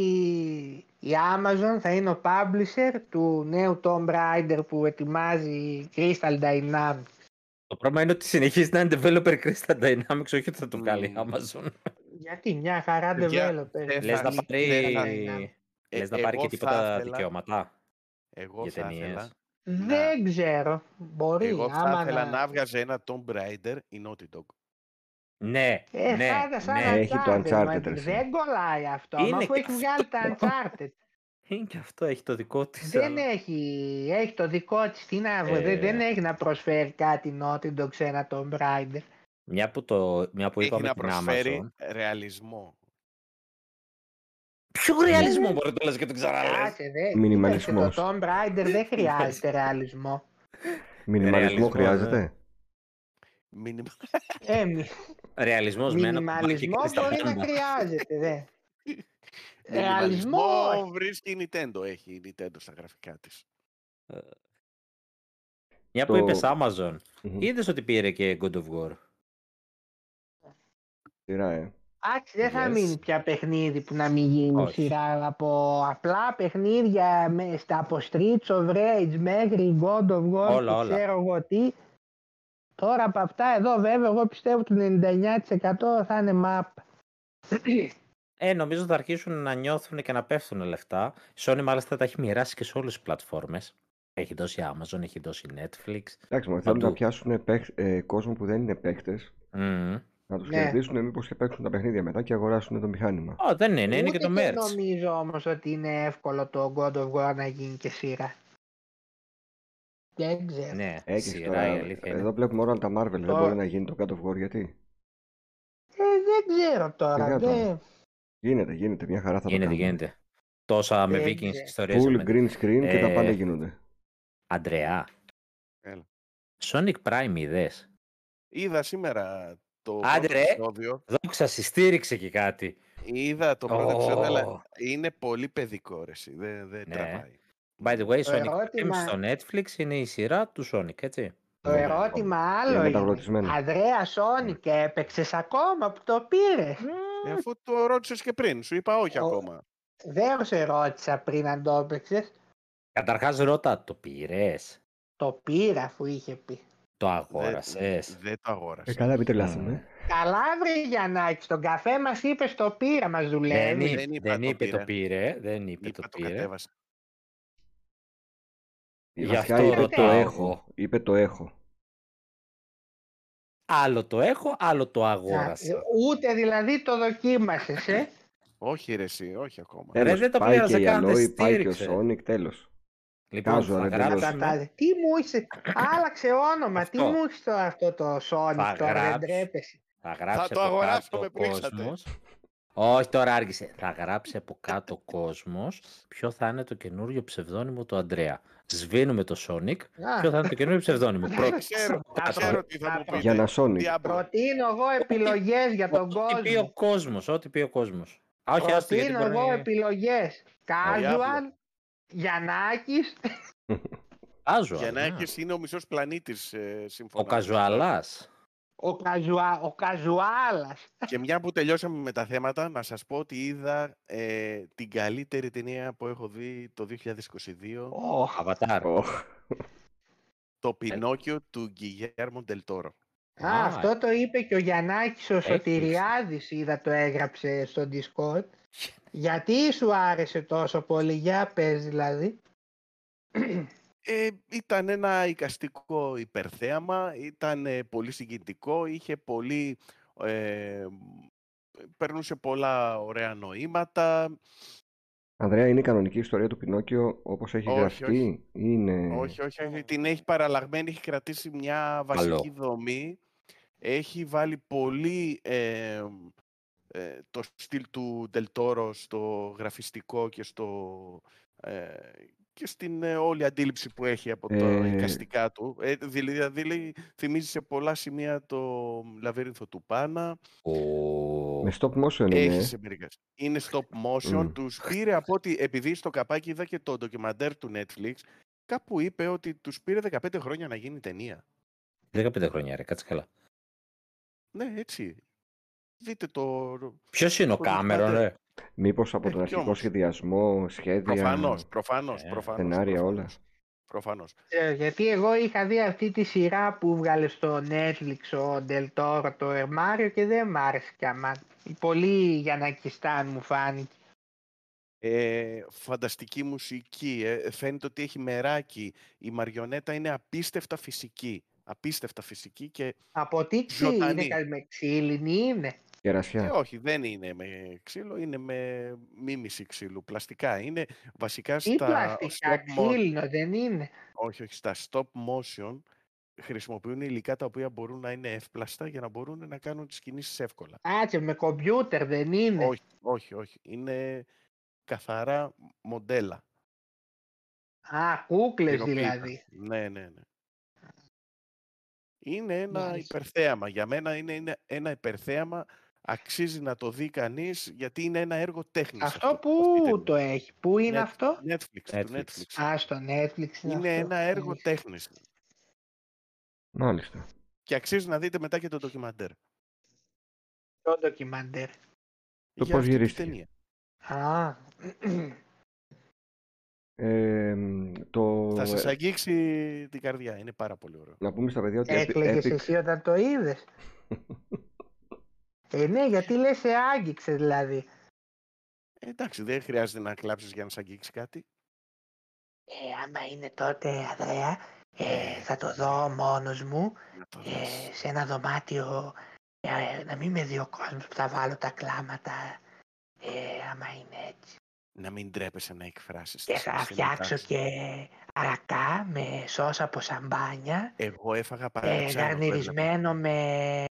Speaker 4: η Amazon θα είναι ο publisher του νέου Tomb Raider που ετοιμάζει η Crystal Dynamics.
Speaker 2: Το πρόβλημα είναι ότι συνεχίζει να είναι developer Crystal Dynamics, όχι ότι θα το βγάλει η
Speaker 1: Μμμ.
Speaker 2: Amazon.
Speaker 4: Γιατί μια χαρά
Speaker 1: Παιδιά,
Speaker 4: developer.
Speaker 1: ε,
Speaker 2: Λες
Speaker 1: θα-
Speaker 2: να
Speaker 4: θα-
Speaker 2: πάρει...
Speaker 1: Ε,
Speaker 2: Λες να πάρει
Speaker 1: εγώ θα
Speaker 2: και τίποτα
Speaker 1: ήθελα-
Speaker 2: δικαιώματα.
Speaker 1: Εγώ
Speaker 2: για
Speaker 1: θα
Speaker 2: ταινίες.
Speaker 1: ήθελα,
Speaker 4: Δεν ξέρω. Μπορεί.
Speaker 1: εγώ θα
Speaker 4: άμα
Speaker 1: ήθελα να βγάζει ένα Tomb Raider η Naughty Dog.
Speaker 2: Ναι,
Speaker 4: Ε,
Speaker 2: ναι,
Speaker 4: θα ήταν σαν
Speaker 2: ναι.
Speaker 3: Έχει το
Speaker 4: Uncharted, μα
Speaker 3: Uncharted, ρε, εσύ.
Speaker 4: Δεν κολλάει αυτό.
Speaker 2: Είναι
Speaker 4: μα αφού
Speaker 2: και
Speaker 4: έχεις βγάλει τα
Speaker 2: αυτό. [LAUGHS]
Speaker 4: Uncharted.
Speaker 2: Είναι Ε, και αυτό, έχει το δικό της.
Speaker 4: δεν έχει, έχει το δικό της. Τι να,
Speaker 2: Ε.
Speaker 4: δεν, δεν έχει να προσφέρει κάτι Naughty Dog σε ένα Tomb Raider.
Speaker 2: Μια που, το, μια που
Speaker 1: Έχει
Speaker 2: είπαμε
Speaker 1: να
Speaker 2: την
Speaker 1: προσφέρει
Speaker 2: Amazon.
Speaker 1: ρεαλισμό.
Speaker 2: Ποιο ρεαλισμό μπορεί να το λες και το ξαναλές.
Speaker 4: Άσε, δε,
Speaker 3: Μινιμαλισμός.
Speaker 4: κοίταξε, Το Tomb Raider δεν χρειάζεται ρεαλισμό.
Speaker 3: Μινιμαλισμό
Speaker 2: Ρεαλισμό,
Speaker 3: χρειάζεται.
Speaker 4: [LAUGHS]
Speaker 1: Μήνυμα.
Speaker 4: Ε, μι-
Speaker 2: Ρεαλισμός με ένα κουμπάκι
Speaker 4: μινιμαλισμό
Speaker 2: και στα
Speaker 4: μπορεί να
Speaker 2: πάντα.
Speaker 4: χρειάζεται. Δε. Ρεαλισμό.
Speaker 1: Μινιμαλισμό βρίσκει η Nintendo. Έχει η Nintendo στα γραφικά της.
Speaker 2: Μια που
Speaker 3: Το-
Speaker 2: είπες Amazon,
Speaker 3: Μμμ.
Speaker 2: είδες ότι πήρε και God of War.
Speaker 3: Σειρά, ε.
Speaker 4: Εντάξει, δεν θα
Speaker 2: Yes.
Speaker 4: μείνει πια παιχνίδι που να μην γίνει
Speaker 2: Όχι.
Speaker 4: σειρά από απλά παιχνίδια με, στα από Streets of Rage μέχρι God of War
Speaker 2: Όλα,
Speaker 4: και
Speaker 2: όλα.
Speaker 4: ξέρω εγώ τι. Τώρα από αυτά εδώ βέβαια εγώ πιστεύω το 99% θα είναι map.
Speaker 2: Ε, νομίζω θα αρχίσουν να νιώθουν και να πέφτουν λεφτά. Η Sony μάλιστα τα έχει μοιράσει και σε όλες τις πλατφόρμες. Έχει δώσει Amazon, έχει δώσει Netflix.
Speaker 3: Εντάξει, μα θέλουν
Speaker 2: Παντού.
Speaker 3: να πιάσουν παίχ- ε, κόσμο που δεν είναι παίχτες,
Speaker 2: Μμμ.
Speaker 3: να τους
Speaker 4: Ναι.
Speaker 3: κερδίσουν μήπως και παίξουν τα παιχνίδια μετά και αγοράσουν το μηχάνημα.
Speaker 2: Ω, δεν είναι, Ε, ναι, είναι
Speaker 4: Ούτε
Speaker 2: και το
Speaker 4: και
Speaker 2: merch.
Speaker 4: νομίζω όμως ότι είναι εύκολο το God of War να γίνει και σειρά. Δεν ξέρω.
Speaker 2: Ναι,
Speaker 3: Ε, και
Speaker 2: σειρά
Speaker 3: τώρα,
Speaker 2: η αλήθεια. είναι.
Speaker 3: εδώ βλέπουμε όλα τα Marvel, δεν
Speaker 4: Τώρα-
Speaker 3: μπορεί να γίνει το God of War γιατί.
Speaker 4: Ε, δεν ξέρω τώρα.
Speaker 3: Σιγά
Speaker 4: δεν-
Speaker 3: Γίνεται, γίνεται, μια χαρά θα το
Speaker 2: Γίνεται,
Speaker 3: κάνουν.
Speaker 2: γίνεται. Τόσα με
Speaker 4: Δεν
Speaker 2: Vikings
Speaker 4: ξέρω.
Speaker 2: ιστορίες.
Speaker 3: Full
Speaker 2: έχουμε.
Speaker 3: green screen και τα
Speaker 2: Ε,
Speaker 3: πάντα γίνονται.
Speaker 2: Αντρεά,
Speaker 1: Έλα.
Speaker 2: Sonic Prime είδες.
Speaker 1: Είδα σήμερα το
Speaker 2: Άντε,
Speaker 1: πρώτο
Speaker 2: ρε.
Speaker 1: επεισόδιο.
Speaker 2: Δόξα στη στήριξε και κάτι.
Speaker 1: Είδα το πρώτο επεισόδιο, αλλά
Speaker 2: Ω.
Speaker 1: είναι πολύ παιδικό ρε. εσύ. Δεν, δεν
Speaker 2: Ναι.
Speaker 1: τραβάει.
Speaker 2: By the way,
Speaker 4: Το
Speaker 2: Sonic Prime
Speaker 4: ερώτημα-
Speaker 2: στο Netflix είναι η σειρά του Sonic, έτσι.
Speaker 4: Το
Speaker 3: Ναι.
Speaker 4: ερώτημα άλλο
Speaker 3: Είναι
Speaker 4: είναι.
Speaker 3: μεταγλωτισμένο.
Speaker 4: Ανδρέας
Speaker 2: Ναι.
Speaker 4: Σόνικ έπαιξες ακόμα που το πήρες.
Speaker 1: Ε, αφού το ρώτησες και πριν, σου είπα όχι
Speaker 4: Ο-
Speaker 1: ακόμα.
Speaker 4: Δεν σε ρώτησα πριν αν το έπαιξες.
Speaker 2: Καταρχάς ρώτα, το πήρες,
Speaker 4: Το πήρα αφού είχε πει.
Speaker 2: το
Speaker 1: Δεν-
Speaker 2: αγόρασες.
Speaker 1: Δεν το
Speaker 3: Ε,
Speaker 1: αγόρασα.
Speaker 3: καλά, μην
Speaker 2: Ναι.
Speaker 3: τρελάθουμε.
Speaker 4: Καλά, βρε Γιαννάκη, στον καφέ μας είπες το πήρα, μας
Speaker 2: Δεν,
Speaker 4: δουλεύει.
Speaker 2: είπε,
Speaker 1: δεν είπα
Speaker 2: δεν
Speaker 1: το
Speaker 2: είπε
Speaker 1: πήρε.
Speaker 2: το πήρε, δεν είπε
Speaker 1: Είπα
Speaker 2: το
Speaker 1: το
Speaker 2: πήρε.
Speaker 1: κατέβασα.
Speaker 3: Η
Speaker 2: Γι'
Speaker 3: Βασιά
Speaker 2: αυτό
Speaker 3: Ε, είπε το
Speaker 4: ρωτάω
Speaker 3: έχω.
Speaker 2: εγώ.
Speaker 3: Είπε το έχω.
Speaker 2: Άλλο το έχω, άλλο το
Speaker 4: Να,
Speaker 3: ε,
Speaker 2: αγόρασα.
Speaker 4: Ούτε δηλαδή το δοκίμασες. Ε.
Speaker 1: Όχι ρε εσύ, όχι ακόμα.
Speaker 2: Ε, ρε,
Speaker 3: Τέλος,
Speaker 2: δεν τα
Speaker 3: πάει και
Speaker 2: πλήρωσε
Speaker 3: η
Speaker 2: καν, δεν
Speaker 3: Αλόη, πάει και ο
Speaker 2: στήριξε.
Speaker 3: Sonic, τέλος.
Speaker 2: Λοιπόν,
Speaker 3: Κάζω,
Speaker 2: θα
Speaker 3: ρε, τελείωσε.
Speaker 2: γράψουμε,
Speaker 4: Κατάλαβε. Τι μου είσαι, άλλαξε όνομα. Τι
Speaker 2: Αυτό.
Speaker 4: μου είσαι τώρα αυτό το Sonic
Speaker 2: Θα
Speaker 4: τώρα, δεν
Speaker 2: γράψεις.
Speaker 4: τρέπεσαι.
Speaker 2: θα γράψει
Speaker 1: το
Speaker 2: από
Speaker 1: αγοράσω,
Speaker 2: κάτω
Speaker 1: με
Speaker 2: ο
Speaker 1: πλήξατε.
Speaker 2: κόσμος Όχι, τώρα άργησε. Θα γράψει από κάτω ο κόσμος ποιο θα είναι το καινούριο ψευδόνυμο του Αντρέα. Σβήνουμε το Sonic.
Speaker 4: Α,
Speaker 2: Ποιο θα είναι το καινούριο ψευδόνυμο. Πρώτος. [LAUGHS]
Speaker 1: Ξέρω, ξέρω τι θα μου πείτε.
Speaker 3: Για να σώνει.
Speaker 1: Diablo.
Speaker 4: Προτείνω εγώ επιλογές για τον
Speaker 2: Ό,τι πει ο
Speaker 4: κόσμος.
Speaker 2: κόσμο. Ό,τι πει ο κόσμος. Α, όχι, άστο, γιατί
Speaker 4: Προτείνω
Speaker 2: μπορεί
Speaker 4: εγώ
Speaker 2: να είναι-
Speaker 4: επιλογές. Casual, Γιαννάκης.
Speaker 2: Casual, ναι.
Speaker 1: Γιαννάκης είναι ο μισός πλανήτης, ε,
Speaker 2: Ο
Speaker 1: σύμφωνα. με αυτά.
Speaker 2: Καζουαλάς.
Speaker 4: Ο, καζουα, ο Καζουάλας.
Speaker 1: Και μια που τελειώσαμε με τα θέματα, να σας πω ότι είδα ε, την καλύτερη ταινία που έχω δει το 2022,
Speaker 4: Ω,
Speaker 2: Αβατάρ.
Speaker 3: Ωχ,
Speaker 1: το Πινόκιο του Γκυγέρμον Τελτόρο.
Speaker 4: Α, αυτό το είπε και ο Γιαννάκης ο Σωτηριάδης, είδα το έγραψε στο Discord. Γιατί σου άρεσε τόσο πολύ, για πες δηλαδή.
Speaker 1: Ε, ήταν ένα εικαστικό υπερθέαμα, ήταν ε, πολύ συγκινητικό, είχε πολύ... Ε, περνούσε πολλά ωραία νοήματα.
Speaker 3: Ανδρέα, είναι η κανονική ιστορία του Πινόκιο όπως έχει
Speaker 1: Όχι,
Speaker 3: γραφτεί.
Speaker 1: όχι.
Speaker 3: Είναι...
Speaker 1: Όχι, όχι, όχι, την έχει παραλλαγμένη, έχει κρατήσει μια βασική δομή. Έχει βάλει πολύ ε, ε, το στυλ του Ντελτόρο στο γραφιστικό και, στο, ε, και στην ε, όλη αντίληψη που έχει από τα
Speaker 3: Ε,
Speaker 1: εικαστικά του. Ε, δηλαδή, δηλαδή, θυμίζει σε πολλά σημεία το Λαβύρινθο του Πάνα.
Speaker 2: Ο-
Speaker 3: Με stop motion
Speaker 1: Έχει
Speaker 3: είναι.
Speaker 1: σε μερικά. Είναι stop motion.
Speaker 3: Ναι, Μμμ.
Speaker 1: Τους πήρε από ότι. Επειδή στο καπάκι είδα και το ντοκιμαντέρ του Netflix, κάπου είπε ότι τους πήρε 15 χρόνια να γίνει ταινία.
Speaker 2: 15 χρόνια, ρε, κάτσε καλά.
Speaker 1: Ναι, έτσι. Δείτε το.
Speaker 2: Ποιος είναι ο
Speaker 1: Ο
Speaker 2: Κάμερον,
Speaker 1: Ντοκιμαντέρ.
Speaker 2: ρε.
Speaker 3: Μήπως από
Speaker 1: Ε, κι
Speaker 3: τον αρχικό
Speaker 1: όμως.
Speaker 3: σχεδιασμό, σχέδια,
Speaker 1: Προφανώς, προφανώς,
Speaker 2: Ε,
Speaker 1: προφανώς.
Speaker 3: σενάρια, όλα.
Speaker 1: προφανώς, Προφανώς.
Speaker 4: Ε, γιατί εγώ είχα δει αυτή τη σειρά που βγάλε στο Netflix ο Ντελτόρο το Ερμάριο και δεν μ' άρεσε κι αμά. Πολύ Γιαννακιστάν μου φάνηκε.
Speaker 1: Ε, φανταστική μουσική. ε, φαίνεται ότι έχει μεράκι. Η μαριονέτα είναι απίστευτα φυσική. Απίστευτα φυσική και.
Speaker 4: Από τι ξύλι είναι,
Speaker 1: Ζωντανή.
Speaker 4: κα- με ξύλινη είναι.
Speaker 1: Ε,
Speaker 3: κερασιά.
Speaker 1: όχι, δεν είναι με ξύλο, είναι με μίμηση ξύλου. Πλαστικά. Είναι βασικά
Speaker 4: Τι
Speaker 1: στα
Speaker 4: πλαστικά,
Speaker 1: stop motion.
Speaker 4: ξύλινο δεν είναι.
Speaker 1: Όχι, όχι. Στα stop motion χρησιμοποιούν υλικά τα οποία μπορούν να είναι εύπλαστα για να μπορούν να κάνουν τις κινήσεις εύκολα.
Speaker 4: Κάτσε με κομπιούτερ δεν είναι.
Speaker 1: Όχι, όχι, όχι. Είναι καθαρά μοντέλα.
Speaker 4: Α, κούκλες
Speaker 1: υλοποίητα.
Speaker 4: δηλαδή.
Speaker 1: Ναι, ναι, ναι. Είναι ένα
Speaker 4: Μάλιστα.
Speaker 1: υπερθέαμα. Για μένα είναι, είναι ένα υπερθέαμα. Αξίζει να το δει κανείς γιατί είναι ένα έργο τέχνης.
Speaker 4: Αυτό
Speaker 1: αυτή η
Speaker 4: πού
Speaker 1: ταινία.
Speaker 4: το έχει, πού είναι
Speaker 1: Net-
Speaker 4: αυτό.
Speaker 1: Netflix, του
Speaker 2: Netflix.
Speaker 1: Netflix.
Speaker 4: Α, στο Netflix είναι,
Speaker 1: Είναι
Speaker 4: αυτό.
Speaker 1: ένα έργο
Speaker 4: Μάλιστα.
Speaker 1: τέχνης.
Speaker 3: Μάλιστα.
Speaker 1: Και αξίζει να δείτε μετά και το ντοκιμαντέρ.
Speaker 4: Το ντοκιμαντέρ.
Speaker 3: Το
Speaker 1: για
Speaker 3: πώς
Speaker 1: αυτή τη
Speaker 3: γυρίστηκε.
Speaker 1: ταινία.
Speaker 4: Α,
Speaker 3: Ε, μ, το... ε,
Speaker 1: Θα σας αγγίξει την καρδιά. Είναι πάρα πολύ ωραίο.
Speaker 3: Να πούμε στα παιδιά ότι επι-
Speaker 4: έκλαιγες
Speaker 3: epic-
Speaker 4: εσύ όταν το
Speaker 1: [LAUGHS]
Speaker 4: είδες. Ε, ναι, γιατί λες σε άγγιξες δηλαδή.
Speaker 1: Ε, εντάξει, δεν χρειάζεται να κλάψεις για να σε αγγίξει κάτι.
Speaker 4: Ε, άμα είναι τότε, Ανδρέα, ε, θα το δω μόνος μου
Speaker 1: Να το δεις.
Speaker 4: ε, σε ένα δωμάτιο ε, να μην με δει ο κόσμος που θα βάλω τα κλάματα ε, άμα είναι έτσι.
Speaker 1: Να μην τρέπεσαι να εκφράσεις.
Speaker 4: Και
Speaker 1: τις
Speaker 4: θα φτιάξω
Speaker 1: συναισθήματά σου.
Speaker 4: και αρακά με σως από σαμπάνια
Speaker 1: Εγώ έφαγα
Speaker 4: ε,
Speaker 1: παρατσάνο. που έβλεπα.
Speaker 4: γαρνιρισμένο με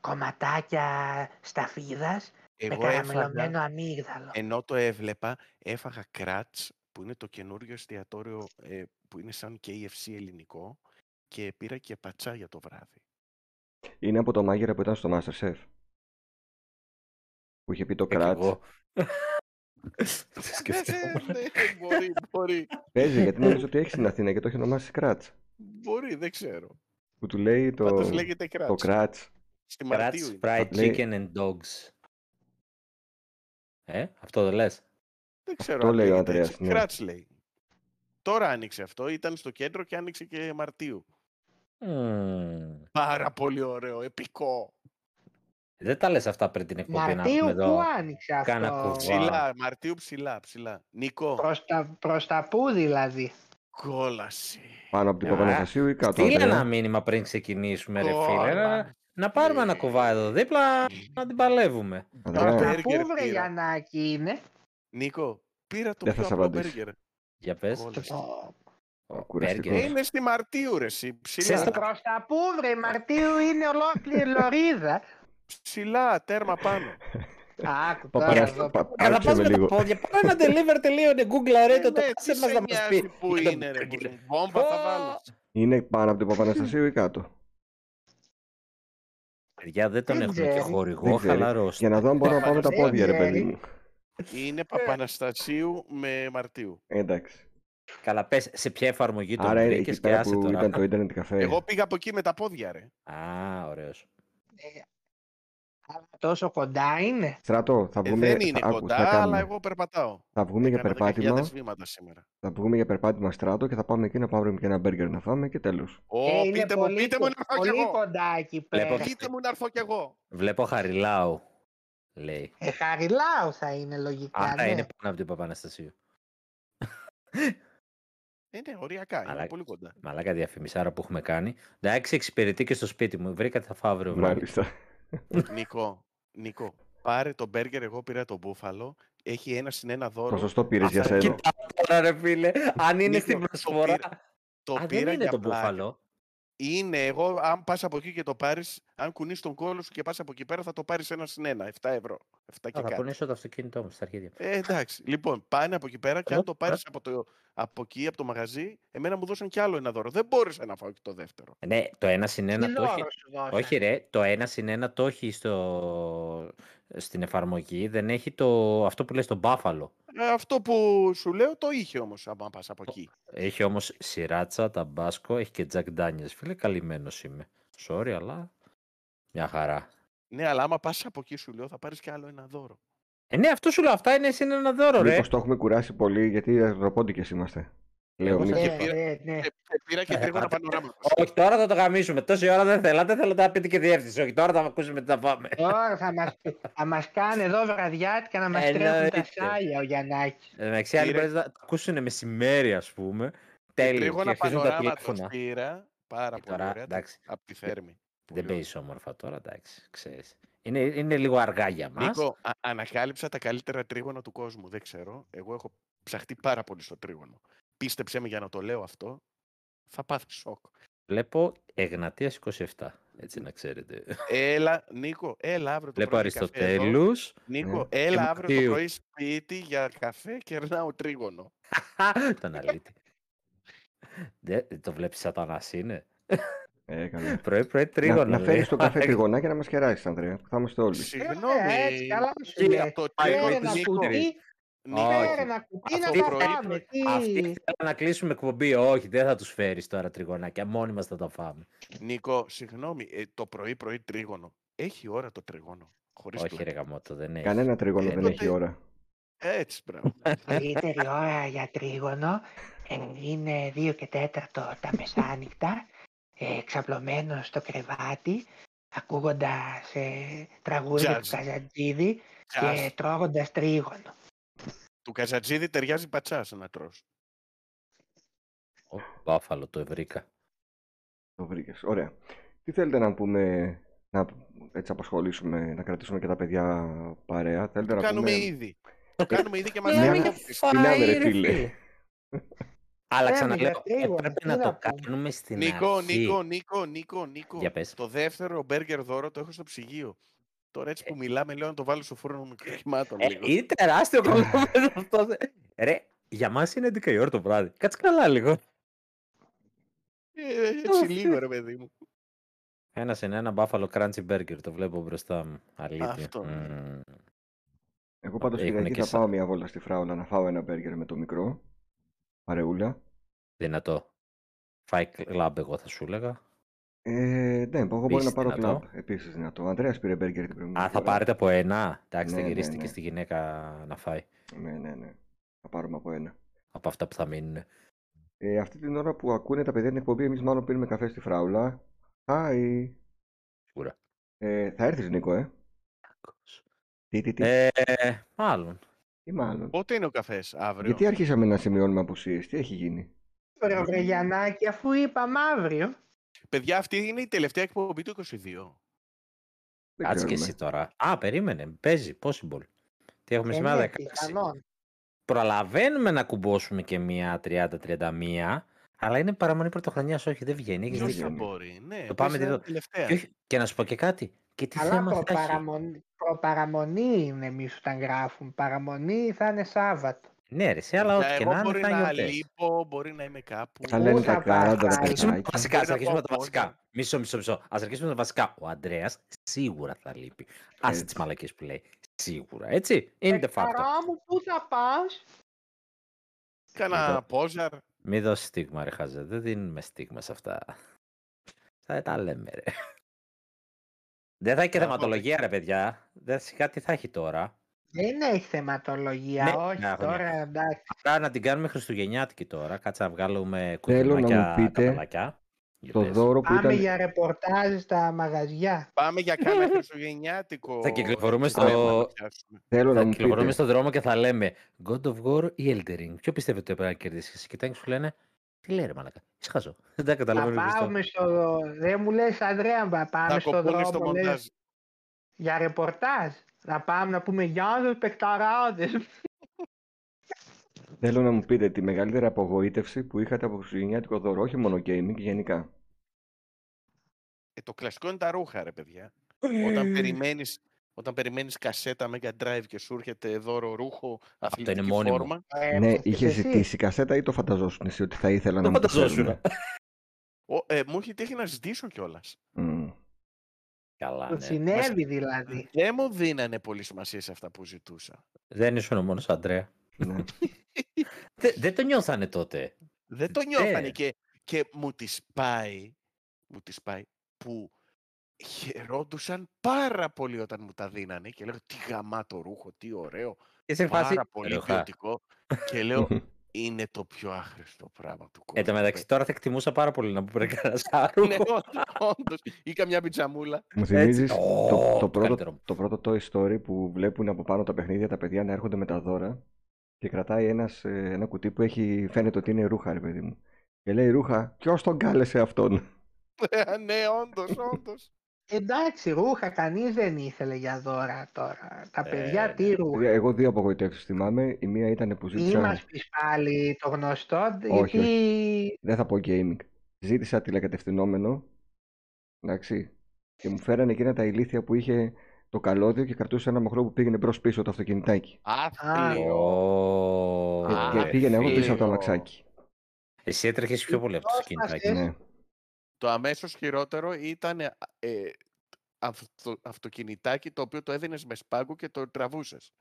Speaker 4: κομματάκια σταφίδας με
Speaker 1: Εγώ έφαγα,
Speaker 4: καραμελωμένο αμύγδαλο.
Speaker 1: ενώ το έβλεπα, έφαγα κράτς που είναι το καινούριο εστιατόριο ε, που είναι σαν KFC ελληνικό και πήρα και πατσά για το βράδυ.
Speaker 3: Είναι από το μάγειρα που ήταν στο Masterchef. Που είχε πει το
Speaker 2: Ε, κι
Speaker 3: κράτ.
Speaker 2: εγώ.
Speaker 1: Ε,
Speaker 2: Το σκεφτόμουν.
Speaker 1: ναι, μπορεί, μπορεί,
Speaker 3: Παίζει γιατί νομίζω ότι έχεις στην Αθήνα και το έχει ονομάσει κράτ.
Speaker 1: μπορεί, δεν ξέρω.
Speaker 3: Που του λέει το,
Speaker 1: Πάντως λέγεται
Speaker 3: το
Speaker 1: κράτς.
Speaker 3: κράτ.
Speaker 1: Στη Μαρτίου
Speaker 2: Κράτς,
Speaker 1: είναι.
Speaker 2: fried
Speaker 3: Λέει-
Speaker 2: chicken and dogs. Ε, αυτό δεν λες.
Speaker 1: Δεν ξέρω
Speaker 3: Αυτό
Speaker 1: αν
Speaker 3: λέει ο
Speaker 1: λέγεται
Speaker 3: Ανδρέας,
Speaker 1: έτσι.
Speaker 3: ναι.
Speaker 1: Κράτς λέει. Τώρα άνοιξε αυτό, ήταν στο κέντρο και άνοιξε και Μαρτίου.
Speaker 2: Μμμ.
Speaker 1: Πάρα πολύ ωραίο, επικό.
Speaker 2: Δεν τα λες αυτά πριν την εκπομπή να
Speaker 4: Μαρτίου
Speaker 2: έχουμε
Speaker 4: που
Speaker 2: εδώ.
Speaker 4: άνοιξε
Speaker 2: κάνα
Speaker 4: αυτό.
Speaker 2: κουβά.
Speaker 1: Ψηλά, Μαρτίου ψηλά, ψηλά. Νικό,
Speaker 4: Προς τα, προς τα πού δηλαδή.
Speaker 1: κόλαση.
Speaker 3: Πάνω από την
Speaker 2: Α,
Speaker 3: Παπαναστασίου ή κάτω.
Speaker 2: Στείλε
Speaker 3: Ανδρέα?
Speaker 2: ένα μήνυμα πριν ξεκινήσουμε, ρε φίλε.
Speaker 1: Κόλαση.
Speaker 2: Να, να πάρουμε ένα κουβά εδώ δίπλα, να την παλεύουμε.
Speaker 3: Ανδρέα,
Speaker 4: Προς τα
Speaker 1: Μπέργκερ
Speaker 4: πού βρε
Speaker 1: πήρα.
Speaker 4: Γιαννάκη είναι.
Speaker 1: Νίκο, πήρα το
Speaker 3: Δεν
Speaker 1: πιο
Speaker 3: θα σ'
Speaker 1: απλό
Speaker 3: απαντήσω.
Speaker 1: μπέργκερ.
Speaker 2: Για πες.
Speaker 1: Κόλαση.
Speaker 4: Ω,
Speaker 2: Ο
Speaker 3: Κουραστικός.
Speaker 1: Ε,
Speaker 2: Μπέργκερ.
Speaker 1: Είναι στη Μαρτίου, ρε, εσύ.
Speaker 2: Ξέρεις
Speaker 1: Ψηλά,
Speaker 2: το-
Speaker 4: Προς τα πού βρε Μαρτίου είναι ολόκληρη λωρίδα.
Speaker 1: ψηλά, τέρμα πάνω.
Speaker 4: Άκου
Speaker 3: Πα-
Speaker 4: τώρα
Speaker 3: παρά-
Speaker 4: εδώ.
Speaker 3: πα-
Speaker 2: Αλλά
Speaker 3: Πάρτσε
Speaker 2: πας
Speaker 3: με
Speaker 2: με τα
Speaker 3: λίγο.
Speaker 2: πόδια. Πάμε να deliver τελείωνε. Google
Speaker 1: Ε,
Speaker 2: αρέτο το
Speaker 1: ναι,
Speaker 2: πάσε
Speaker 1: τι
Speaker 2: μας
Speaker 1: σε
Speaker 2: να μας
Speaker 1: νοιάζει
Speaker 2: πει.
Speaker 1: Πού
Speaker 2: Ήταν-
Speaker 1: είναι, ρε. μου, Βόμβα θα
Speaker 2: Ω,
Speaker 1: βάλω.
Speaker 3: Είναι πάνω από την Παπαναστασίου ή κάτω.
Speaker 2: Παιδιά δεν τον
Speaker 4: Δεν
Speaker 2: έχουμε και
Speaker 4: ξέρει.
Speaker 2: χορηγό,
Speaker 3: Δεν ξέρει.
Speaker 2: χαλαρώστε.
Speaker 3: Για να δω αν μπορώ να πάω με τα
Speaker 1: Δεν
Speaker 3: πόδια, ρε παιδί
Speaker 4: ξέρει.
Speaker 3: μου.
Speaker 1: Είναι Παπαναστασίου με Μαρτίου.
Speaker 3: Ε, Εντάξει.
Speaker 2: Καλά, πες σε ποια εφαρμογή τον
Speaker 3: Άρα είναι
Speaker 2: βρήκες
Speaker 3: εκεί
Speaker 2: και
Speaker 3: πέρα
Speaker 2: άσε
Speaker 3: που
Speaker 2: τώρα.
Speaker 3: ήταν το Ιντερνετ καφέ.
Speaker 1: Εγώ πήγα από εκεί με τα πόδια, ρε.
Speaker 2: Α, ωραίος.
Speaker 4: Ε, αλλά τόσο κοντά είναι.
Speaker 3: Στρατό, θα
Speaker 1: Ε,
Speaker 3: βγούμε.
Speaker 1: δεν είναι
Speaker 3: άκου, θα
Speaker 1: κοντά, αλλά
Speaker 3: κάνουμε.
Speaker 1: εγώ περπατάω.
Speaker 3: Θα βγούμε για
Speaker 1: Έκανα 10.000
Speaker 3: περπάτημα.
Speaker 1: βήματα σήμερα.
Speaker 3: Θα βγούμε για περπάτημα στράτο και θα πάμε εκεί να πάρουμε και ένα μπέργκερ να φάμε και τέλος.
Speaker 1: Ω,
Speaker 4: Ε, είναι
Speaker 1: πείτε μου,
Speaker 4: πολύ,
Speaker 1: πείτε μου
Speaker 4: κο-
Speaker 1: να έρθω κι
Speaker 4: πολύ
Speaker 1: εγώ.
Speaker 4: κοντά εκεί
Speaker 2: Βλέπω
Speaker 4: πέρα.
Speaker 2: ότι-
Speaker 1: Πείτε μου να έρθω κι εγώ.
Speaker 2: Βλέπω Χαριλάου, λέει.
Speaker 4: Ε, χαριλάω θα είναι λογικά.
Speaker 2: Άρα
Speaker 4: ναι.
Speaker 2: είναι πάνω από την Παπαναστασίου.
Speaker 1: Ε, ναι, οριακά, είναι
Speaker 2: Αλλά-
Speaker 1: πολύ κοντά.
Speaker 2: Μαλάκα διαφημισάρα που έχουμε κάνει. Εντάξει, εξυπηρετεί και στο σπίτι μου. Βρήκα τι θα φάω αύριο βράδυ.
Speaker 3: Μάλιστα.
Speaker 1: Νικό, Νικό, πάρε το μπέργκερ, εγώ πήρα το μπούφαλο. Έχει ένα συν ένα δώρο.
Speaker 3: Ποσοστό πήρες για
Speaker 1: Αυτά είναι
Speaker 3: σένα.
Speaker 2: Τώρα ρε φίλε, αν είναι
Speaker 1: Νίκο,
Speaker 2: στην
Speaker 1: το
Speaker 2: προσφορά.
Speaker 1: Το
Speaker 2: Α, δεν
Speaker 1: πήρα
Speaker 2: είναι
Speaker 1: για
Speaker 2: το
Speaker 1: πλάκα.
Speaker 2: μπουφαλό.
Speaker 1: Είναι, εγώ, αν πας από εκεί και το πάρεις, αν κουνείς τον κόλο σου και πας από εκεί πέρα, θα το πάρεις ένα συν ένα, 7 ευρώ. 7 και
Speaker 2: Θα
Speaker 1: κάτι.
Speaker 2: πονήσω το αυτοκίνητό μου στα αρχίδια.
Speaker 1: Ε, εντάξει. Λοιπόν, πάνε από εκεί πέρα και
Speaker 2: Εδώ,
Speaker 1: αν το πάρεις από, το, από εκεί, από το μαγαζί, εμένα μου δώσαν κι άλλο ένα δώρο. Δεν μπόρεσα να φάω και το δεύτερο.
Speaker 2: Ναι, το ένα συν
Speaker 4: Τι
Speaker 2: ένα το
Speaker 4: δώρο
Speaker 2: έχει.
Speaker 4: σου δώσανε.
Speaker 2: Όχι ρε, το ένα συν ένα το έχει στο... στην εφαρμογή. Δεν έχει το... αυτό που λες το μπάφαλο.
Speaker 1: Ε, αυτό που σου λέω το είχε όμως, άμα πας από εκεί.
Speaker 2: Έχει όμως σιράτσα, ταμπάσκο, έχει και Jack Daniels. Φίλε, καλυμμένος είμαι. Sorry, αλλά μια χαρά.
Speaker 1: Ναι, αλλά άμα πας από εκεί, σου λέω, θα πάρεις κι άλλο ένα δώρο.
Speaker 2: Ε, ναι, αυτό σου λέω, αυτά είναι συν ένα δώρο ρε.
Speaker 3: Μήπως το έχουμε κουράσει πολύ γιατί αγροπόντικε είμαστε. Λέω,
Speaker 2: Εγώ θα
Speaker 3: μήπως-
Speaker 2: και
Speaker 4: Ε,
Speaker 1: πήρα.
Speaker 4: ε, ναι.
Speaker 1: Ε, πήρα και
Speaker 2: Ε,
Speaker 1: τρίγωνα
Speaker 2: άντε.
Speaker 1: πανοράμα.
Speaker 2: Όχι, τώρα θα το γαμίσουμε. Τόση ώρα δεν θέλατε, θέλατε να πείτε και διεύθυνση. Όχι, τώρα θα ακούσουμε τι θα πάμε.
Speaker 4: Τώρα θα μας, θα μας κάνει εδώ βραδιάτικα να μας τρέχουν
Speaker 2: Ε, Εννοείται.
Speaker 4: τα σάλια ο Γιαννάκης.
Speaker 2: Εν τω μεταξύ, άλλοι
Speaker 1: Πήρε-
Speaker 2: μπορείς να τα ακούσουν μεσημέρι, ας πούμε. Τέλειο. Και
Speaker 1: Τρίγωνα
Speaker 2: αρχίζουν τα
Speaker 1: πανοράματος
Speaker 2: τηλέφωνα.
Speaker 1: πήρα. Πάρα
Speaker 2: Και
Speaker 1: πολύ
Speaker 2: τώρα,
Speaker 1: ωραία.
Speaker 2: εντάξει.
Speaker 1: Από τη Θέρμη.
Speaker 2: Δεν
Speaker 1: Πολύ
Speaker 2: παίζει όμορφα τώρα, εντάξει. Ξέρεις. Είναι, είναι λίγο αργά για μας.
Speaker 1: Νίκο, α- ανακάλυψα τα καλύτερα τρίγωνα του κόσμου. Δεν ξέρω. Εγώ έχω ψαχτεί πάρα πολύ στο τρίγωνο. Πίστεψέ με για να το λέω αυτό. Θα πάθεις σοκ.
Speaker 2: Βλέπω Εγνατίας 27. Έτσι να ξέρετε.
Speaker 1: Έλα, Νίκο, έλα αύριο το
Speaker 2: Βλέπω
Speaker 1: πρωί. καφέ εδώ.
Speaker 2: Αριστοτέλους. ε,
Speaker 1: Νίκο,
Speaker 3: Ναι.
Speaker 1: έλα αύριο το
Speaker 2: Μαρτίου.
Speaker 1: πρωί σπίτι για καφέ και ερνάω τρίγωνο.
Speaker 2: [LAUGHS] Τον αλήτη. Δε- Δεν το βλέπεις σατανάς είναι.
Speaker 3: Ε, έκανε.
Speaker 2: Πρωί-πρωί
Speaker 3: Να,
Speaker 2: τρίγωνο.
Speaker 3: να φέρεις
Speaker 2: [LAUGHS]
Speaker 3: το καφέ
Speaker 2: τρίγωνο.
Speaker 3: τριγωνά και να μας κεράσει, Ανδρέα, που θα είμαστε όλοι.
Speaker 1: Συγγνώμη.
Speaker 4: Ε, έτσι, καλά σου
Speaker 2: Κύριε,
Speaker 4: λέει.
Speaker 1: Το
Speaker 4: Φέρε
Speaker 1: τρίγωνο,
Speaker 4: ένα
Speaker 2: Νίκο.
Speaker 4: κουτί,
Speaker 1: Νίκο,
Speaker 2: Όχι.
Speaker 4: φέρε ένα κουτί να
Speaker 1: Αυτό
Speaker 4: τα
Speaker 1: πρωί,
Speaker 4: πάμε. Τι...
Speaker 2: Αυτοί ήθελαν να κλείσουμε εκπομπή. Όχι, δεν θα τους φέρεις τώρα τριγωνάκια. Μόνοι μας θα τα φάμε.
Speaker 1: Νίκο, συγγνώμη, ε, το πρωί-πρωί τρίγωνο. Έχει ώρα το τριγωνο Χωρίς
Speaker 2: Όχι, ρε
Speaker 1: πλάκα.
Speaker 2: γαμώτο, δεν έχει.
Speaker 3: Κανένα τρίγωνο
Speaker 2: Ε,
Speaker 3: δεν
Speaker 1: τότε-
Speaker 3: έχει ώρα.
Speaker 1: Έτσι, μπράβο.
Speaker 4: Καλύτερη ώρα για τρίγωνο ε, είναι 2 και 4 τα μεσάνυχτα, ε, εξαπλωμένος στο κρεβάτι, ακούγοντας ε, τραγούδια του
Speaker 1: Jazz.
Speaker 4: Καζαντζίδη και
Speaker 1: Τσάς.
Speaker 4: τρώγοντας τρίγωνο.
Speaker 1: Του Καζατζίδη ταιριάζει πατσάς να τρως.
Speaker 2: Ο, Μπάφαλο, το βρήκα.
Speaker 3: Το βρήκες. Ωραία. Τι θέλετε να πούμε, να έτσι απασχολήσουμε, να κρατήσουμε και τα παιδιά παρέα. Θέλετε να
Speaker 1: Κάνουμε
Speaker 3: πούμε.
Speaker 1: ήδη.
Speaker 2: Ε,
Speaker 1: Το κάνουμε ήδη και
Speaker 4: Ε,
Speaker 1: μας
Speaker 3: Μιλάμε
Speaker 1: λέει
Speaker 3: για
Speaker 1: κόφτης.
Speaker 3: Μιλάμε, ρε φίλε.
Speaker 2: Αλλά
Speaker 4: Ναι,
Speaker 2: ξαναλέω,
Speaker 4: μιλάς τρίγωνο,
Speaker 2: έπρεπε
Speaker 4: τι
Speaker 2: να
Speaker 4: να
Speaker 2: το
Speaker 4: πούμε.
Speaker 2: κάνουμε στην
Speaker 1: Νίκο,
Speaker 2: αρχή.
Speaker 1: Νίκο, Νίκο, Νίκο, Νίκο.
Speaker 2: Για πες.
Speaker 1: Το δεύτερο μπέργκερ δώρο το έχω στο ψυγείο. Τώρα έτσι που μιλάμε, λέω να το βάλω στο φούρνο μικροκυμάτων
Speaker 2: Ε,
Speaker 1: λίγο.
Speaker 2: είναι τεράστιο [LAUGHS] κομμάτι αυτό. Ρε, για μας είναι 11 η ώρα το βράδυ. Κάτσε καλά λίγο.
Speaker 1: Ε, έτσι λίγο, ρε παιδί μου.
Speaker 2: Ένα σε ένα μπάφαλο crunchy burger το βλέπω μπροστά μου. Αλήθεια.
Speaker 1: Αυτό.
Speaker 3: ναι.
Speaker 2: Μμμ.
Speaker 3: Εγώ πάντως
Speaker 2: Έχουμε
Speaker 3: Κυριακή
Speaker 2: και
Speaker 3: θα
Speaker 2: σα-
Speaker 3: πάω μια βόλτα στη φράουλα να φάω ένα μπέργκερ με το μικρό. Παρεούλα.
Speaker 2: δυνατό. Φάει club, εγώ θα σου έλεγα.
Speaker 3: Ε, ναι, εγώ μπορώ να
Speaker 2: Επίσης
Speaker 3: πάρω
Speaker 2: δυνατό.
Speaker 3: κλαμπ. Επίσης δυνατό. Ο Ανδρέας πήρε μπέργκερ την προηγούμενη
Speaker 2: Α, θα
Speaker 3: φορά.
Speaker 2: πάρετε από ένα. Εντάξει,
Speaker 3: Ναι,
Speaker 2: θα
Speaker 3: ναι,
Speaker 2: γυρίσετε
Speaker 3: ναι.
Speaker 2: και στη γυναίκα να φάει.
Speaker 3: Ναι, ναι, ναι. Θα πάρουμε από ένα.
Speaker 2: Από αυτά που θα μείνουν.
Speaker 3: Ε, αυτή την ώρα που ακούνε τα παιδιά την εκπομπή, εμείς μάλλον πίνουμε καφέ στη φράουλα. Hi.
Speaker 2: Σίγουρα.
Speaker 3: Ε, θα έρθεις, Νίκο, ε. Τι, τι, τι,
Speaker 2: Ε, μάλλον.
Speaker 3: τι μάλλον.
Speaker 1: Πότε είναι ο καφές, αύριο.
Speaker 3: Γιατί αρχίσαμε να σημειώνουμε απουσίες, τι έχει γίνει.
Speaker 4: Βρε, βρε, Γιαννάκη, αφού είπαμε αύριο.
Speaker 1: Παιδιά, αυτή είναι η τελευταία εκπομπή του 22.
Speaker 3: Δεν
Speaker 2: Κάτσε και
Speaker 3: ξέρουμε.
Speaker 2: εσύ τώρα. Α, περίμενε. Παίζει. Possible. Τι έχουμε
Speaker 4: Ε,
Speaker 2: σήμερα,
Speaker 4: ναι,
Speaker 2: 16.
Speaker 4: πιθανόν.
Speaker 2: Προλαβαίνουμε να κουμπώσουμε και μία 30-31. Αλλά είναι παραμονή πρωτοχρονιά, όχι, δεν βγαίνει. έχεις
Speaker 1: Ποιος
Speaker 3: Ποιος
Speaker 2: δίκιο.
Speaker 1: θα
Speaker 3: βγαίνει.
Speaker 1: μπορεί. Ναι,
Speaker 2: Το πάμε
Speaker 1: πες να
Speaker 2: εδώ.
Speaker 1: είναι τελευταία.
Speaker 2: Και, όχι- και να σου πω και κάτι. Και τι
Speaker 4: Αλλά
Speaker 2: θέμα θα έχει.
Speaker 4: προπαραμονή, προπαραμονή είναι εμεί όταν γράφουμε. Παραμονή θα είναι Σάββατο.
Speaker 2: Ναι, ρε, σε, αλλά
Speaker 1: Τα
Speaker 2: ό,τι και
Speaker 1: εγώ
Speaker 2: να είναι
Speaker 1: μπορεί
Speaker 2: θα
Speaker 1: να
Speaker 2: γιορτές.
Speaker 1: λείπω, μπορεί να είμαι κάπου.
Speaker 3: Θα λένε
Speaker 4: Πού θα
Speaker 3: τα κάρτα, ρε
Speaker 4: πάει.
Speaker 2: Αρχίσουμε τα
Speaker 3: παιδάκι.
Speaker 2: βασικά,
Speaker 1: Μπορεί
Speaker 2: ας
Speaker 1: να
Speaker 2: αρχίσουμε
Speaker 1: πάω
Speaker 2: τα βασικά.
Speaker 1: πόντα.
Speaker 2: Μισό, μισό, μισό. Ας αρχίσουμε τα βασικά. Ο Αντρέας σίγουρα θα λείπει. Άσε
Speaker 3: Έτσι.
Speaker 2: τις μαλακίες που λέει. Σίγουρα, έτσι. Είναι de facto.
Speaker 4: Ε, Χαρά μου, πού θα πας.
Speaker 1: Κάνα
Speaker 2: Εδώ.
Speaker 1: πόζαρ.
Speaker 2: Μη δώσεις στίγμα, ρε χαζέ. Δεν δίνουμε στίγμα σε αυτά. Θα τα λέμε, ρε. Δεν θα έχει και
Speaker 1: Να πω
Speaker 2: θεματολογία, ρε παιδιά. Δεν σιγά τι θα έχει τώρα.
Speaker 4: Δεν έχει θεματολογία,
Speaker 2: Ναι,
Speaker 4: όχι
Speaker 2: να,
Speaker 4: τώρα
Speaker 2: ναι.
Speaker 4: εντάξει.
Speaker 2: Αυτά να την κάνουμε χριστουγεννιάτικη τώρα. Κάτσε να βγάλουμε
Speaker 3: Θέλω να μου
Speaker 2: κουτουνάκια,
Speaker 3: πείτε
Speaker 2: καπελάκια. Για
Speaker 3: Το
Speaker 2: πες.
Speaker 3: δώρο που
Speaker 4: Πάμε
Speaker 3: ήταν...
Speaker 4: για ρεπορτάζ στα μαγαζιά.
Speaker 1: Πάμε για
Speaker 2: [LAUGHS]
Speaker 1: κάνα χριστουγεννιάτικο.
Speaker 2: Θα κυκλοφορούμε
Speaker 1: θέμα
Speaker 2: στο-
Speaker 1: να πιάσουμε.
Speaker 3: Θέλω
Speaker 2: Θα
Speaker 3: να μου
Speaker 2: κυκλοφορούμε
Speaker 3: πείτε.
Speaker 2: στον δρόμο και θα λέμε God of War ή Elder Ring. Ποιο πιστεύετε ότι πρέπει να κερδίσει. Και σε κοιτάνε και σου λένε Τι λέει ρε μαλακά. Είσαι χαζό. [LAUGHS] Δεν
Speaker 4: Θα
Speaker 2: καταλαβαίνω.
Speaker 4: πάμε στο. Δεν μου λες, Ανδρέα, να πάμε
Speaker 1: Θα
Speaker 4: στο
Speaker 1: κοπούνε
Speaker 4: δρόμο.
Speaker 1: στο
Speaker 4: λες,
Speaker 1: μοντάζ.
Speaker 4: για ρεπορτάζ. Να πάμε να πούμε Γεια σας, παιχταράδες.
Speaker 3: Θέλω να μου πείτε τη μεγαλύτερη απογοήτευση που είχατε από χριστουγεννιάτικο δώρο, όχι μόνο gaming, γενικά.
Speaker 1: Ε, το κλασικό είναι τα ρούχα, ρε παιδιά. Όταν περιμένεις, όταν περιμένεις κασέτα Mega Drive και σου έρχεται δώρο ρούχο,
Speaker 2: είναι
Speaker 1: αθλητική
Speaker 2: μόνιμο.
Speaker 1: φόρμα.
Speaker 4: Ε,
Speaker 3: ναι, είχε ζητήσει κασέτα ή το φανταζόσουν εσύ ότι θα ήθελα
Speaker 2: Το
Speaker 3: να μου το
Speaker 2: φανταζόσουν.
Speaker 3: φέρουν.
Speaker 1: Ο, ε, μου έχει τύχει να ζητήσω κιόλας.
Speaker 3: Μμμ.
Speaker 2: Καλά,
Speaker 4: Του
Speaker 2: ναι. Μας-
Speaker 4: συνέβη δηλαδή.
Speaker 1: Δεν μου δίνανε πολύ σημασία σε αυτά που ζητούσα.
Speaker 2: Δεν ήσουν ο μόνος Αντρέα.
Speaker 3: Ναι.
Speaker 2: Δε- Δεν το νιώθανε τότε.
Speaker 1: Δεν το νιώθανε
Speaker 2: Ε.
Speaker 1: και, και μου τη πάει, μου τη πάει που χαιρόντουσαν πάρα πολύ όταν μου τα δίνανε και λέω τι γαμάτο ρούχο, τι ωραίο,
Speaker 2: Και σε φάση.
Speaker 1: πάρα πολύ
Speaker 2: «Ροχά».
Speaker 1: ποιοτικό και
Speaker 2: Ε,
Speaker 1: λέω είναι το πιο άχρηστο πράγμα του κόσμου.
Speaker 2: Εν τω μεταξύ,
Speaker 1: παιδιά».
Speaker 2: τώρα θα εκτιμούσα πάρα πολύ να μου πήρε κανένα
Speaker 1: Ναι,
Speaker 2: σάρου.
Speaker 1: ό- όντως. Ή καμιά πιτζαμούλα. [LAUGHS]
Speaker 3: Μου θυμίζει
Speaker 2: Έτσι.
Speaker 3: το,
Speaker 2: Ω,
Speaker 3: το,
Speaker 2: καλύτερο
Speaker 3: πρώτο,
Speaker 2: μου.
Speaker 3: το πρώτο Toy Story που βλέπουν από πάνω τα παιχνίδια τα παιδιά να έρχονται με τα δώρα και κρατάει ένας, ε, ένα κουτί που έχει, φαίνεται ότι είναι ρούχα, ρε παιδί μου. Και λέει ρούχα, ποιος τον κάλεσε αυτόν.
Speaker 1: ναι, όντως, όντως.
Speaker 4: Εντάξει, ρούχα κανείς δεν ήθελε για δώρα τώρα. Τα
Speaker 2: Ε,
Speaker 4: παιδιά
Speaker 2: ναι.
Speaker 4: τι ρούχα.
Speaker 3: Παιδιά, Εγώ δύο απογοητεύσεις θυμάμαι. Η μία ήταν που
Speaker 4: Ή
Speaker 3: ζήτησα.
Speaker 4: μα πει πάλι το γνωστό,
Speaker 3: Όχι,
Speaker 4: γιατί
Speaker 3: Δεν θα πω gaming. Ζήτησα τηλεκατευθυνόμενο. Εντάξει. Και μου φέρανε εκείνα τα ηλίθια που είχε το καλώδιο και κρατούσε ένα μοχλό που πήγαινε μπρο-πίσω το αυτοκινητάκι.
Speaker 2: ναι,
Speaker 1: Άθλιο.
Speaker 2: Ω,
Speaker 3: Και-
Speaker 1: Α,
Speaker 3: Ε, και
Speaker 2: ρε
Speaker 3: πήγαινε εγώ πίσω
Speaker 2: φίλε.
Speaker 3: από το
Speaker 1: φίλο.
Speaker 3: αμαξάκι.
Speaker 2: Εσύ έτρεχες πιο πολύ από το
Speaker 4: Δώστας,
Speaker 2: σκηνάκι.
Speaker 4: ε.
Speaker 3: Ναι.
Speaker 1: Το αμέσως χειρότερο ήταν ε, ε, αυτο- αυτοκινητάκι το οποίο το έδινες με σπάγκο και το τραβούσες.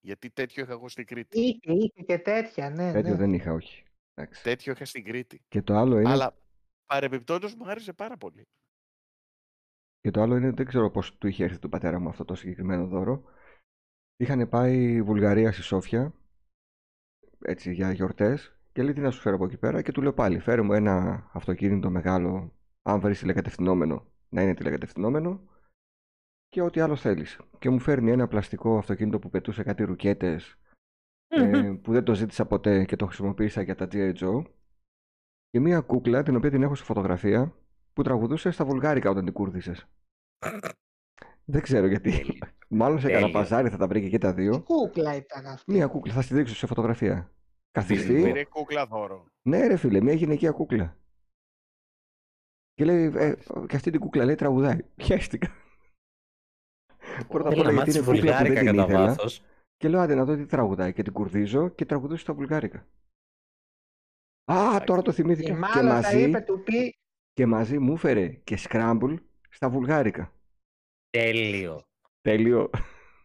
Speaker 1: Γιατί τέτοιο είχα εγώ στην Κρήτη.
Speaker 4: είχε, είχε και τέτοια,
Speaker 2: ε,
Speaker 4: ναι.
Speaker 3: Τέτοιο
Speaker 4: ναι.
Speaker 3: δεν είχα, όχι. Εντάξει.
Speaker 1: Τέτοιο είχα στην Κρήτη.
Speaker 3: Και το άλλο είναι,
Speaker 1: Αλλά παρεμπιπτόντως μου άρεσε πάρα πολύ.
Speaker 3: και το άλλο είναι δεν ξέρω πώς του είχε έρθει του πατέρα μου αυτό το συγκεκριμένο δώρο. Είχαν πάει Βουλγαρία στη Σόφια, έτσι για γιορτές, και λέει τι να σου φέρω από εκεί πέρα και του λέω πάλι φέρε μου ένα αυτοκίνητο μεγάλο, αν βρεις τηλεκατευθυνόμενο, να είναι τηλεκατευθυνόμενο και ό,τι άλλο θέλεις. Και μου φέρνει ένα πλαστικό αυτοκίνητο που πετούσε κάτι ρουκέτες, ε, που δεν το ζήτησα ποτέ και το χρησιμοποίησα για τα G.I. Joe. Και μία κούκλα, την οποία την έχω σε φωτογραφία, που τραγουδούσε στα βουλγάρικα όταν την κούρδισες. δεν ξέρω γιατί.
Speaker 2: Τέλειο.
Speaker 3: Μάλλον σε κανένα
Speaker 2: Τέλειο.
Speaker 3: παζάρι θα τα βρήκε και τα
Speaker 4: Τι
Speaker 3: δύο.
Speaker 4: κούκλα ήταν αυτή.
Speaker 3: Μία κούκλα, θα στη δείξω σε φωτογραφία. Καθιστή.
Speaker 1: Πήρε κούκλα δώρο.
Speaker 3: ναι, ρε φίλε, μία γυναικεία κούκλα. Και λέει, ε, και αυτή την κούκλα λέει τραγουδάει. Πιάστηκα. Πρώτα απ'
Speaker 2: Θέλω να
Speaker 3: όλα γιατί
Speaker 2: μάθεις
Speaker 3: είναι κούκλα που
Speaker 2: βουλγάρικα
Speaker 3: δεν την
Speaker 2: κατά
Speaker 3: ήθελα.
Speaker 2: βάθος.
Speaker 3: Και λέω άντε να δω τι τραγουδάει και την κουρδίζω και τραγουδούσε στα βουλγάρικα. Α,
Speaker 2: Εντάξει.
Speaker 3: τώρα το
Speaker 4: Και
Speaker 3: θυμήθηκα. Και
Speaker 4: μάλλον θα
Speaker 3: μαζί,
Speaker 4: είπε του πει
Speaker 3: και μαζί μου έφερε και σκράμπουλ στα βουλγάρικα.
Speaker 2: Τέλειο.
Speaker 3: Τέλειο.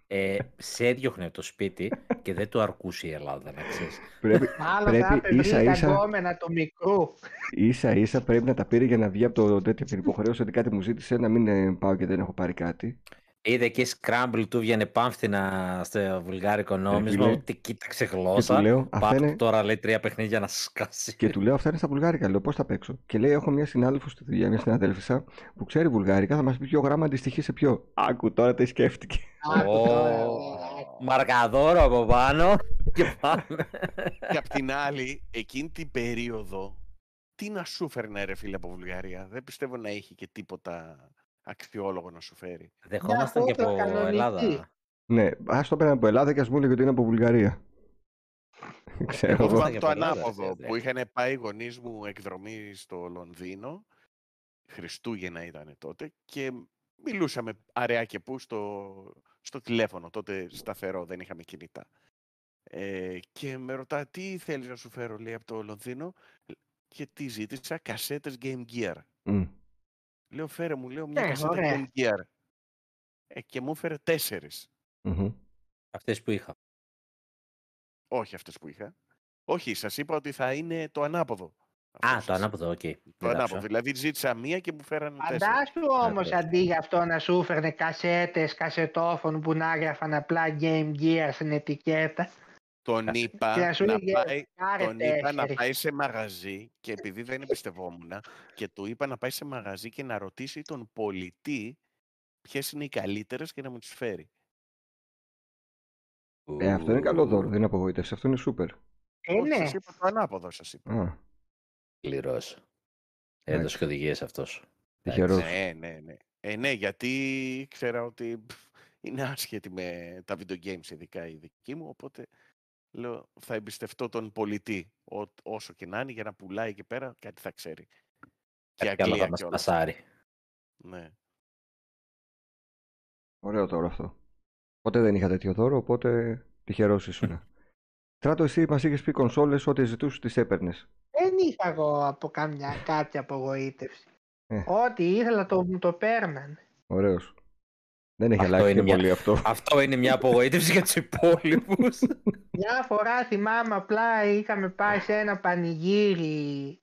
Speaker 2: Ε, σε έδιωχνε από το σπίτι και δεν το αρκούσε η Ελλάδα, να ξέρεις.
Speaker 3: Πρέπει,
Speaker 4: Μάλλον θα
Speaker 3: πρέπει
Speaker 4: είπε
Speaker 3: ίσα,
Speaker 4: βρήκα
Speaker 3: ίσα,
Speaker 4: γκόμενα του μικρού.
Speaker 3: ίσα ίσα πρέπει να τα πήρε για να βγει από το τέτοιο την υποχρέωση ότι κάτι μου ζήτησε να μην ε, πάω και δεν έχω πάρει κάτι.
Speaker 2: Είδε και σκράμπλ του βγαίνει πάμφθηνα στο βουλγάρικο νόμισμα,
Speaker 3: φίλε,
Speaker 2: ούτε κοίταξε
Speaker 3: Ε, Και του
Speaker 2: γλώσσα.
Speaker 3: λέω, αυτά
Speaker 2: Πάμε
Speaker 3: είναι,
Speaker 2: τώρα λέει τρία παιχνίδια να σκάσει.
Speaker 3: και του λέω, αυτά είναι στα βουλγάρικα. Λέω, πώς θα παίξω. Και λέει, έχω μια συνάδελφο στη δουλειά, μια συναδέλφισσα που ξέρει βουλγάρικα, θα μας πει ποιο γράμμα αντιστοιχεί σε ποιο. Άκου τώρα τι σκέφτηκε.
Speaker 4: Άκου
Speaker 2: Ω,
Speaker 4: τώρα, ρε, άκου.
Speaker 2: Μαρκαδόρο από πάνω και πάμε.
Speaker 1: Και απ' την άλλη, εκείνη την περίοδο, τι να σου φέρνε ρε φίλε από Βουλγαρία. Δεν πιστεύω να είχε και τίποτα αξιόλογο να σου φέρει.
Speaker 2: Δεχόμασταν και
Speaker 4: φώτο
Speaker 2: από
Speaker 4: κανονική.
Speaker 2: Ελλάδα.
Speaker 3: Ναι, ας το πέραν από Ελλάδα και ας μου έλεγε ότι είναι από Βουλγαρία. Ξέρω
Speaker 2: Εγώ
Speaker 1: Εγώ
Speaker 3: εγώ.
Speaker 2: θα-
Speaker 1: φαν
Speaker 2: για
Speaker 1: το
Speaker 2: πολλά,
Speaker 1: ανάποδο
Speaker 2: ρε,
Speaker 1: που
Speaker 2: ε.
Speaker 1: είχαν πάει οι γονείς μου εκδρομή στο Λονδίνο. Χριστούγεννα ήταν τότε και μιλούσαμε αραιά και πού στο, στο τηλέφωνο. Τότε σταθερό, δεν είχαμε κινητά. Ε, και με ρωτά τι θέλεις να σου φέρω λέει από το Λονδίνο και τι ζήτησα κασέτες Game Gear.
Speaker 3: Μμ.
Speaker 1: Λέω φέρε μου λέω μια
Speaker 4: Ε,
Speaker 1: κασέτα
Speaker 4: ωραία.
Speaker 1: Game Gear. Ε, και μου έφερε τέσσερις.
Speaker 3: Μμμ.
Speaker 2: Αυτές που είχα.
Speaker 1: Όχι αυτές που είχα. Όχι, σας είπα ότι θα είναι το ανάποδο.
Speaker 2: Α,
Speaker 1: Αυτό
Speaker 2: το
Speaker 1: σας
Speaker 2: ανάποδο, οκ. Okay.
Speaker 1: Το ανάποδο. Δηλαδή ζήτησα μία και μου φέρανε τέσσερα.
Speaker 4: Φαντάσου όμω
Speaker 2: Άντε.
Speaker 4: αντί για αυτό να σου φέρνε κασέτες, κασετόφων που να έγραφαν απλά Game Gear στην ετικέτα.
Speaker 1: Τον
Speaker 2: Κάτσε.
Speaker 1: είπα
Speaker 4: Και να σου
Speaker 1: να
Speaker 4: λέγε,
Speaker 1: πάει,
Speaker 4: Πάρε
Speaker 1: τον είπα να
Speaker 4: τέσσερι.
Speaker 1: πάει σε μαγαζί και επειδή δεν εμπιστευόμουν και του είπα να πάει σε μαγαζί και να ρωτήσει τον πολιτή ποιες είναι οι καλύτερες και να μου τις φέρει.
Speaker 3: Ε, αυτό είναι καλό δώρο, δεν είναι απογοήτευση. Αυτό είναι σούπερ.
Speaker 4: Ε,
Speaker 1: Όχι,
Speaker 4: ναι.
Speaker 1: σας είπα το ανάποδο, σας είπα.
Speaker 3: Α,
Speaker 2: Σκληρός.
Speaker 3: Εντάξει.
Speaker 2: Έδωσε και οδηγίες αυτός.
Speaker 3: τυχερός.
Speaker 1: Ναι, ναι, ναι. Ε, ναι, γιατί ήξερα ότι [LAUGHS] πφ, είναι άσχετη με τα video games, ειδικά η δική μου. Οπότε λέω, θα εμπιστευτώ τον πολιτή ό, όσο και να είναι για να πουλάει εκεί πέρα, κάτι θα ξέρει. Και
Speaker 2: Κάτι άλλο
Speaker 1: Αγγλία
Speaker 2: θα μας
Speaker 1: και όλα.
Speaker 2: πασάρει.
Speaker 1: Ναι.
Speaker 3: Ωραίο δώρο αυτό. Ποτέ δεν είχα τέτοιο δώρο, οπότε
Speaker 2: [LAUGHS]
Speaker 3: τυχερός ήσουν. Στράτο, εσύ μας είχες πει κονσόλες, ό,τι ζητούσες τις έπαιρνες.
Speaker 4: Δεν είχα εγώ από καμιά κάτι απογοήτευση.
Speaker 3: Ε.
Speaker 4: Ό,τι ήθελα το, μου το παίρναν.
Speaker 3: Ωραίος. Δεν έχει
Speaker 2: Αυτό
Speaker 3: αλλάξει
Speaker 2: είναι
Speaker 3: και
Speaker 2: μια- [LAUGHS]
Speaker 3: πολύ αυτό. [LAUGHS]
Speaker 2: Αυτό είναι μια απογοήτευση για τους υπόλοιπους.
Speaker 4: Μια φορά θυμάμαι απλά είχαμε πάει σε ένα πανηγύρι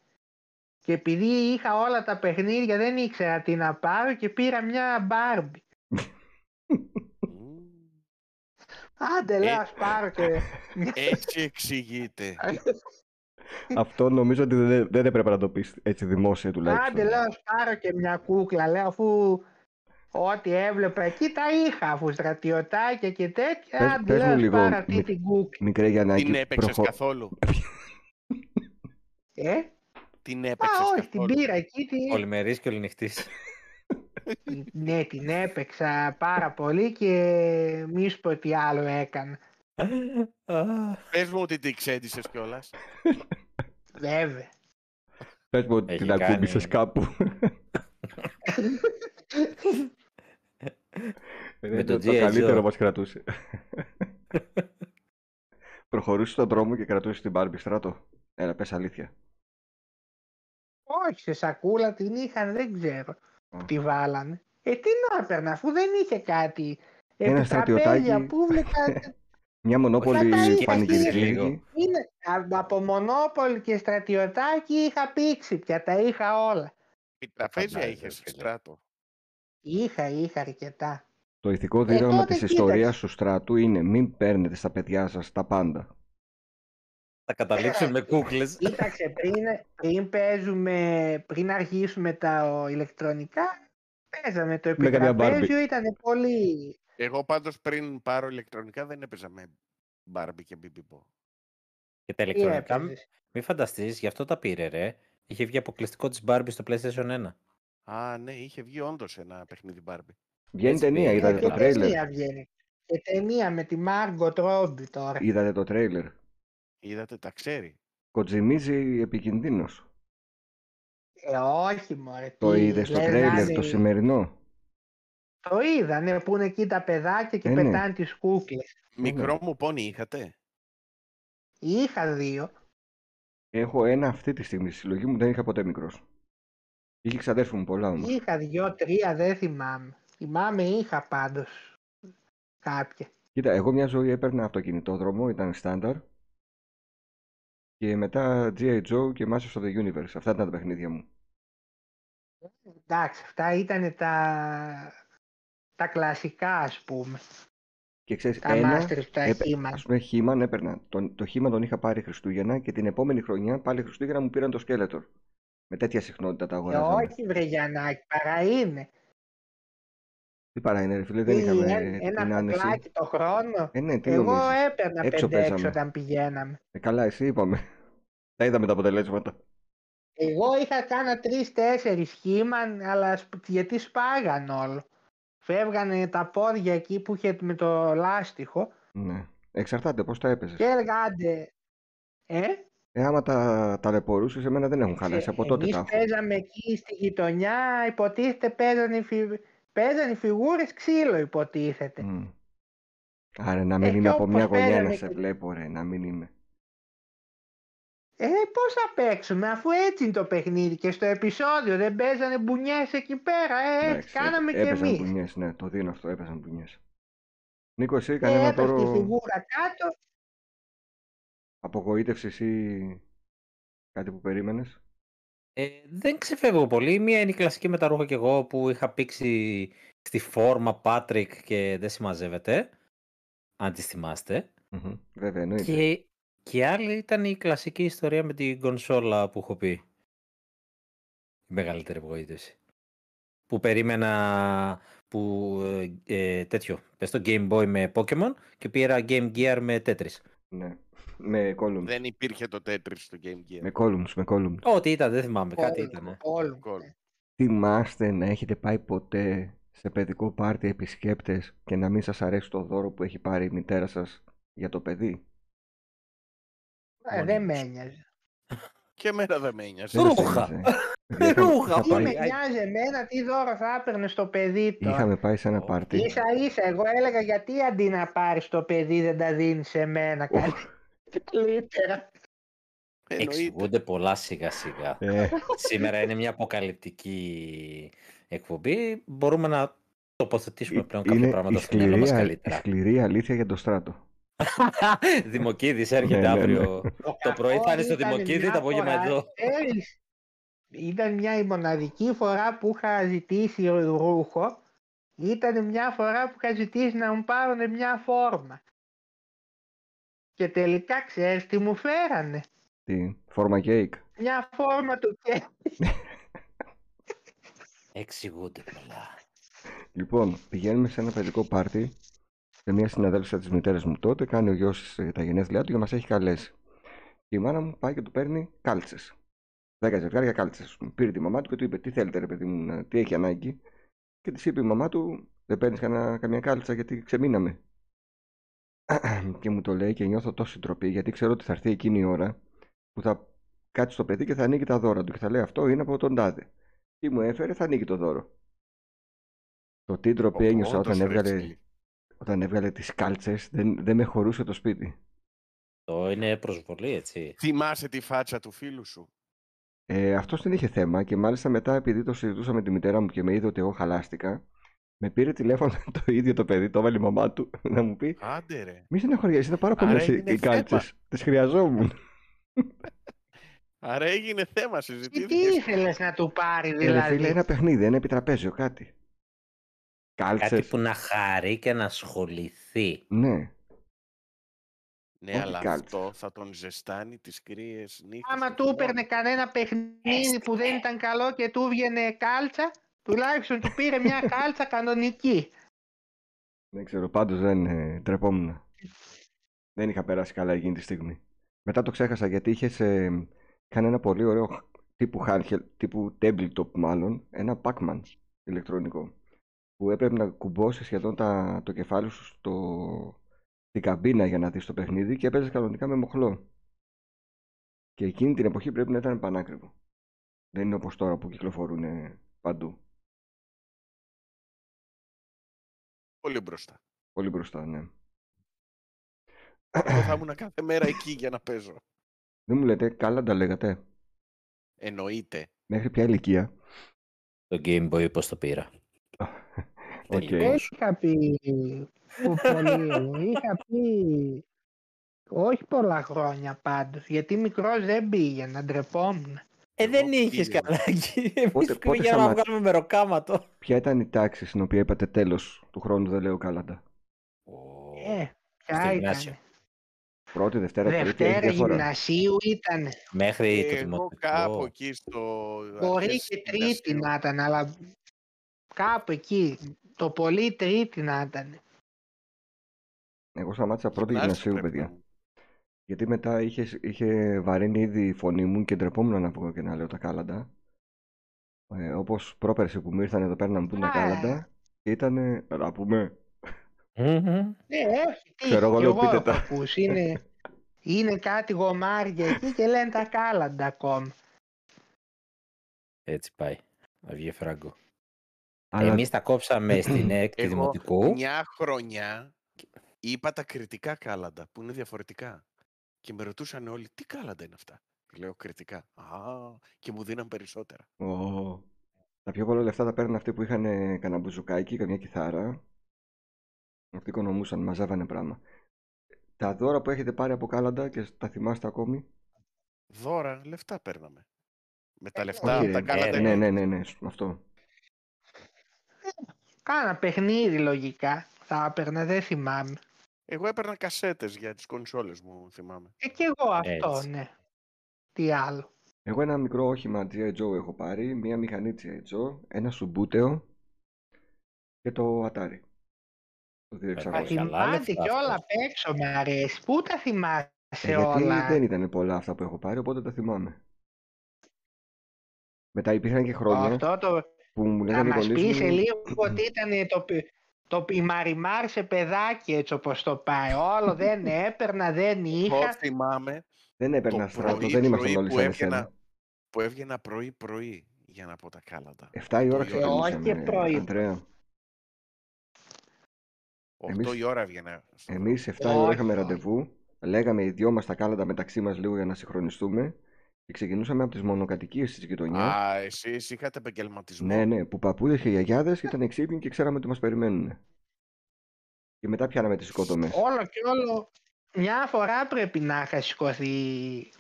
Speaker 4: και επειδή είχα όλα τα παιχνίδια δεν ήξερα τι να πάρω και πήρα μια μπάρμπι.
Speaker 1: Μμμ.
Speaker 3: Ε.
Speaker 4: Άντε λέω ας πάρω και...
Speaker 1: Έτσι εξηγείται.
Speaker 3: Αυτό νομίζω ότι δεν, δεν έπρεπε να το πεις έτσι δημόσια τουλάχιστον.
Speaker 4: Άντε λέω ας πάρω και μια κούκλα λέω αφού ό,τι έβλεπα εκεί τα είχα αφού στρατιωτάκια και τέτοια.
Speaker 3: Πες-
Speaker 4: Άντε
Speaker 3: πες
Speaker 4: λέω
Speaker 3: μου λοιπόν,
Speaker 4: ας
Speaker 3: λίγο,
Speaker 4: πάρω αυτή
Speaker 3: μη-
Speaker 4: την κούκλα.
Speaker 3: Μικρέ Γιαννάκη,
Speaker 1: Την έπαιξες
Speaker 3: προχω-
Speaker 1: καθόλου.
Speaker 4: Ε,
Speaker 1: Την
Speaker 4: α
Speaker 1: έπαιξες
Speaker 4: όχι την
Speaker 1: καθόλου.
Speaker 4: πήρα εκεί. Την...
Speaker 2: Πολυμερής και ολινυχτής.
Speaker 4: Ναι, την έπαιξα πάρα πολύ και μη σου πω τι άλλο έκανα.
Speaker 1: Πες μου ότι την ξέντησες κιόλας.
Speaker 4: Βέβαια.
Speaker 3: Πες μου ότι
Speaker 2: Έχει
Speaker 3: την ακούμπησες
Speaker 2: κάνει. [LAUGHS]
Speaker 3: κάπου.
Speaker 2: Με το G.I. Joe.
Speaker 3: Ε, καλύτερο
Speaker 2: [LAUGHS]
Speaker 3: μας κρατούσε. Προχωρούσε στον δρόμο και κρατούσε την Barbie στράτο. Έλα, πες αλήθεια.
Speaker 4: Όχι, σε σακούλα την είχαν, δεν ξέρω
Speaker 3: Α.
Speaker 4: που τη βάλανε. Ε, τι να έπαιρνα, αφού δεν είχε κάτι. Ε,
Speaker 3: Ένα
Speaker 4: που
Speaker 3: στρατιωτάκι.
Speaker 4: τραπέζια, που βλεκατε.
Speaker 3: Μια
Speaker 4: Όχι,
Speaker 3: μονόπολη
Speaker 4: θα τα είχα
Speaker 3: πανηγυρική.
Speaker 4: στείλει
Speaker 2: λίγο.
Speaker 4: Είναι, α- από μονόπολη και στρατιωτάκι είχα πήξει πια, τα είχα όλα.
Speaker 1: Η τραπέζια
Speaker 2: φαντάζεσαι,
Speaker 1: είχες
Speaker 2: ρε φίλε.
Speaker 1: στράτο.
Speaker 4: Είχα, είχα αρκετά.
Speaker 3: Το ηθικό δίδαγμα
Speaker 4: Ε, τότε
Speaker 3: της
Speaker 4: κοίταξε.
Speaker 3: ιστορίας του στρατού είναι μην παίρνετε στα παιδιά σας τα πάντα.
Speaker 2: Θα καταλήξουν με κούκλες.
Speaker 4: Κοίταξε, πριν, πριν παίζουμε, πριν αρχίσουμε τα ο, ηλεκτρονικά, παίζαμε το
Speaker 3: Με καμιά Barbie.
Speaker 4: επιτραπέζιο, ήταν πολύ...
Speaker 1: Εγώ πάντως πριν πάρω ηλεκτρονικά δεν έπαιζα με Barbie και BB-Bo.
Speaker 2: Και τα
Speaker 4: τι
Speaker 2: ηλεκτρονικά. μ-
Speaker 4: έπαιζες.
Speaker 2: Μη φανταστείς, γι' αυτό τα πήρε ρε. Είχε βγει αποκλειστικό της Barbie στο PlayStation 1.
Speaker 1: Α, ναι, είχε βγει όντως ένα παιχνίδι Barbie.
Speaker 3: Βγαίνει
Speaker 2: Έτσι
Speaker 3: ταινία,
Speaker 2: βγαίνει.
Speaker 4: Ε,
Speaker 3: είδατε
Speaker 4: και
Speaker 3: το
Speaker 2: καλά.
Speaker 3: τρέιλερ.
Speaker 4: ταινία βγαίνει. Και ταινία με τη Μάργκο Τρόμπι τώρα.
Speaker 3: Είδατε το τρέιλερ.
Speaker 1: Είδατε, τα ξέρει.
Speaker 3: Ναι, Κοτζιμίζει επικίνδυνος.
Speaker 4: Ε, όχι μωρέ.
Speaker 3: Το
Speaker 4: τι,
Speaker 3: είδες στο
Speaker 4: λες να
Speaker 3: τρέιλερ
Speaker 4: είναι-
Speaker 3: το σημερινό.
Speaker 4: Το είδανε που είναι εκεί τα παιδάκια και
Speaker 3: Ε, ναι.
Speaker 4: πετάνε τις κούκλες.
Speaker 1: Μικρό μου πόνι είχατε.
Speaker 4: Είχα δύο.
Speaker 3: Έχω ένα αυτή τη στιγμή στη συλλογή μου, δεν είχα ποτέ μικρός. Είχε ξαδέρφου μου πολλά όμως.
Speaker 4: Είχα δύο, τρία, δεν θυμάμαι. Θυμάμαι είχα πάντως κάποια.
Speaker 3: Κοίτα, εγώ μια ζωή έπαιρνα αυτοκινητόδρομο, ήταν στάνταρ. Και μετά G.I. Joe και Masters of the Universe. Αυτά ήταν τα παιχνίδια μου.
Speaker 4: Εντάξει, αυτά ήταν τα, τα κλασικά ας πούμε.
Speaker 3: Και ξέρεις,
Speaker 4: Τα
Speaker 3: ένα,
Speaker 4: μάστερ τα
Speaker 3: έπαι-
Speaker 4: χήμα.
Speaker 3: Ε, ας πούμε, Χίμαν έπαιρνα. Τον, το Χίμαν τον είχα πάρει Χριστούγεννα και την επόμενη χρονιά πάλι Χριστούγεννα μου πήραν το Skeletor. Με τέτοια συχνότητα τα
Speaker 4: Ε,
Speaker 3: αγοράζαμε.
Speaker 4: όχι βρε Γιαννάκη, παρά είναι.
Speaker 3: Τι παρά είναι, ρε φίλε, Ε, δεν
Speaker 4: Τι,
Speaker 3: είχαμε
Speaker 4: εν-
Speaker 3: την
Speaker 4: ένα
Speaker 3: άνεση.
Speaker 4: κουκλάκι το χρόνο.
Speaker 3: Ε, ναι, τι
Speaker 4: Εγώ
Speaker 3: νομίζεις.
Speaker 4: έπαιρνα
Speaker 3: Έξω
Speaker 4: 5-6
Speaker 3: παίζαμε.
Speaker 4: όταν πηγαίναμε.
Speaker 3: Ε, καλά, εσύ είπαμε. Τα είδαμε τα αποτελέσματα.
Speaker 4: Εγώ είχα κάνα 3-4 σχήμαν, αλλά σπ- γιατί σπάγαν όλο. Φεύγανε τα πόδια εκεί που είχε με το λάστιχο
Speaker 3: Ναι. Εξαρτάται πώς τα έπαιζες.
Speaker 4: και έλεγα άντε, Ε,
Speaker 3: Ε, άμα τα ταλαιπωρούσες, εμένα δεν έχουν χαλάσει. Από τότε
Speaker 4: εμείς
Speaker 3: τα έχω.
Speaker 4: παίζαμε εκεί στη γειτονιά, υποτίθεται παίζανε, οι φι... παίζανε οι φιγούρες ξύλο υποτίθεται.
Speaker 3: Μμ. Άρα να
Speaker 4: Ε,
Speaker 3: μην
Speaker 4: και
Speaker 3: είμαι από
Speaker 4: όπως
Speaker 3: μια γωνιά να
Speaker 4: παίζανε
Speaker 3: σε
Speaker 4: και-
Speaker 3: βλέπω, ρε, να μην είμαι.
Speaker 4: Ε, πώς θα παίξουμε, αφού έτσι είναι το παιχνίδι και στο επεισόδιο δεν παίζανε μπουνιές εκεί πέρα, ε, έτσι
Speaker 3: Εντάξει,
Speaker 4: κάναμε
Speaker 3: έ-
Speaker 4: και
Speaker 3: έπαιζαν
Speaker 4: εμείς.
Speaker 3: μπουνιές, ναι, το δίνω αυτό, έπαιζαν μπουνιές. Νίκος, εσύ
Speaker 4: Ε,
Speaker 3: κανένα
Speaker 4: έπεσε τη
Speaker 3: δώρο
Speaker 4: φιγούρα κάτω,
Speaker 3: απογοήτευση ή κάτι που περίμενες.
Speaker 2: Ε, δεν ξεφεύγω πολύ. Μία είναι η κλασική με τα ρούχα και εγώ που είχα πήξει στη φόρμα Πάτρικ και δεν συμμαζεύεται. Αν τις θυμάστε.
Speaker 3: Μμμ. Βέβαια, εννοείται.
Speaker 2: Και, και η άλλη ήταν η κλασική ιστορία με την κονσόλα που έχω πει. Η μεγαλύτερη απογοήτευση. Που περίμενα που, ε, ε, τέτοιο, πες το Game Boy με Pokemon και πήρα Game Gear με Tetris.
Speaker 3: Ναι. Με columns.
Speaker 1: Δεν υπήρχε το Tetris στο Game Gear.
Speaker 3: Με columns, με columns.
Speaker 2: Ό,τι ήταν, δεν θυμάμαι, Ε, κάτι
Speaker 4: Όλο.
Speaker 2: ήταν.
Speaker 4: όλο.
Speaker 1: Κόλ.
Speaker 3: Θυμάστε να έχετε πάει ποτέ σε παιδικό πάρτι επισκέπτες και να μην σας αρέσει το δώρο που έχει πάρει η μητέρα σας για το παιδί.
Speaker 4: Ε, δεν με ένοιαζε.
Speaker 1: Και εμένα δεν με ένοιαζε.
Speaker 3: Δεν σας
Speaker 2: Ρούχα.
Speaker 3: ένοιαζε.
Speaker 2: [LAUGHS]
Speaker 3: Παιδιά, είχαμε-
Speaker 2: Ρούχα,
Speaker 3: είχα
Speaker 4: Τι με
Speaker 2: Πάει,
Speaker 3: πάει-
Speaker 2: άι.
Speaker 4: νοιάζει εμένα, τι δώρο θα έπαιρνε στο παιδί τώρα.
Speaker 3: Είχαμε πάει σε ένα
Speaker 2: Ω.
Speaker 3: πάρτι.
Speaker 4: Ίσα ίσα, εγώ έλεγα γιατί αντί να πάρεις το παιδί δεν τα δίνεις σε μένα
Speaker 3: Οχ,
Speaker 4: κάτι [LAUGHS] καλύτερα.
Speaker 1: Εννοείται.
Speaker 2: Εξηγούνται πολλά σιγά
Speaker 3: [LAUGHS]
Speaker 2: σιγά.
Speaker 3: ε,
Speaker 2: Σήμερα είναι μια αποκαλυπτική εκπομπή. Μπορούμε να τοποθετήσουμε πλέον κάποια
Speaker 3: Ε, Είναι η
Speaker 2: πράγματα στο μυαλό
Speaker 3: σκληρή,
Speaker 2: μας
Speaker 3: α- η
Speaker 2: καλύτερα.
Speaker 3: σκληρή αλήθεια για το στράτο.
Speaker 2: [LAUGHS] Δημοκίδης
Speaker 3: Ναι,
Speaker 2: έρχεται
Speaker 3: ναι, ναι.
Speaker 2: αύριο. Το πρωί θα είναι στο
Speaker 4: Ήταν
Speaker 2: Δημοκίδη,
Speaker 4: μια
Speaker 2: το απόγευμα
Speaker 4: φορά,
Speaker 2: εδώ.
Speaker 4: ξέρεις, Ήταν μια η μοναδική φορά που είχα ζητήσει ρούχο. Ήταν μια φορά που είχα ζητήσει να μου πάρουν μια φόρμα. Και τελικά ξέρεις τι μου φέρανε.
Speaker 3: Τι, φόρμα κέικ.
Speaker 4: Μια φόρμα του και
Speaker 2: Εξηγούνται πολλά.
Speaker 3: Λοιπόν, πηγαίνουμε σε ένα παιδικό πάρτι σε μια συναδέλφισσα της μητέρας μου τότε. Κάνει ο γιος τα γενέθλιά του και μας έχει καλέσει. Και η μάνα μου πάει και του παίρνει κάλτσες. Δέκα ζευγάρια κάλτσες. Πήρε τη μαμά του και του είπε: Τι θέλετε, ρε παιδί μου, να- τι έχει ανάγκη. Και της είπε η μαμά του: Δεν παίρνεις καμιά κάλτσα γιατί ξεμείναμε. [CLEARS THROAT] και μου το λέει και νιώθω τόση ντροπή γιατί ξέρω ότι θα έρθει εκείνη η ώρα που θα κάτσει το παιδί και θα ανοίγει τα δώρα του και θα λέει αυτό είναι από τον τάδε. Τι μου έφερε, θα ανοίγει το δώρο. Το τι ντροπή
Speaker 1: Όπου
Speaker 3: ένιωσα
Speaker 1: όντως,
Speaker 3: όταν
Speaker 1: ρε,
Speaker 3: έβγαλε,
Speaker 1: ξύλι.
Speaker 3: όταν έβγαλε τις κάλτσες δεν, δεν με χωρούσε το σπίτι.
Speaker 2: Το είναι προσβολή, έτσι.
Speaker 1: Θυμάσαι τη φάτσα του φίλου σου.
Speaker 3: Ε, Αυτό δεν είχε θέμα και μάλιστα μετά, επειδή το συζητούσα με τη μητέρα μου και με είδε ότι εγώ χαλάστηκα, με πήρε τηλέφωνο [LAUGHS] το ίδιο το παιδί, το έβαλε η μαμά του, [LAUGHS] να μου πει:
Speaker 1: Άντε ρε.
Speaker 3: Μη στεναχωριέσαι, ήταν πάρα πολλές
Speaker 1: Άρα είναι θέμα.
Speaker 3: οι κάλτσες, Τις χρειαζόμουν.
Speaker 1: Άρα έγινε θέμα,
Speaker 4: τι,
Speaker 1: συζητήθηκε.
Speaker 4: τι ήθελες να του πάρει
Speaker 3: Ε, ρε
Speaker 4: δηλαδή.
Speaker 3: φίλε, ένα παιχνίδι, ένα επιτραπέζιο, κάτι.
Speaker 2: Κάτι
Speaker 3: Κάλτσες,
Speaker 2: που να χαρεί και να ασχοληθεί.
Speaker 3: Ναι,
Speaker 1: Ναι,
Speaker 3: Όχι
Speaker 1: αλλά
Speaker 3: κάλτσα.
Speaker 1: αυτό θα τον ζεστάνει τις κρύες νύχτες.
Speaker 4: Άμα
Speaker 1: του
Speaker 4: του
Speaker 1: χειμώνα.
Speaker 4: έπαιρνε κανένα παιχνίδι που δεν ήταν καλό και του βγαινε κάλτσα, τουλάχιστον του πήρε μια κάλτσα κανονική.
Speaker 3: δεν ξέρω, πάντως δεν ε, ντρεπόμουν. Δεν είχα περάσει καλά εκείνη τη στιγμή. Μετά το ξέχασα γιατί είχες σε... κάνει ένα πολύ ωραίο χ- τύπου handheld, τύπου tabletop μάλλον, ένα Pac-Man ηλεκτρονικό. Που έπρεπε να κουμπώσεις σχεδόν τα... το κεφάλι σου στο... στην καμπίνα για να δεις το παιχνίδι και έπαιζες κανονικά με μοχλό. Και εκείνη την εποχή πρέπει να ήταν πανάκριβο. Δεν είναι όπως τώρα που κυκλοφορούν ε, παντού.
Speaker 1: Πολύ μπροστά.
Speaker 3: Πολύ μπροστά, ναι.
Speaker 1: Εγώ θα ήμουν κάθε μέρα εκεί για να παίζω.
Speaker 3: Δεν μου λέτε, καλά τα λέγατε.
Speaker 1: Εννοείται.
Speaker 3: Μέχρι ποια ηλικία.
Speaker 2: Το Game Boy πώς το πήρα.
Speaker 3: [LAUGHS] Οκ.
Speaker 4: Δεν
Speaker 2: Τελείως.
Speaker 4: είχα πει που πολύ. είχα πει όχι πολλά χρόνια πάντως, γιατί μικρός δεν πήγαινα, ντρεπόμουν.
Speaker 2: Ε,
Speaker 1: Εγώ
Speaker 2: δεν είχες
Speaker 1: πήγαινα.
Speaker 2: καλά. [LAUGHS]
Speaker 3: Πότε-
Speaker 2: Εμείς
Speaker 3: πότε
Speaker 2: για να
Speaker 3: σταμάτησε?
Speaker 2: βγάλουμε μεροκάματο.
Speaker 3: Ποια ήταν η τάξη στην οποία είπατε τέλος του χρόνου δεν λέω κάλαντα.
Speaker 4: Ε,
Speaker 2: Στο
Speaker 4: ποια
Speaker 2: γυμνάσιο.
Speaker 4: ήταν.
Speaker 3: Πρώτη, Δευτέρα, Τρίτη, έχει
Speaker 4: Δευτέρα
Speaker 3: διαφορά.
Speaker 4: γυμνασίου ήταν.
Speaker 2: Μέχρι το
Speaker 1: Εγώ κάπου
Speaker 2: δημοτικό.
Speaker 1: εκεί στο...
Speaker 4: Μπορεί
Speaker 1: αρχές
Speaker 4: και
Speaker 1: του
Speaker 4: τρίτη
Speaker 1: γυμνασίου.
Speaker 4: να ήταν, αλλά κάπου εκεί. Το πολύ τρίτη να ήταν.
Speaker 3: Εγώ σταμάτησα πρώτη
Speaker 1: Γυμνάσιο
Speaker 3: γυμνασίου,
Speaker 1: πρέπει να
Speaker 3: παιδιά.
Speaker 1: μου.
Speaker 3: Γιατί μετά είχες, είχε βαρύνει ήδη η φωνή μου και ντρεπόμουν να βγω και να λέω τα κάλαντα. Ε, Όπως πρόπερση που μου ήρθαν εδώ πέρα να μου πούν τα
Speaker 4: Α.
Speaker 3: κάλαντα, ήταν. Να πούμε.
Speaker 2: Μμμ.
Speaker 4: Ναι, έχει τύχει.
Speaker 3: Ξέρω εγώ,
Speaker 4: Κι
Speaker 3: λέω, πείτε
Speaker 4: έχω
Speaker 3: τα.
Speaker 4: ακούσει. Είναι Είναι κάτι γομάρια εκεί και λένε τα κάλαντα ακόμα.
Speaker 2: Έτσι πάει. Να βγει φράγκο.
Speaker 3: Αλλά
Speaker 2: Εμείς τα κόψαμε
Speaker 3: [CLEARS THROAT]
Speaker 2: στην ΕΚ του
Speaker 1: Εγώ
Speaker 2: Δημοτικού.
Speaker 1: μια χρονιά είπα τα κριτικά κάλαντα που είναι διαφορετικά. Και με ρωτούσαν όλοι τι κάλαντα είναι αυτά. Λέω κριτικά. Α, και μου δίναν περισσότερα.
Speaker 3: Ω. Τα πιο πολλά λεφτά τα παίρνουν αυτοί που είχαν ε, κανένα μπουζουκάκι, καμιά κιθάρα. Αυτοί οικονομούσαν, μαζεύανε πράγμα. Τα δώρα που έχετε πάρει από κάλαντα και τα θυμάστε ακόμη.
Speaker 1: Δώρα, λεφτά παίρναμε. Με τα
Speaker 3: Όχι,
Speaker 1: λεφτά, από
Speaker 3: ρε,
Speaker 1: τα κάλαντα.
Speaker 2: ε,
Speaker 3: Ναι, ναι, ναι, ναι, σ- αυτό.
Speaker 4: Κάνα παιχνίδι λογικά. Θα έπαιρνα, δεν θυμάμαι.
Speaker 1: Εγώ έπαιρνα κασέτες για τις κονσόλες μου, θυμάμαι.
Speaker 4: Ε, κι εγώ αυτό,
Speaker 2: Έτσι.
Speaker 4: ναι. Τι άλλο.
Speaker 3: Εγώ ένα μικρό όχημα G.I. Joe έχω πάρει, μία μηχανή G.I. Joe, ένα σουμπούτεο και το Atari. Το 2600.
Speaker 4: Τα
Speaker 2: Καλά,
Speaker 4: θυμάται
Speaker 2: λεφτά
Speaker 4: και όλα
Speaker 2: αυτά.
Speaker 4: απ' έξω, μ' αρέσει. Πού τα
Speaker 3: Ε,
Speaker 4: θυμάσαι
Speaker 3: γιατί
Speaker 4: όλα.
Speaker 3: δεν ήταν πολλά αυτά που έχω πάρει, οπότε τα θυμάμαι. Μετά υπήρχαν και χρόνια
Speaker 4: Αυτό το...
Speaker 3: που μου
Speaker 4: Να
Speaker 3: λέγανε οι
Speaker 4: μας
Speaker 3: γονείς
Speaker 4: πεις σε
Speaker 3: μου...
Speaker 4: λίγο ότι ήταν το, πι- το, η Μαριμάρ σε παιδάκι έτσι όπως το πάει. Όλο δεν έπαιρνα, δεν
Speaker 1: Εγώ
Speaker 4: είχα.
Speaker 1: θυμάμαι
Speaker 3: Δεν έπαιρνα
Speaker 1: το
Speaker 3: στράτο,
Speaker 1: πρωί,
Speaker 3: δεν ήμασταν
Speaker 1: πρωί
Speaker 3: όλοι
Speaker 1: που
Speaker 3: σαν
Speaker 1: έβγαινα-
Speaker 3: εσένα.
Speaker 1: που έβγαινα πρωί-πρωί για να πω τα κάλαντα.
Speaker 3: 7 η ώρα
Speaker 1: Ε,
Speaker 3: ξεκινήσαμε,
Speaker 4: όχι πρωί.
Speaker 3: Ανδρέα.
Speaker 1: 8
Speaker 3: Εμείς-
Speaker 1: η ώρα έβγαινα. στο δρόμο.
Speaker 3: Εμείς 7 η ώρα
Speaker 4: Όχι,
Speaker 3: είχαμε
Speaker 4: όχι.
Speaker 3: ραντεβού, λέγαμε οι δυο μας τα κάλαντα μεταξύ μας λίγο για να συγχρονιστούμε και ξεκινούσαμε από τις μονοκατοικίες της γειτονιάς.
Speaker 1: Α, εσείς είχατε επαγγελματισμό.
Speaker 3: Ναι, ναι, που παππούδες και γιαγιάδες ήταν εξύπνιοι και ξέραμε ότι μας περιμένουν. Και μετά πιάναμε τις οικοδομές.
Speaker 4: Όλο και όλο μια φορά πρέπει να είχα σηκωθεί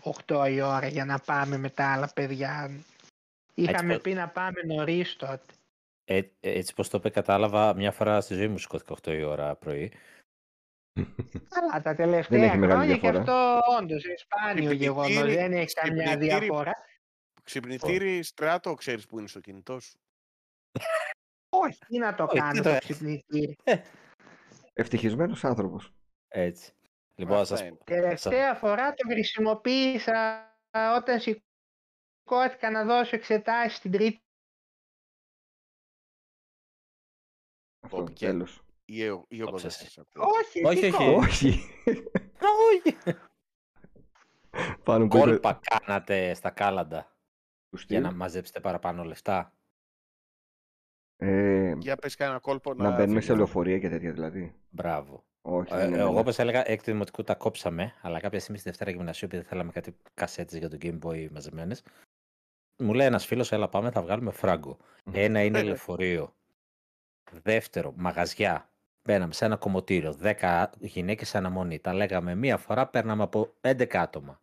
Speaker 4: 8 η ώρα για να πάμε με τα άλλα παιδιά. Είχαμε
Speaker 2: πω-
Speaker 4: πει να πάμε νωρίς τότε.
Speaker 2: Ε, έτσι πως το είπε κατάλαβα, μια φορά στη ζωή μου σηκώθηκα 8 η ώρα πρωί.
Speaker 4: Καλά, τα
Speaker 3: Δεν
Speaker 4: τελευταία
Speaker 3: έχει μεγάλη
Speaker 4: χρόνια και
Speaker 3: διαφορά.
Speaker 4: αυτό όντως είναι σπάνιο
Speaker 1: Στην
Speaker 4: γεγονό.
Speaker 1: πλητήρη-
Speaker 4: Δεν έχει
Speaker 1: στην
Speaker 4: καμιά
Speaker 1: πλητήρη-
Speaker 4: διαφορά.
Speaker 1: Ξυπνητήρι, στράτο, ξέρεις που είναι στο κινητό σου.
Speaker 4: Όχι, τι να το
Speaker 2: Όχι, τι
Speaker 4: κάνω
Speaker 2: το
Speaker 4: το
Speaker 2: έ-
Speaker 4: ξυπνητήρι.
Speaker 3: [LAUGHS] Ευτυχισμένος άνθρωπος.
Speaker 2: Έτσι. Λοιπόν, να
Speaker 1: Αυτά
Speaker 2: σας,
Speaker 1: είναι.
Speaker 4: Τελευταία φορά το χρησιμοποίησα όταν σηκώθηκα να δώσω εξετάσεις την τρίτη.
Speaker 3: Αυτό,
Speaker 1: Όπ, και-
Speaker 3: τέλος.
Speaker 1: Ή εγώ ή εγώ δεν
Speaker 2: Όψεσαι.
Speaker 1: σας ακούω.
Speaker 4: Όχι,
Speaker 2: Όχι,
Speaker 1: Ε.
Speaker 4: σηκώ.
Speaker 2: όχι.
Speaker 3: Όχι,
Speaker 1: [LAUGHS]
Speaker 2: Όχι.
Speaker 3: πάνω που είπε
Speaker 2: Κόλπα κάνατε στα κάλαντα
Speaker 3: τους
Speaker 2: για
Speaker 3: στυλ.
Speaker 2: να μαζέψετε παραπάνω λεφτά.
Speaker 3: Ε,
Speaker 1: Για πες κανένα κόλπο να...
Speaker 3: Να μπαίνουμε σε
Speaker 1: φύγουμε.
Speaker 3: λεωφορεία και τέτοια δηλαδή.
Speaker 2: Μπράβο.
Speaker 3: Όχι, ναι,
Speaker 2: Ε,
Speaker 3: δεν
Speaker 2: εγώ,
Speaker 3: είναι.
Speaker 2: όπως έλεγα, έκτη δημοτικού τα κόψαμε, αλλά κάποια στιγμή στη Δευτέρα Γυμνασίου, επειδή θέλαμε κάτι κασέτες για τον Game Boy μαζεμένες, μου λέει ένας φίλος: Έλα, πάμε, θα βγάλουμε φράγκο.
Speaker 1: Ε,
Speaker 2: Ένα είναι λεωφορείο. Δεύτερο, μαγαζιά. Μπαίναμε σε ένα κομμωτήριο. 10 γυναίκε αναμονή. Τα λέγαμε μία φορά, παίρναμε από 11 άτομα.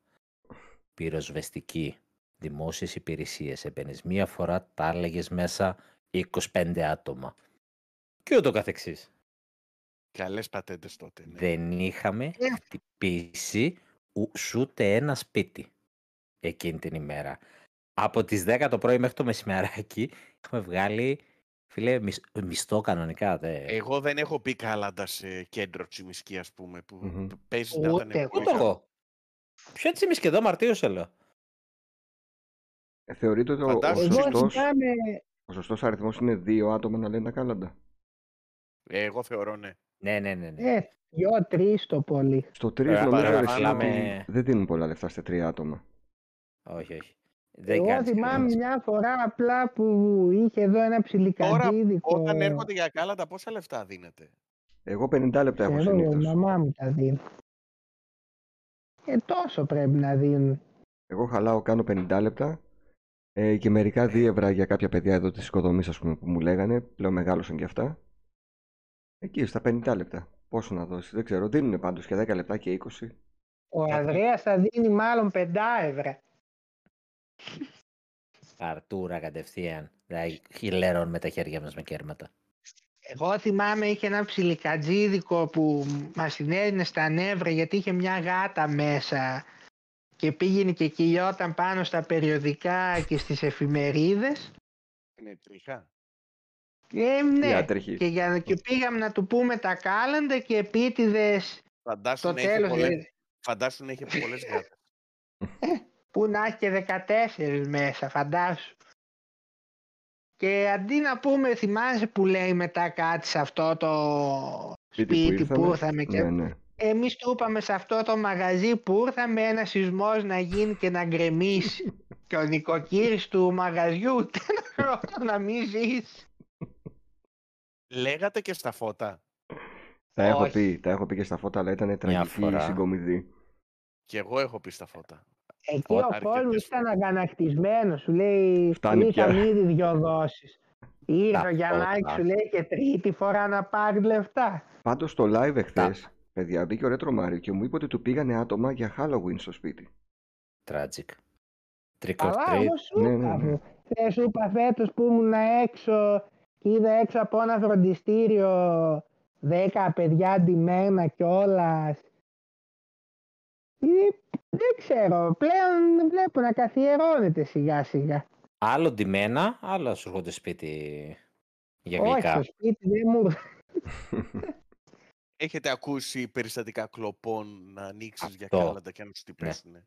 Speaker 2: Πυροσβεστική. Δημόσιες υπηρεσίες. Έμπαινες μία φορά, τα έλεγες μέσα 25 άτομα. Και ούτω καθεξής
Speaker 1: Καλές πατέντες τότε. ναι.
Speaker 2: δεν είχαμε
Speaker 4: Ναι.
Speaker 2: χτυπήσει ου- σ' ούτε ένα σπίτι εκείνη την ημέρα. Από τις 10 το πρωί μέχρι το μεσημεράκι είχαμε βγάλει, φίλε, μισ- μισθό κανονικά. Δε.
Speaker 1: Εγώ δεν έχω πει κάλαντα σε κέντρο τσιμισκή, ας πούμε, που
Speaker 3: Μμμ.
Speaker 1: π- παίζει να
Speaker 4: Ούτε
Speaker 1: ήταν
Speaker 4: εγώ.
Speaker 1: πολύ
Speaker 2: Ούτε
Speaker 1: καλό.
Speaker 2: εγώ. Ποιο έτσι και εδώ μαρτύρωσε, λέω.
Speaker 3: Θεωρείτε Ε, ότι ο- ο,
Speaker 1: Φαντάζομαι.
Speaker 4: Εγώ
Speaker 3: σωστός,
Speaker 4: θυμάμαι,
Speaker 3: ο σωστός αριθμός είναι δύο άτομα να λένε τα κάλαντα.
Speaker 1: Ε, Εγώ θεωρώ, ναι.
Speaker 2: Ναι, ναι, ναι. ναι.
Speaker 4: ε, δυο-τρει το πολύ.
Speaker 3: Στο τρεις
Speaker 2: Ε,
Speaker 3: νομίζω
Speaker 1: παρά-
Speaker 3: ρε, εσύ,
Speaker 2: μιλάμε-
Speaker 3: ότι δεν δίνουν πολλά λεφτά σε τρία άτομα.
Speaker 2: Όχι, όχι. Δεν
Speaker 4: Εγώ
Speaker 2: κάνεις
Speaker 4: θυμάμαι ναι.
Speaker 2: κανένας.
Speaker 4: μια φορά απλά που είχε εδώ ένα ψιλικαντίδικο.
Speaker 1: Όταν έρχονται για κάλαντα, πόσα λεφτά δίνετε.
Speaker 3: Εγώ 50 λεπτά έχω
Speaker 4: Ξέρω, Ε, η
Speaker 3: συνήθως.
Speaker 4: μαμά μου τα δίνει. Ε, τόσο πρέπει να δίνουν.
Speaker 3: Εγώ χαλάω, κάνω 50 λεπτά ε, και μερικά δίευρα για κάποια παιδιά εδώ της οικοδομής ας πούμε που μου λέγανε, πλέον μεγάλωσαν και αυτά. Εκεί στα 50 λεπτά. Πόσο να δώσει, δεν ξέρω. Δίνουν πάντως και 10 λεπτά και 20.
Speaker 4: Ο
Speaker 1: Ε.
Speaker 4: Ανδρέας θα δίνει μάλλον 5 ευρώ.
Speaker 2: Αρτούρα κατευθείαν. Δηλαδή, χιλέρων με τα χέρια μας με κέρματα.
Speaker 4: Εγώ θυμάμαι είχε ένα ψιλικατζίδικο που μας την έδινε στα νεύρα γιατί είχε μια γάτα μέσα και πήγαινε και κυλιόταν πάνω στα περιοδικά και στις εφημερίδες.
Speaker 1: Είναι τριχά.
Speaker 4: Ε, ναι.
Speaker 3: Οι άτρεχοι.
Speaker 4: Και, για, και πήγαμε να του πούμε τα κάλαντα και επίτηδες
Speaker 1: Φαντάσου
Speaker 4: στο
Speaker 1: να έχει
Speaker 4: τέλος
Speaker 1: πολλές,
Speaker 4: δηλαδή,
Speaker 1: φαντάσου να έχει πολλές γάτες.
Speaker 4: που να έχει και 14 μέσα φαντάσου. Και αντί να πούμε θυμάσαι που λέει μετά κάτι σε αυτό το
Speaker 3: Σπίτι που
Speaker 4: σπίτι που
Speaker 3: ήρθαμε.
Speaker 4: ήρθαμε και
Speaker 3: Ναι, ναι.
Speaker 4: Εμείς του είπαμε σε αυτό το μαγαζί που ήρθαμε ένα σεισμός να γίνει και να γκρεμίσει. και ο νοικοκύρης του μαγαζιού ούτε ένα χρόνο να μην ζήσει.
Speaker 1: Λέγατε και στα φώτα.
Speaker 3: Τα έχω,
Speaker 4: Όχι.
Speaker 3: πει, τα έχω πει και στα φώτα, αλλά ήταν τραγική
Speaker 2: φορά.
Speaker 3: συγκομιδή.
Speaker 1: Και εγώ έχω πει στα φώτα.
Speaker 4: Εκεί
Speaker 1: Όταν
Speaker 4: ο
Speaker 1: αρκετές
Speaker 4: Πόλου
Speaker 1: φορές.
Speaker 4: ήταν αγανακτισμένος, σου λέει,
Speaker 3: Φτάνει
Speaker 4: είχαν
Speaker 3: πια.
Speaker 4: ήδη δυο δόσεις. Ήρθε ο
Speaker 2: Τα
Speaker 4: Γιαννάκης,
Speaker 2: φώτα.
Speaker 4: σου λέει, και τρίτη φορά να πάρει λεφτά.
Speaker 3: Πάντως στο live εχθές, παιδιά, μπήκε ο Ρέτρο Μάριο και μου είπε ότι του πήγανε άτομα για Halloween στο
Speaker 2: [LAUGHS]
Speaker 3: σπίτι.
Speaker 2: Tragic. Trick or
Speaker 4: Καλά,
Speaker 2: treat.
Speaker 4: εγώ σου
Speaker 3: Ναι, ναι,
Speaker 4: είπα.
Speaker 3: ναι.
Speaker 4: Δεν σου είπα φέτος που ήμουν έξω και είδα έξω από ένα φροντιστήριο δέκα παιδιά αντιμένα κιόλας. Ε, Δεν ξέρω, πλέον βλέπω να καθιερώνεται σιγά σιγά.
Speaker 2: Άλλο ντυμένα, άλλο σου έρχονται σπίτι για
Speaker 4: Όχι,
Speaker 2: γλυκά.
Speaker 4: στο σπίτι δεν μου
Speaker 1: Έχετε ακούσει περιστατικά κλοπών να ανοίξεις για
Speaker 2: Αυτό.
Speaker 1: κάλαντα και να
Speaker 3: Ναι.
Speaker 1: σου τυπήσουν.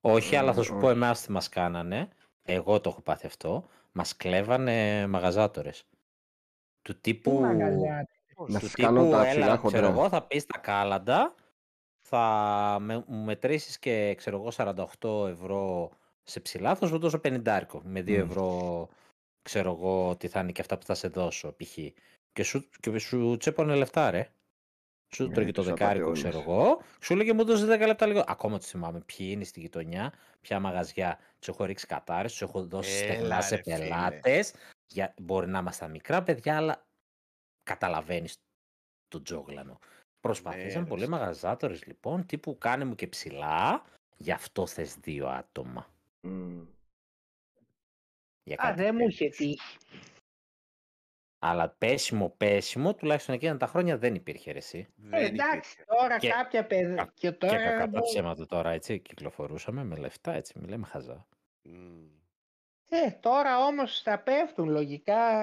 Speaker 2: Όχι, αλλά θα
Speaker 3: Ε,
Speaker 2: σου
Speaker 3: όχι.
Speaker 2: πω εμάς τι μας κάνανε. Εγώ το έχω πάθει αυτό. Μας κλέβανε μαγαζάτορες. Του τύπου...
Speaker 4: μαγαζιά.
Speaker 3: Να
Speaker 2: του
Speaker 3: σας κάνω τα ψηλά
Speaker 2: έλα, ξέρω
Speaker 3: χοντρά.
Speaker 2: εγώ, θα πεις τα κάλαντα, θα με, μου μετρήσεις και, ξέρω εγώ, 48 ευρώ σε ψηλά, θα σου δώσω 50 με 2
Speaker 3: Μμμ.
Speaker 2: ευρώ, ξέρω εγώ, τι θα είναι και αυτά που θα σε δώσω, π.χ. Και σου, και σου τσέπωνε λεφτά, ρε. Σου
Speaker 3: Ε,
Speaker 2: τρώγε το
Speaker 3: τους
Speaker 2: δεκάρικο,
Speaker 3: απατεώνες.
Speaker 2: ξέρω εγώ. Σου λέγε μου δώσε 10 λεπτά λίγο. Ακόμα του θυμάμαι ποιοι είναι στη γειτονιά, ποια μαγαζιά. Τους έχω ρίξει κατάρε, τους έχω δώσει
Speaker 1: Έλα,
Speaker 2: στεγνά σε
Speaker 1: ρε, φίλε.
Speaker 2: πελάτες. Για... Μπορεί να είμαστε μικρά παιδιά, αλλά καταλαβαίνεις τον τζόγλανο. Προσπαθήσαν
Speaker 1: Ναι, ρε,
Speaker 2: πολλοί
Speaker 1: φίλε.
Speaker 2: μαγαζάτορες λοιπόν, τύπου κάνε μου και ψηλά, γι' αυτό θες δύο άτομα.
Speaker 3: Μμμ.
Speaker 2: Για
Speaker 4: Α,
Speaker 2: κάτι
Speaker 4: δεν μου είχε
Speaker 2: τέτοιους.
Speaker 4: τύχει.
Speaker 2: Αλλά πέσιμο, πέσιμο, τουλάχιστον εκείνα τα χρόνια δεν υπήρχε ρε, εσύ.
Speaker 4: Ε,
Speaker 1: Δεν
Speaker 4: Εντάξει,
Speaker 1: υπήρχε.
Speaker 4: τώρα
Speaker 2: Και-
Speaker 4: κάποια παιδιά. Και
Speaker 2: Και
Speaker 4: τώρα.
Speaker 2: κακά τα ψέματα τώρα, έτσι, κυκλοφορούσαμε με λεφτά, έτσι, μιλάμε χαζά.
Speaker 1: Μμ.
Speaker 4: Ε, τώρα όμως θα πέφτουν λογικά.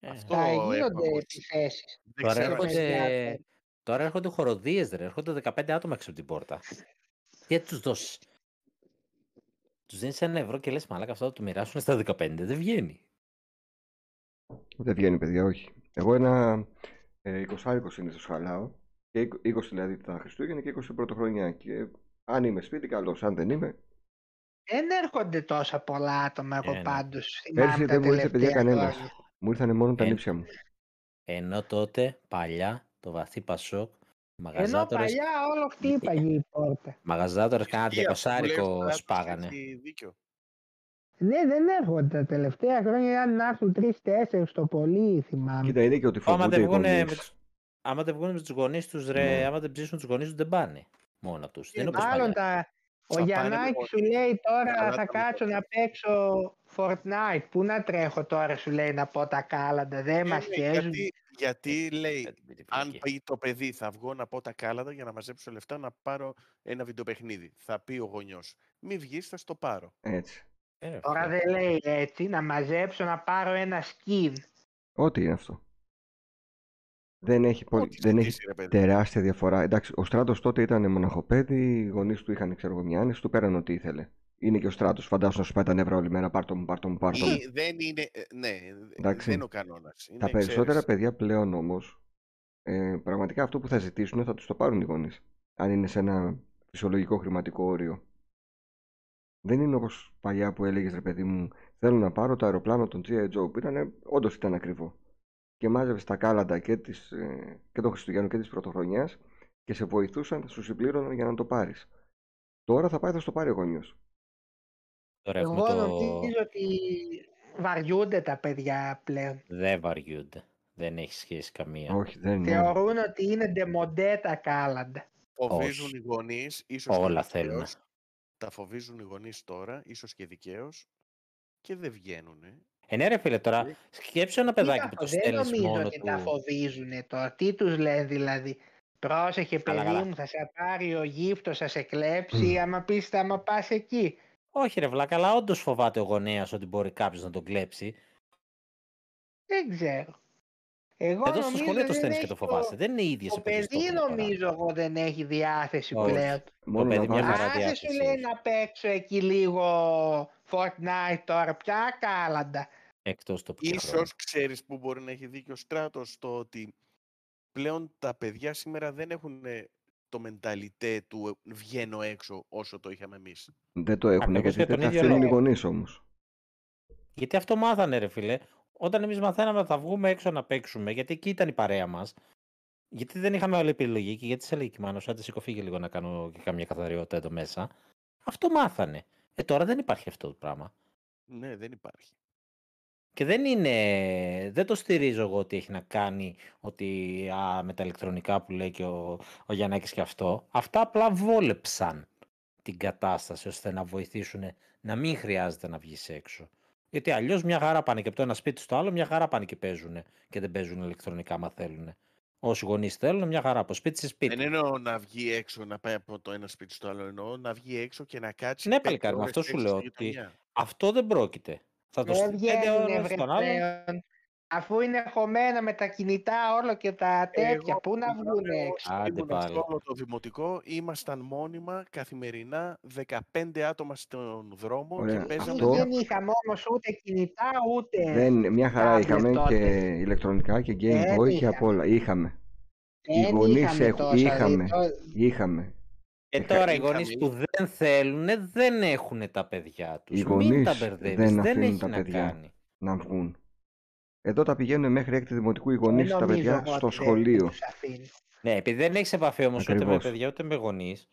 Speaker 2: Ε,
Speaker 1: Αυτό
Speaker 4: Θα
Speaker 1: έχω
Speaker 4: γίνονται
Speaker 1: ακούσει.
Speaker 4: επιθέσεις.
Speaker 1: Δεν
Speaker 2: τώρα,
Speaker 1: ξέρω.
Speaker 4: έρχονται-
Speaker 2: έρχονται, τώρα έρχονται χοροδίες, ρε, έρχονται 15 άτομα έξω από την πόρτα. Τι θα τους δώσεις. Τους δίνεις ένα ευρώ και λες μαλάκα αυτό θα το μοιράσουν στα 15, δεν βγαίνει.
Speaker 3: Δεν βγαίνει, παιδιά, όχι. Εγώ ένα ε, 20 συνήθω χαλάω. Και 20 δηλαδή τα Χριστούγεννα και 20 πρωτοχρονιά. Και αν είμαι σπίτι, καλώς. Αν δεν είμαι,
Speaker 4: Δεν έρχονται τόσα πολλά άτομα, εγώ
Speaker 2: Ε, ναι.
Speaker 4: πάντως.
Speaker 3: Πέρσι δεν μου ήρθε παιδιά κανένα. Μου ήρθανε μόνο τα
Speaker 2: Ε.
Speaker 3: νύψια μου.
Speaker 2: Ενώ τότε, παλιά, το βαθύ Πασόκ,
Speaker 4: Ενώ
Speaker 2: μαγαζάτορες,
Speaker 4: παλιά όλο χτύπαγε
Speaker 2: [LAUGHS]
Speaker 4: η πόρτα.
Speaker 2: μαγαζάτορες κάνα
Speaker 1: Ισχύει αυτό που λέει ο
Speaker 2: διακοσάρικο
Speaker 1: Στράτος,
Speaker 2: σπάγανε.
Speaker 1: έχει δίκιο.
Speaker 4: Ναι, δεν έρχονται τα τελευταία χρόνια. Αν να έρθουν τρει-τέσσερι το πολύ, θυμάμαι.
Speaker 3: Κοίτα, είναι και ότι
Speaker 2: Άμα
Speaker 3: φοβούνται
Speaker 2: δεν
Speaker 3: οι
Speaker 2: βγουνε με
Speaker 3: γονείς.
Speaker 2: τους- Άμα δεν βγουν με τους γονείς τους,
Speaker 3: Ναι.
Speaker 2: ρε, άμα δεν ψήσουν τους γονείς τους, δεν πάνε μόνο τους. Δεν είναι
Speaker 1: Ε,
Speaker 2: όπως
Speaker 4: Μάλλον
Speaker 2: παλιά. λοιπόν
Speaker 4: τα... ο
Speaker 1: πάνε
Speaker 4: Γιαννάκης
Speaker 1: όλοι.
Speaker 4: σου λέει τώρα
Speaker 1: Καλά
Speaker 4: θα
Speaker 1: τα
Speaker 4: κάτσω να παίξω Fortnite. Πού να τρέχω τώρα, σου λέει να πω τα κάλαντα.
Speaker 2: Ε,
Speaker 4: Δεν μας
Speaker 1: Ναι, ναι,
Speaker 4: χαίζουν.
Speaker 1: γιατί, γιατί λέει, αν
Speaker 2: Αν
Speaker 1: πει το παιδί, θα βγω να πω τα κάλαντα για να μαζέψω λεφτά να πάρω ένα βιντεοπαιχνίδι. Θα πει ο γονιός, μη βγεις, θα στο πάρω.
Speaker 3: Έτσι.
Speaker 2: Ε,
Speaker 4: Τώρα δεν λέει έτσι, να μαζέψω να πάρω ένα skin.
Speaker 3: Ό,τι είναι αυτό. Δεν έχει, πολύ-
Speaker 1: Ό,τι
Speaker 3: δεν έχει
Speaker 1: ζητήσει, ρε παιδί.
Speaker 3: τεράστια διαφορά. Εντάξει, ο στράτος τότε ήταν μοναχοπέδι, οι γονείς του είχαν ξέρω εγώ μια άνεση, του πέραν ό,τι ήθελε. Είναι και ο στράτος, φαντάζομαι να σου πάει τα νεύρα όλη μέρα, πάρτο μου, πάρτο μου, πάρτο μου.
Speaker 1: Ή δεν είναι, ε, ναι,
Speaker 3: Εντάξει.
Speaker 1: δεν είναι ο κανόνας.
Speaker 2: Ναι,
Speaker 3: Τα περισσότερα παιδιά πλέον όμως, ε, πραγματικά αυτό που θα ζητήσουν θα τους το πάρουν οι γονείς. Αν είναι σε ένα φυσιολογικό χρηματικό όριο. Δεν είναι όπως παλιά που έλεγες ρε παιδί μου, θέλω να πάρω το αεροπλάνο των G.I. Joe που ήταν, όντως ήταν ακριβό. Και μάζευες τα κάλαντα και, της, ε, και των Χριστουγέννων και της Πρωτοχρονιάς και σε βοηθούσαν, θα σου συμπλήρωναν για να το πάρεις. Τώρα θα πάει, θα στο πάρει ο γονιός.
Speaker 2: Τώρα έχουμε
Speaker 4: Εγώ
Speaker 2: το...
Speaker 4: νομίζω ότι βαριούνται τα παιδιά πλέον.
Speaker 2: Δεν βαριούνται. Δεν έχει σχέση καμία.
Speaker 3: Όχι, δεν είναι.
Speaker 4: Θεωρούν ότι είναι ντεμοντέ τα κάλαντα.
Speaker 1: Φοβίζουν
Speaker 2: όχι.
Speaker 1: οι γονείς, ίσως.
Speaker 2: Όλα θέλουν.
Speaker 1: Τα φοβίζουν οι γονείς τώρα, ίσως και δικαίως, και δεν βγαίνουν.
Speaker 2: Ε, ναι, ρε φίλε, τώρα
Speaker 1: Ε.
Speaker 2: σκέψου ένα
Speaker 4: Τι
Speaker 2: παιδάκι
Speaker 4: τα
Speaker 2: που
Speaker 4: φο-
Speaker 2: το
Speaker 4: δεν
Speaker 2: στέλνεις
Speaker 4: νομίζω
Speaker 2: μόνο
Speaker 4: ότι τα
Speaker 2: του.
Speaker 4: φοβίζουν τώρα. Τι τους λένε δηλαδή. Πρόσεχε
Speaker 2: Καλά,
Speaker 4: παιδί
Speaker 2: καλά.
Speaker 4: μου, θα σε πάρει ο γύφτος, θα σε κλέψει, άμα πεις, άμα πας εκεί.
Speaker 2: Όχι, ρε βλάκα, αλλά όντως φοβάται ο γονέας ότι μπορεί κάποιος να τον κλέψει.
Speaker 4: Δεν ξέρω. Εγώ
Speaker 2: Εδώ στο
Speaker 4: νομίζω
Speaker 2: σχολείο το
Speaker 4: δεν
Speaker 2: στέλνεις και
Speaker 4: έχει
Speaker 2: το φοβάστε. Δεν είναι οι ίδιε
Speaker 4: Το παιδί νομίζω εγώ δεν έχει διάθεση
Speaker 2: Όχι.
Speaker 4: πλέον.
Speaker 3: Μόνο
Speaker 2: παιδί
Speaker 3: να
Speaker 2: μια
Speaker 3: βάλει.
Speaker 2: χαρά.
Speaker 4: Άσε
Speaker 2: διάθεση
Speaker 4: σου λέει
Speaker 2: έχει.
Speaker 4: να παίξω εκεί λίγο Fortnite τώρα, πια κάλαντα.
Speaker 2: Εκτός το πικρό.
Speaker 1: Ίσως ξέρεις που μπορεί να έχει δίκιο ο στράτος το ότι πλέον τα παιδιά σήμερα δεν έχουν το μενταλιτέ του ε, βγαίνω έξω όσο το είχαμε εμείς.
Speaker 3: Δεν το έχουν
Speaker 2: Ακριβώς
Speaker 3: γιατί
Speaker 2: για τον
Speaker 3: δεν τα
Speaker 2: ίδιο
Speaker 3: αφήνουν οι
Speaker 2: λόγο.
Speaker 3: γονείς όμως.
Speaker 2: Γιατί αυτό μάθανε, ρε φίλε. Όταν εμείς μαθαίναμε να τα βγούμε έξω να παίξουμε, γιατί εκεί ήταν η παρέα μας. Γιατί δεν είχαμε άλλη επιλογή και γιατί σε λέει και η μάνα σου, άντε σηκωφίγε λίγο να κάνω και καμιά καθαριότητα εδώ μέσα. Αυτό μάθανε. Ε, τώρα δεν υπάρχει αυτό το πράγμα.
Speaker 1: Ναι, δεν υπάρχει.
Speaker 2: Και δεν είναι, δεν το στηρίζω εγώ ότι έχει να κάνει ότι α, με τα ηλεκτρονικά που λέει και ο, ο Γιαννάκης και αυτό. Αυτά απλά βόλεψαν την κατάσταση ώστε να βοηθήσουν να μην χρειάζεται να βγεις έξω. Γιατί αλλιώς μια χαρά πάνε και από το ένα σπίτι στο άλλο, μια χαρά πάνε και παίζουν και δεν παίζουν ηλεκτρονικά άμα θέλουν. Όσοι γονείς θέλουν, μια χαρά από σπίτι σε σπίτι.
Speaker 1: Δεν εννοώ να βγει έξω να πάει από το ένα σπίτι στο άλλο. Εννοώ να βγει έξω και να κάτσει.
Speaker 2: Ναι,
Speaker 1: πέντε
Speaker 2: παλικάρι μου,
Speaker 1: ώρες
Speaker 2: αυτό σου
Speaker 1: έξω
Speaker 2: λέω,
Speaker 1: στη
Speaker 2: ότι
Speaker 1: γειτονιά.
Speaker 2: Αυτό δεν πρόκειται. Θα το
Speaker 4: Δεν
Speaker 2: στείλει πέντε
Speaker 4: βγαίνουν
Speaker 2: ώρες
Speaker 4: βρε,
Speaker 2: στον άλλον.
Speaker 4: πλέον. Αφού είναι χωμένα με τα κινητά όλο και τα
Speaker 2: Ε,
Speaker 4: τέτοια,
Speaker 1: Εγώ
Speaker 4: Ε, πού να
Speaker 1: θυμάμαι
Speaker 4: βγουν
Speaker 1: ότι
Speaker 4: έξω.
Speaker 2: Άντε
Speaker 1: ήμουνα
Speaker 2: πάλι.
Speaker 1: σε όλο το δημοτικό ήμασταν μόνιμα καθημερινά 15 άτομα στον δρόμο
Speaker 3: Ωραία,
Speaker 1: και παίζαμε.
Speaker 3: αυτό-
Speaker 4: Δεν είχαμε όμως ούτε κινητά ούτε...
Speaker 3: Δεν, μια χαρά
Speaker 4: Tablets
Speaker 3: είχαμε
Speaker 4: Ε, τότε. Ε,
Speaker 3: και ηλεκτρονικά και Game
Speaker 4: Δεν
Speaker 3: Boy και
Speaker 4: είχαμε.
Speaker 3: απ' όλα. Είχαμε.
Speaker 4: δεν
Speaker 3: οι γονείς
Speaker 4: είχαμε
Speaker 3: έχουν-
Speaker 4: τόσα, δηλαδή,
Speaker 3: είχαμε.
Speaker 4: το-
Speaker 3: Είχαμε.
Speaker 2: Και
Speaker 3: Είχα-
Speaker 2: Ε, τώρα οι
Speaker 1: είχαμε-
Speaker 2: γονείς που δεν θέλουν ε, δεν έχουν τα παιδιά τους.
Speaker 3: Οι
Speaker 2: Μην τα
Speaker 3: γονείς
Speaker 2: μπερδεύεις,
Speaker 3: δεν
Speaker 2: δεν,
Speaker 3: αφήνουν
Speaker 2: έχει
Speaker 3: τα
Speaker 2: να
Speaker 3: παιδιά.
Speaker 2: κάνει.
Speaker 3: Να βγουν. Εδώ τα πηγαίνουν μέχρι έκτη δημοτικού οι γονείς
Speaker 4: Δεν
Speaker 3: τα
Speaker 4: νομίζω
Speaker 3: παιδιά
Speaker 4: εγώ
Speaker 3: στο
Speaker 4: ότι δεν
Speaker 3: σχολείο.
Speaker 4: τους αφήνουν.
Speaker 2: Ναι, επειδή δεν έχεις επαφή όμως ούτε με
Speaker 3: Ακριβώς.
Speaker 2: παιδιά ούτε με γονείς.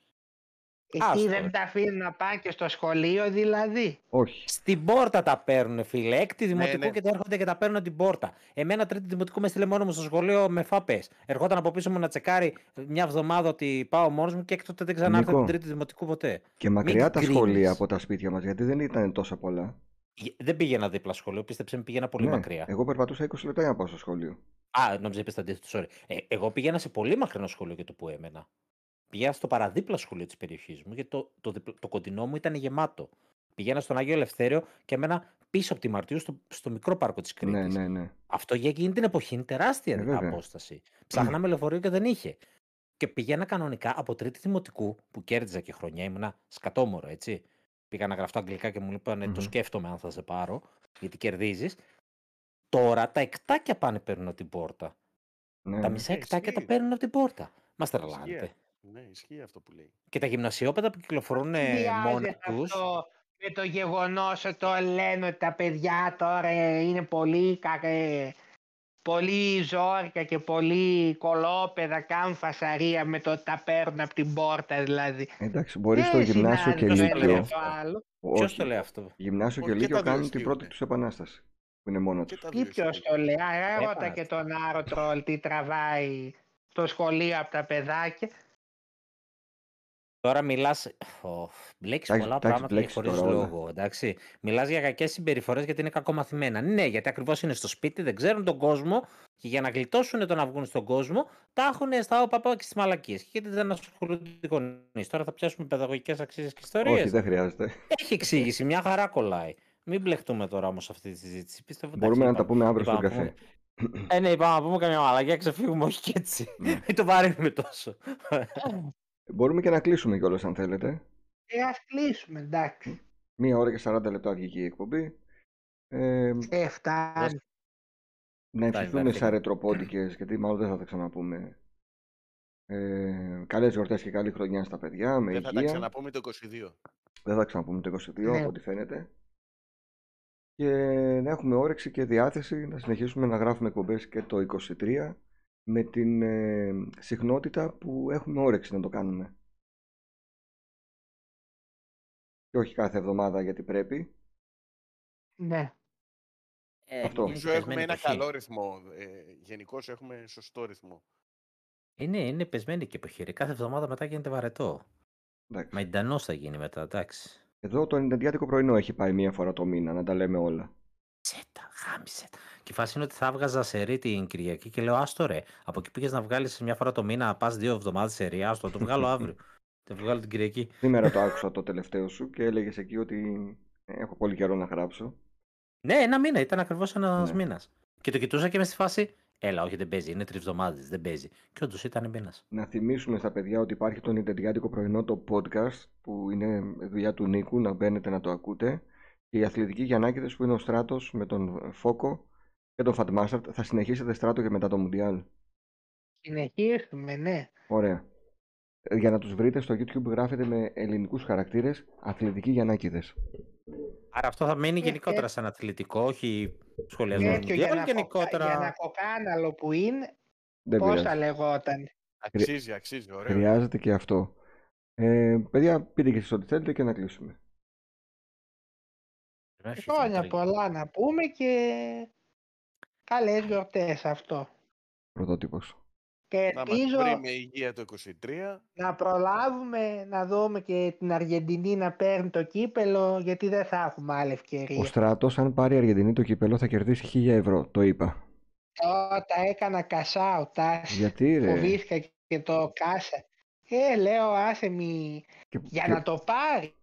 Speaker 4: Εκεί
Speaker 2: Άστο, ρε.
Speaker 4: δεν τα αφήνουν να πάνε και στο σχολείο δηλαδή.
Speaker 3: Όχι.
Speaker 2: Στην πόρτα τα παίρνουν, φίλε. Έκτη δημοτικού
Speaker 1: ναι.
Speaker 2: και τα έρχονται και τα παίρνουν από την πόρτα. Εμένα τρίτη δημοτικού με στείλε μόνος μου στο σχολείο με φάπες. Ερχόταν από πίσω μου να τσεκάρει μια εβδομάδα ότι πάω μόνος μου και έκτοτε δεν ξανά
Speaker 3: Νικό.
Speaker 2: την τρίτη δημοτικού ποτέ.
Speaker 3: Και
Speaker 2: την
Speaker 3: μακριά τα
Speaker 2: κρίνεις.
Speaker 3: σχολεία από τα σπίτια μας γιατί δεν ήταν τόσα πολλά.
Speaker 2: Ε, Δεν πήγαινα δίπλα σχολείο, πίστεψε με πήγαινα πολύ
Speaker 3: Ναι,
Speaker 2: μακριά.
Speaker 3: Εγώ περπατούσα 20 λεπτά για να πάω στο σχολείο. Ναι,
Speaker 2: Α, νόμιζα είπες τα αντίθετα, sorry. Ε, εγώ πήγαινα σε πολύ μακρινό σχολείο για το που έμενα. Πήγα στο παραδίπλα σχολείο της περιοχής μου, γιατί το, το, διπλ- το κοντινό μου ήταν γεμάτο. Πήγαινα στον Άγιο Ελευθέριο και έμενα πίσω από τη Μαρτίου στο, στο μικρό πάρκο της Κρήτης.
Speaker 3: Ναι, ναι, ναι.
Speaker 2: Αυτό για εκείνη την εποχή είναι τεράστια
Speaker 3: Ε, βέβαια.
Speaker 2: απόσταση. Ψάχναμε λεωφορείο και δεν είχε. Και πηγαίνα κανονικά από τρίτη δημοτικού που κέρδιζα και χρονιά, ήμουνα σκατόμορο, έτσι. Πήγα να γραφτώ αγγλικά και μου είπαν το
Speaker 3: Μμμ.
Speaker 2: σκέφτομαι αν θα σε πάρω, γιατί κερδίζεις. Τώρα τα εκτάκια πάνε παίρνουν από την πόρτα.
Speaker 3: ναι,
Speaker 2: Τα
Speaker 3: ναι.
Speaker 2: μισά
Speaker 1: Ε,
Speaker 2: εκτάκια τα
Speaker 1: ισχύει.
Speaker 2: παίρνουν από την πόρτα. Μα
Speaker 1: Ισχύει
Speaker 2: τρελάνετε.
Speaker 1: Ναι, ισχύει αυτό που λέει.
Speaker 2: Και τα γυμνασιόπεδα που κυκλοφορούν ε, μόνα
Speaker 4: Συνδυάζεται
Speaker 2: του.
Speaker 4: αυτό με το γεγονός ότι το λένε ότι τα παιδιά τώρα ε, είναι πολύ, κα- ε, πολύ ζώρικα και πολύ κολόπεδα, κάνουν φασαρία με το ότι τα παίρνουν από την πόρτα δηλαδή.
Speaker 3: Εντάξει, μπορείς
Speaker 4: Δεν
Speaker 3: στο γυμνάσιο και
Speaker 4: συνάδει το ένα
Speaker 2: λέει
Speaker 3: λύκειο.
Speaker 4: με το άλλο.
Speaker 2: Ποιο
Speaker 3: όχι,
Speaker 2: το λέει αυτό.
Speaker 3: Γυμνάσιο και
Speaker 1: Πολύ
Speaker 3: λύκειο
Speaker 1: τα δύο
Speaker 3: κάνουν την πρώτη
Speaker 1: ισχύουνε.
Speaker 3: τους επανάσταση. Που είναι μόνο
Speaker 1: Και
Speaker 3: τους.
Speaker 1: τα
Speaker 4: Ή
Speaker 1: δύο
Speaker 4: ποιος
Speaker 1: ισχύουν.
Speaker 4: το λέει, α, ρώτα
Speaker 2: Έπανας.
Speaker 4: και τον Άρο Τρόλ τι τραβάει το σχολείο από τα παιδάκια.
Speaker 2: Τώρα μιλάς. Μπλέκεις
Speaker 3: Εντάξει,
Speaker 2: πολλά
Speaker 3: εντάξει,
Speaker 2: πράγματα και
Speaker 3: μπλέξεις
Speaker 2: χωρίς
Speaker 3: τώρα όλα.
Speaker 2: λόγο. Εντάξει. Μιλάς για κακές συμπεριφορές γιατί είναι κακομαθημένα. Ναι, γιατί ακριβώς είναι στο σπίτι, δεν ξέρουν τον κόσμο και για να γλιτώσουν το να βγουν στον κόσμο, τα έχουν στα όπαπα και στις μαλακίες. Και γιατί δεν ασχολούνται οι γονείς. Τώρα θα πιάσουμε παιδαγωγικές αξίες και ιστορίες.
Speaker 3: Όχι, δεν χρειάζεται.
Speaker 2: Έχει εξήγηση, μια χαρά κολλάει. Μην μπλεχτούμε τώρα όμως σε αυτή τη συζήτηση. Πιστεύω, εντάξει,
Speaker 3: Μπορούμε να τα
Speaker 2: είπαμε-
Speaker 3: πούμε αύριο στον
Speaker 2: είπαμε να
Speaker 3: καφέ.
Speaker 2: πούμε- Ε, ναι, είπαμε να πούμε καμιά μαλακιά, ξεφύγουμε όχι και έτσι. [LAUGHS]
Speaker 3: Ναι.
Speaker 2: Μην Ε, το βαρύνουμε τόσο.
Speaker 3: Μπορούμε και να κλείσουμε κιόλας αν θέλετε.
Speaker 4: Ε, ας κλείσουμε, εντάξει.
Speaker 3: Μία ώρα και 40 λεπτά βγήκε η εκπομπή. Ε,
Speaker 4: Ε, φτάνει.
Speaker 3: να ευχηθούμε
Speaker 2: βρέθηκα.
Speaker 3: σαν ρετροπόντικες, γιατί μάλλον δεν θα τα ξαναπούμε. Ε, καλές γιορτές και καλή χρονιά στα παιδιά, με
Speaker 1: Δεν θα τα
Speaker 3: υγεία.
Speaker 1: ξαναπούμε το 22.
Speaker 3: Δεν θα ξαναπούμε το 22,
Speaker 4: Ναι.
Speaker 3: από ό,τι φαίνεται. Και να έχουμε όρεξη και διάθεση να συνεχίσουμε να γράφουμε εκπομπές και το 23 με την ε, συχνότητα που έχουμε όρεξη να το κάνουμε. Και όχι κάθε εβδομάδα γιατί πρέπει.
Speaker 4: Ναι.
Speaker 2: Ε,
Speaker 3: Αυτό.
Speaker 2: είναι
Speaker 1: Νομίζω
Speaker 2: πεσμένη
Speaker 1: έχουμε ένα
Speaker 2: εποχή.
Speaker 1: καλό ρυθμό. Ε, Γενικώς έχουμε σωστό ρυθμό.
Speaker 2: Είναι, Ε, ναι, είναι πεσμένη και η εποχή. ρε. Κάθε εβδομάδα μετά γίνεται βαρετό.
Speaker 3: Εντάξει.
Speaker 2: Μαϊντανό θα γίνει μετά, εντάξει.
Speaker 3: Εδώ το 90 πρωινό έχει πάει μία φορά το μήνα, να τα λέμε όλα.
Speaker 2: Σέτα, χάμισε τα. Και η φάση είναι ότι θα έβγαζα σε ρί την Κυριακή και λέω Άστο ρε. Από εκεί πήγες να βγάλεις μια φορά το μήνα, πας δύο εβδομάδες σε ρί. Άστο, το βγάλω [LAUGHS] αύριο. το βγάλω την Κυριακή.
Speaker 3: Σήμερα το άκουσα το τελευταίο σου και έλεγες εκεί ότι «Ε, έχω πολύ καιρό να γράψω.
Speaker 2: Ναι, ένα μήνα, ήταν ακριβώς ένας
Speaker 3: Ναι.
Speaker 2: μήνας. Και το κοιτούσα και μες στη φάση. Έλα, όχι, δεν παίζει, είναι τρεις εβδομάδες, δεν παίζει. Και όντως ήταν μήνας.
Speaker 3: Να θυμίσουμε στα παιδιά ότι υπάρχει το Νιντεντιάτικο πρωινό το podcast που είναι δουλειά του Νίκου, να μπαίνετε να το ακούτε. Και οι αθλητικοί Γιαννάκηδες που είναι ο Στράτος με τον Φόκο και τον Fatmaster. Θα συνεχίσετε Στράτο και μετά το Μουντιάλ.
Speaker 4: Συνεχίσουμε, ναι.
Speaker 3: Ωραία. Ε, Για να τους βρείτε στο YouTube γράφετε με ελληνικούς χαρακτήρες αθλητικοί Γιαννάκηδες.
Speaker 2: Άρα αυτό θα μείνει
Speaker 4: Ε,
Speaker 2: γενικότερα σαν αθλητικό, όχι σχολιασμό.
Speaker 4: Ναι,
Speaker 2: Ναι,
Speaker 4: και ο Γιανακοκα-
Speaker 2: γενικότερα.
Speaker 4: Γιανακοκάναλο που είναι,
Speaker 3: Δεν
Speaker 4: πώς
Speaker 3: πειράζει.
Speaker 4: θα λεγόταν.
Speaker 1: Αξίζει, αξίζει, ωραίο.
Speaker 3: Χρειάζεται και αυτό. Ε, παιδιά, πείτε και εσείς ό,τι θέλετε και να κλείσουμε.
Speaker 2: Βέβαια,
Speaker 4: Χρόνια
Speaker 2: γενικότερα.
Speaker 4: πολλά να πούμε και καλές γιορτές αυτό.
Speaker 3: Πρωτότυπος.
Speaker 4: Και
Speaker 1: Να μας
Speaker 4: ελπίζω
Speaker 1: βρει με υγεία το 23.
Speaker 4: να προλάβουμε να δούμε και την Αργεντινή να παίρνει το κύπελο γιατί δεν θα έχουμε άλλη
Speaker 3: Ο
Speaker 4: ευκαιρία.
Speaker 3: Στράτος, αν πάρει η Αργεντινή το κύπελο, θα κερδίσει 1000 ευρώ. Το είπα.
Speaker 4: Ω, τα έκανα κασάου, τάσης.
Speaker 3: Γιατί ρε.
Speaker 4: Φοβήθηκα και το κάσα. Ε, λέω, άσε μη.
Speaker 3: Και,
Speaker 4: Για
Speaker 3: και-
Speaker 4: να το πάρει.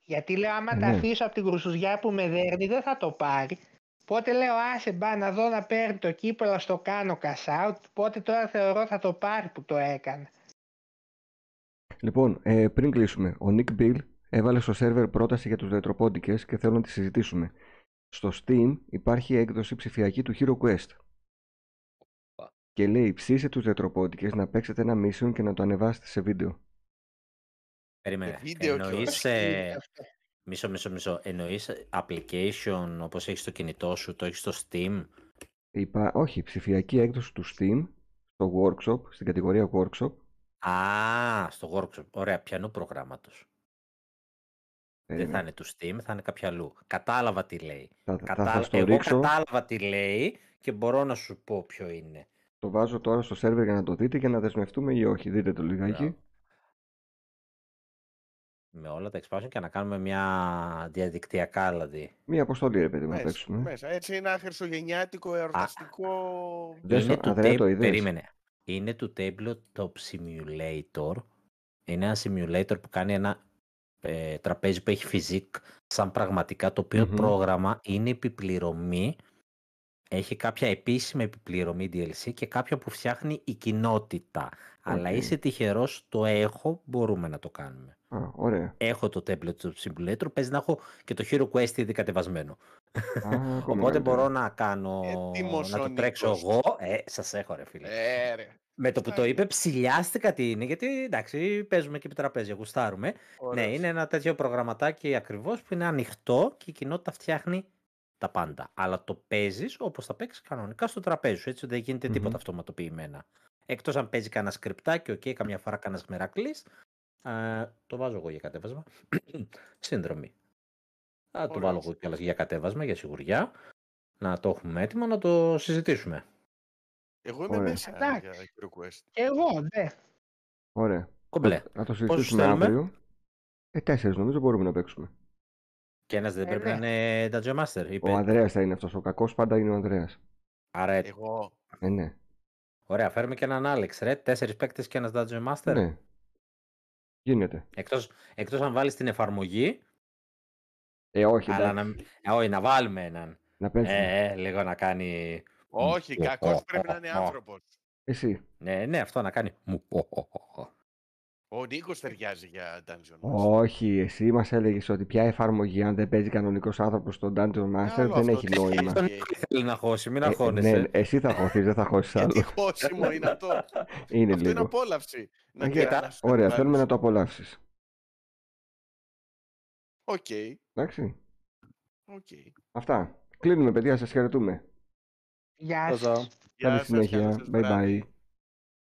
Speaker 4: Γιατί λέω, άμα τα
Speaker 3: Ναι.
Speaker 4: αφήσω από την κρουσουζιά που με δέρνει, δεν θα το πάρει. Πότε λέω, άσε μπα να δω να παίρνει το κύπελο, ας το κάνω κασάου. Πότε τώρα θεωρώ θα το πάρει που το έκανα.
Speaker 3: Λοιπόν, ε, πριν κλείσουμε, ο Nick Bill έβαλε στο σερβερ πρόταση για τους ρετροπόντικες και θέλω να τη συζητήσουμε. Στο Steam υπάρχει έκδοση ψηφιακή του Hero Quest. Και λέει ψήσε τους ρετροπόντικες να παίξετε ένα mission και να το ανεβάσετε σε βίντεο. Ε,
Speaker 2: Περίμενε.
Speaker 1: βίντεο
Speaker 2: Εννοείς,
Speaker 1: κιόλας.
Speaker 2: ε, μισό, μισό, μισό. Εννοείς application όπως έχεις στο κινητό σου, το έχεις στο Steam.
Speaker 3: Είπα, όχι, ψηφιακή έκδοση του Steam στο workshop, στην κατηγορία workshop.
Speaker 2: Α, στο workshop. Ωραία, πιανού προγράμματος. Δεν θα
Speaker 3: Περίμενε.
Speaker 2: είναι του Steam, θα είναι κάποια αλλού. Κατάλαβα τι λέει.
Speaker 3: Θα, θα, θα
Speaker 2: Κατάλα...
Speaker 3: στο
Speaker 2: Εγώ
Speaker 3: ρίξω,
Speaker 2: κατάλαβα τι λέει και μπορώ να σου πω ποιο είναι.
Speaker 3: το βάζω τώρα στο σερβερ για να το δείτε και να δεσμευτούμε ή όχι. Δείτε το λιγάκι.
Speaker 2: Μπράβο. Με όλα τα expansion και να κάνουμε μια διαδικτυακά δηλαδή.
Speaker 3: Μία αποστολή ρε παιδί μου να
Speaker 1: Μέσα,
Speaker 3: παίξουμε.
Speaker 1: μέσα. Έτσι είναι ένα χρυσογεννιάτικο εορταστικό.
Speaker 3: Δες
Speaker 2: είναι
Speaker 3: το,
Speaker 2: του
Speaker 3: α, δεν
Speaker 2: tab-
Speaker 3: το είδες.
Speaker 2: Περίμενε. Είναι του Tabletop Simulator. Είναι ένα simulator που κάνει ένα ε, τραπέζι που έχει φυσικ σαν πραγματικά το οποιο
Speaker 3: Μμμ.
Speaker 2: πρόγραμμα είναι επιπληρωμή. Έχει κάποια επίσημη επιπληρωμή DLC και κάποια που φτιάχνει η κοινότητα. Αλλά
Speaker 3: Οκ.
Speaker 2: είσαι τυχερός, το έχω, μπορούμε να το κάνουμε.
Speaker 3: Α, ωραία.
Speaker 2: [LAUGHS] Έχω το Tabletop Simulator, παίζει να έχω και το Hero Quest ήδη κατεβασμένο.
Speaker 3: Α, ακόμα
Speaker 2: Οπότε
Speaker 3: καλύτερα.
Speaker 2: μπορώ να κάνω.
Speaker 1: Έτοιμος
Speaker 2: να
Speaker 1: ο
Speaker 2: το τρέξω
Speaker 1: Νίκος.
Speaker 2: εγώ. Ε, σας έχω, ρε φίλε.
Speaker 1: Ε, ρε.
Speaker 2: με το που το
Speaker 1: εντάξει.
Speaker 2: είπε, ψηλιάστηκα τι είναι, γιατί εντάξει, παίζουμε και επί τραπέζια, γουστάρουμε.
Speaker 1: Ωραίος.
Speaker 2: Ναι, είναι ένα τέτοιο προγραμματάκι ακριβώς που είναι ανοιχτό και η κοινότητα φτιάχνει τα πάντα. Αλλά το παίζεις όπως θα παίξεις κανονικά στο τραπέζι σου. Έτσι δεν γίνεται τίποτα
Speaker 3: Μμμ.
Speaker 2: αυτοματοποιημένα. Εκτός αν παίζει κανένα σκρυπτάκι, οκ, καμιά φορά κανένα μερακλή. το βάζω εγώ για κατέβασμα. [CLEARS THROAT] Σύνδρομη. Θα το
Speaker 1: Ωραίος.
Speaker 2: βάλω εγώ κιόλας για κατέβασμα, για σιγουριά. Να το έχουμε έτοιμο να το συζητήσουμε.
Speaker 1: Εγώ είμαι
Speaker 3: Ωραία.
Speaker 1: μέσα
Speaker 4: Εντάξει.
Speaker 1: για request.
Speaker 4: Και εγώ, ναι.
Speaker 3: Ωραία.
Speaker 2: Κομπλέ.
Speaker 3: Να το
Speaker 2: Πόσους
Speaker 3: συζητήσουμε
Speaker 2: θέλουμε?
Speaker 3: αύριο. Ε, τέσσερις νομίζω μπορούμε να παίξουμε.
Speaker 2: Και ένας δεν
Speaker 4: Ε,
Speaker 2: πρέπει
Speaker 4: ναι.
Speaker 2: να είναι Dungeon Master, είπε.
Speaker 3: Ο Ανδρέας θα είναι αυτός. Ο κακός πάντα είναι ο Ανδρέας.
Speaker 2: Άρα, ε,
Speaker 1: Εγώ.
Speaker 3: Ε, ναι.
Speaker 2: ωραία, φέρουμε και έναν Άλεξ, ρε. Τέσσερις παίκτες και ένας Dungeon Master.
Speaker 3: ναι. Γίνεται.
Speaker 2: Εκτός, εκτός αν βάλεις την εφαρμογή,
Speaker 3: Ε, όχι.
Speaker 2: αλλά
Speaker 3: εντάξει.
Speaker 2: να, ε, όχι, να βάλουμε έναν.
Speaker 3: Να παίξουμε.
Speaker 2: Ε, ε, λίγο να κάνει...
Speaker 1: Όχι,
Speaker 2: Πω, πω,
Speaker 1: κακός πρέπει
Speaker 2: πω,
Speaker 1: να είναι
Speaker 2: πω.
Speaker 1: άνθρωπος.
Speaker 3: Εσύ.
Speaker 2: Ναι, ναι, αυτό να κάνει. Μου [LAUGHS] πω, πω, πω, πω.
Speaker 1: Ο Νίκος ταιριάζει για Dungeon Master.
Speaker 3: Όχι, εσύ μας έλεγες ότι πια εφαρμογή, αν δεν παίζει κανονικός άνθρωπος στον Dungeon Master,
Speaker 1: Άλλο
Speaker 3: δεν
Speaker 1: Ναι, αυτό,
Speaker 3: έχει
Speaker 1: τι
Speaker 3: νόημα.
Speaker 1: σκέφτεται.
Speaker 2: Τον Νίκο ήθελε να χώσει, μην
Speaker 3: Ε,
Speaker 2: αγχώνεσαι.
Speaker 3: ναι, εσύ θα χωθεί, δεν θα χώσει
Speaker 1: Και τι
Speaker 3: άλλο.
Speaker 1: χώσιμο ε, είναι αυτό. αυτό
Speaker 3: Είναι
Speaker 1: είναι
Speaker 3: λίγο.
Speaker 1: απόλαυση. Να
Speaker 3: Ε,
Speaker 1: και
Speaker 2: κοίτα,
Speaker 1: ανάσου
Speaker 3: Ωραία,
Speaker 1: τα
Speaker 3: θέλουμε
Speaker 1: βάλεις.
Speaker 3: να το απολαύσεις.
Speaker 1: Οκ,
Speaker 3: Εντάξει.
Speaker 1: οκ.
Speaker 3: Αυτά. Κλείνουμε, παιδιά, σας χαιρετούμε.
Speaker 4: Γεια
Speaker 2: Ζω, ζω.
Speaker 4: σας.
Speaker 1: Γεια σας,
Speaker 3: συνέχεια.
Speaker 1: καλό σας
Speaker 3: Bye bye.
Speaker 1: βράδυ.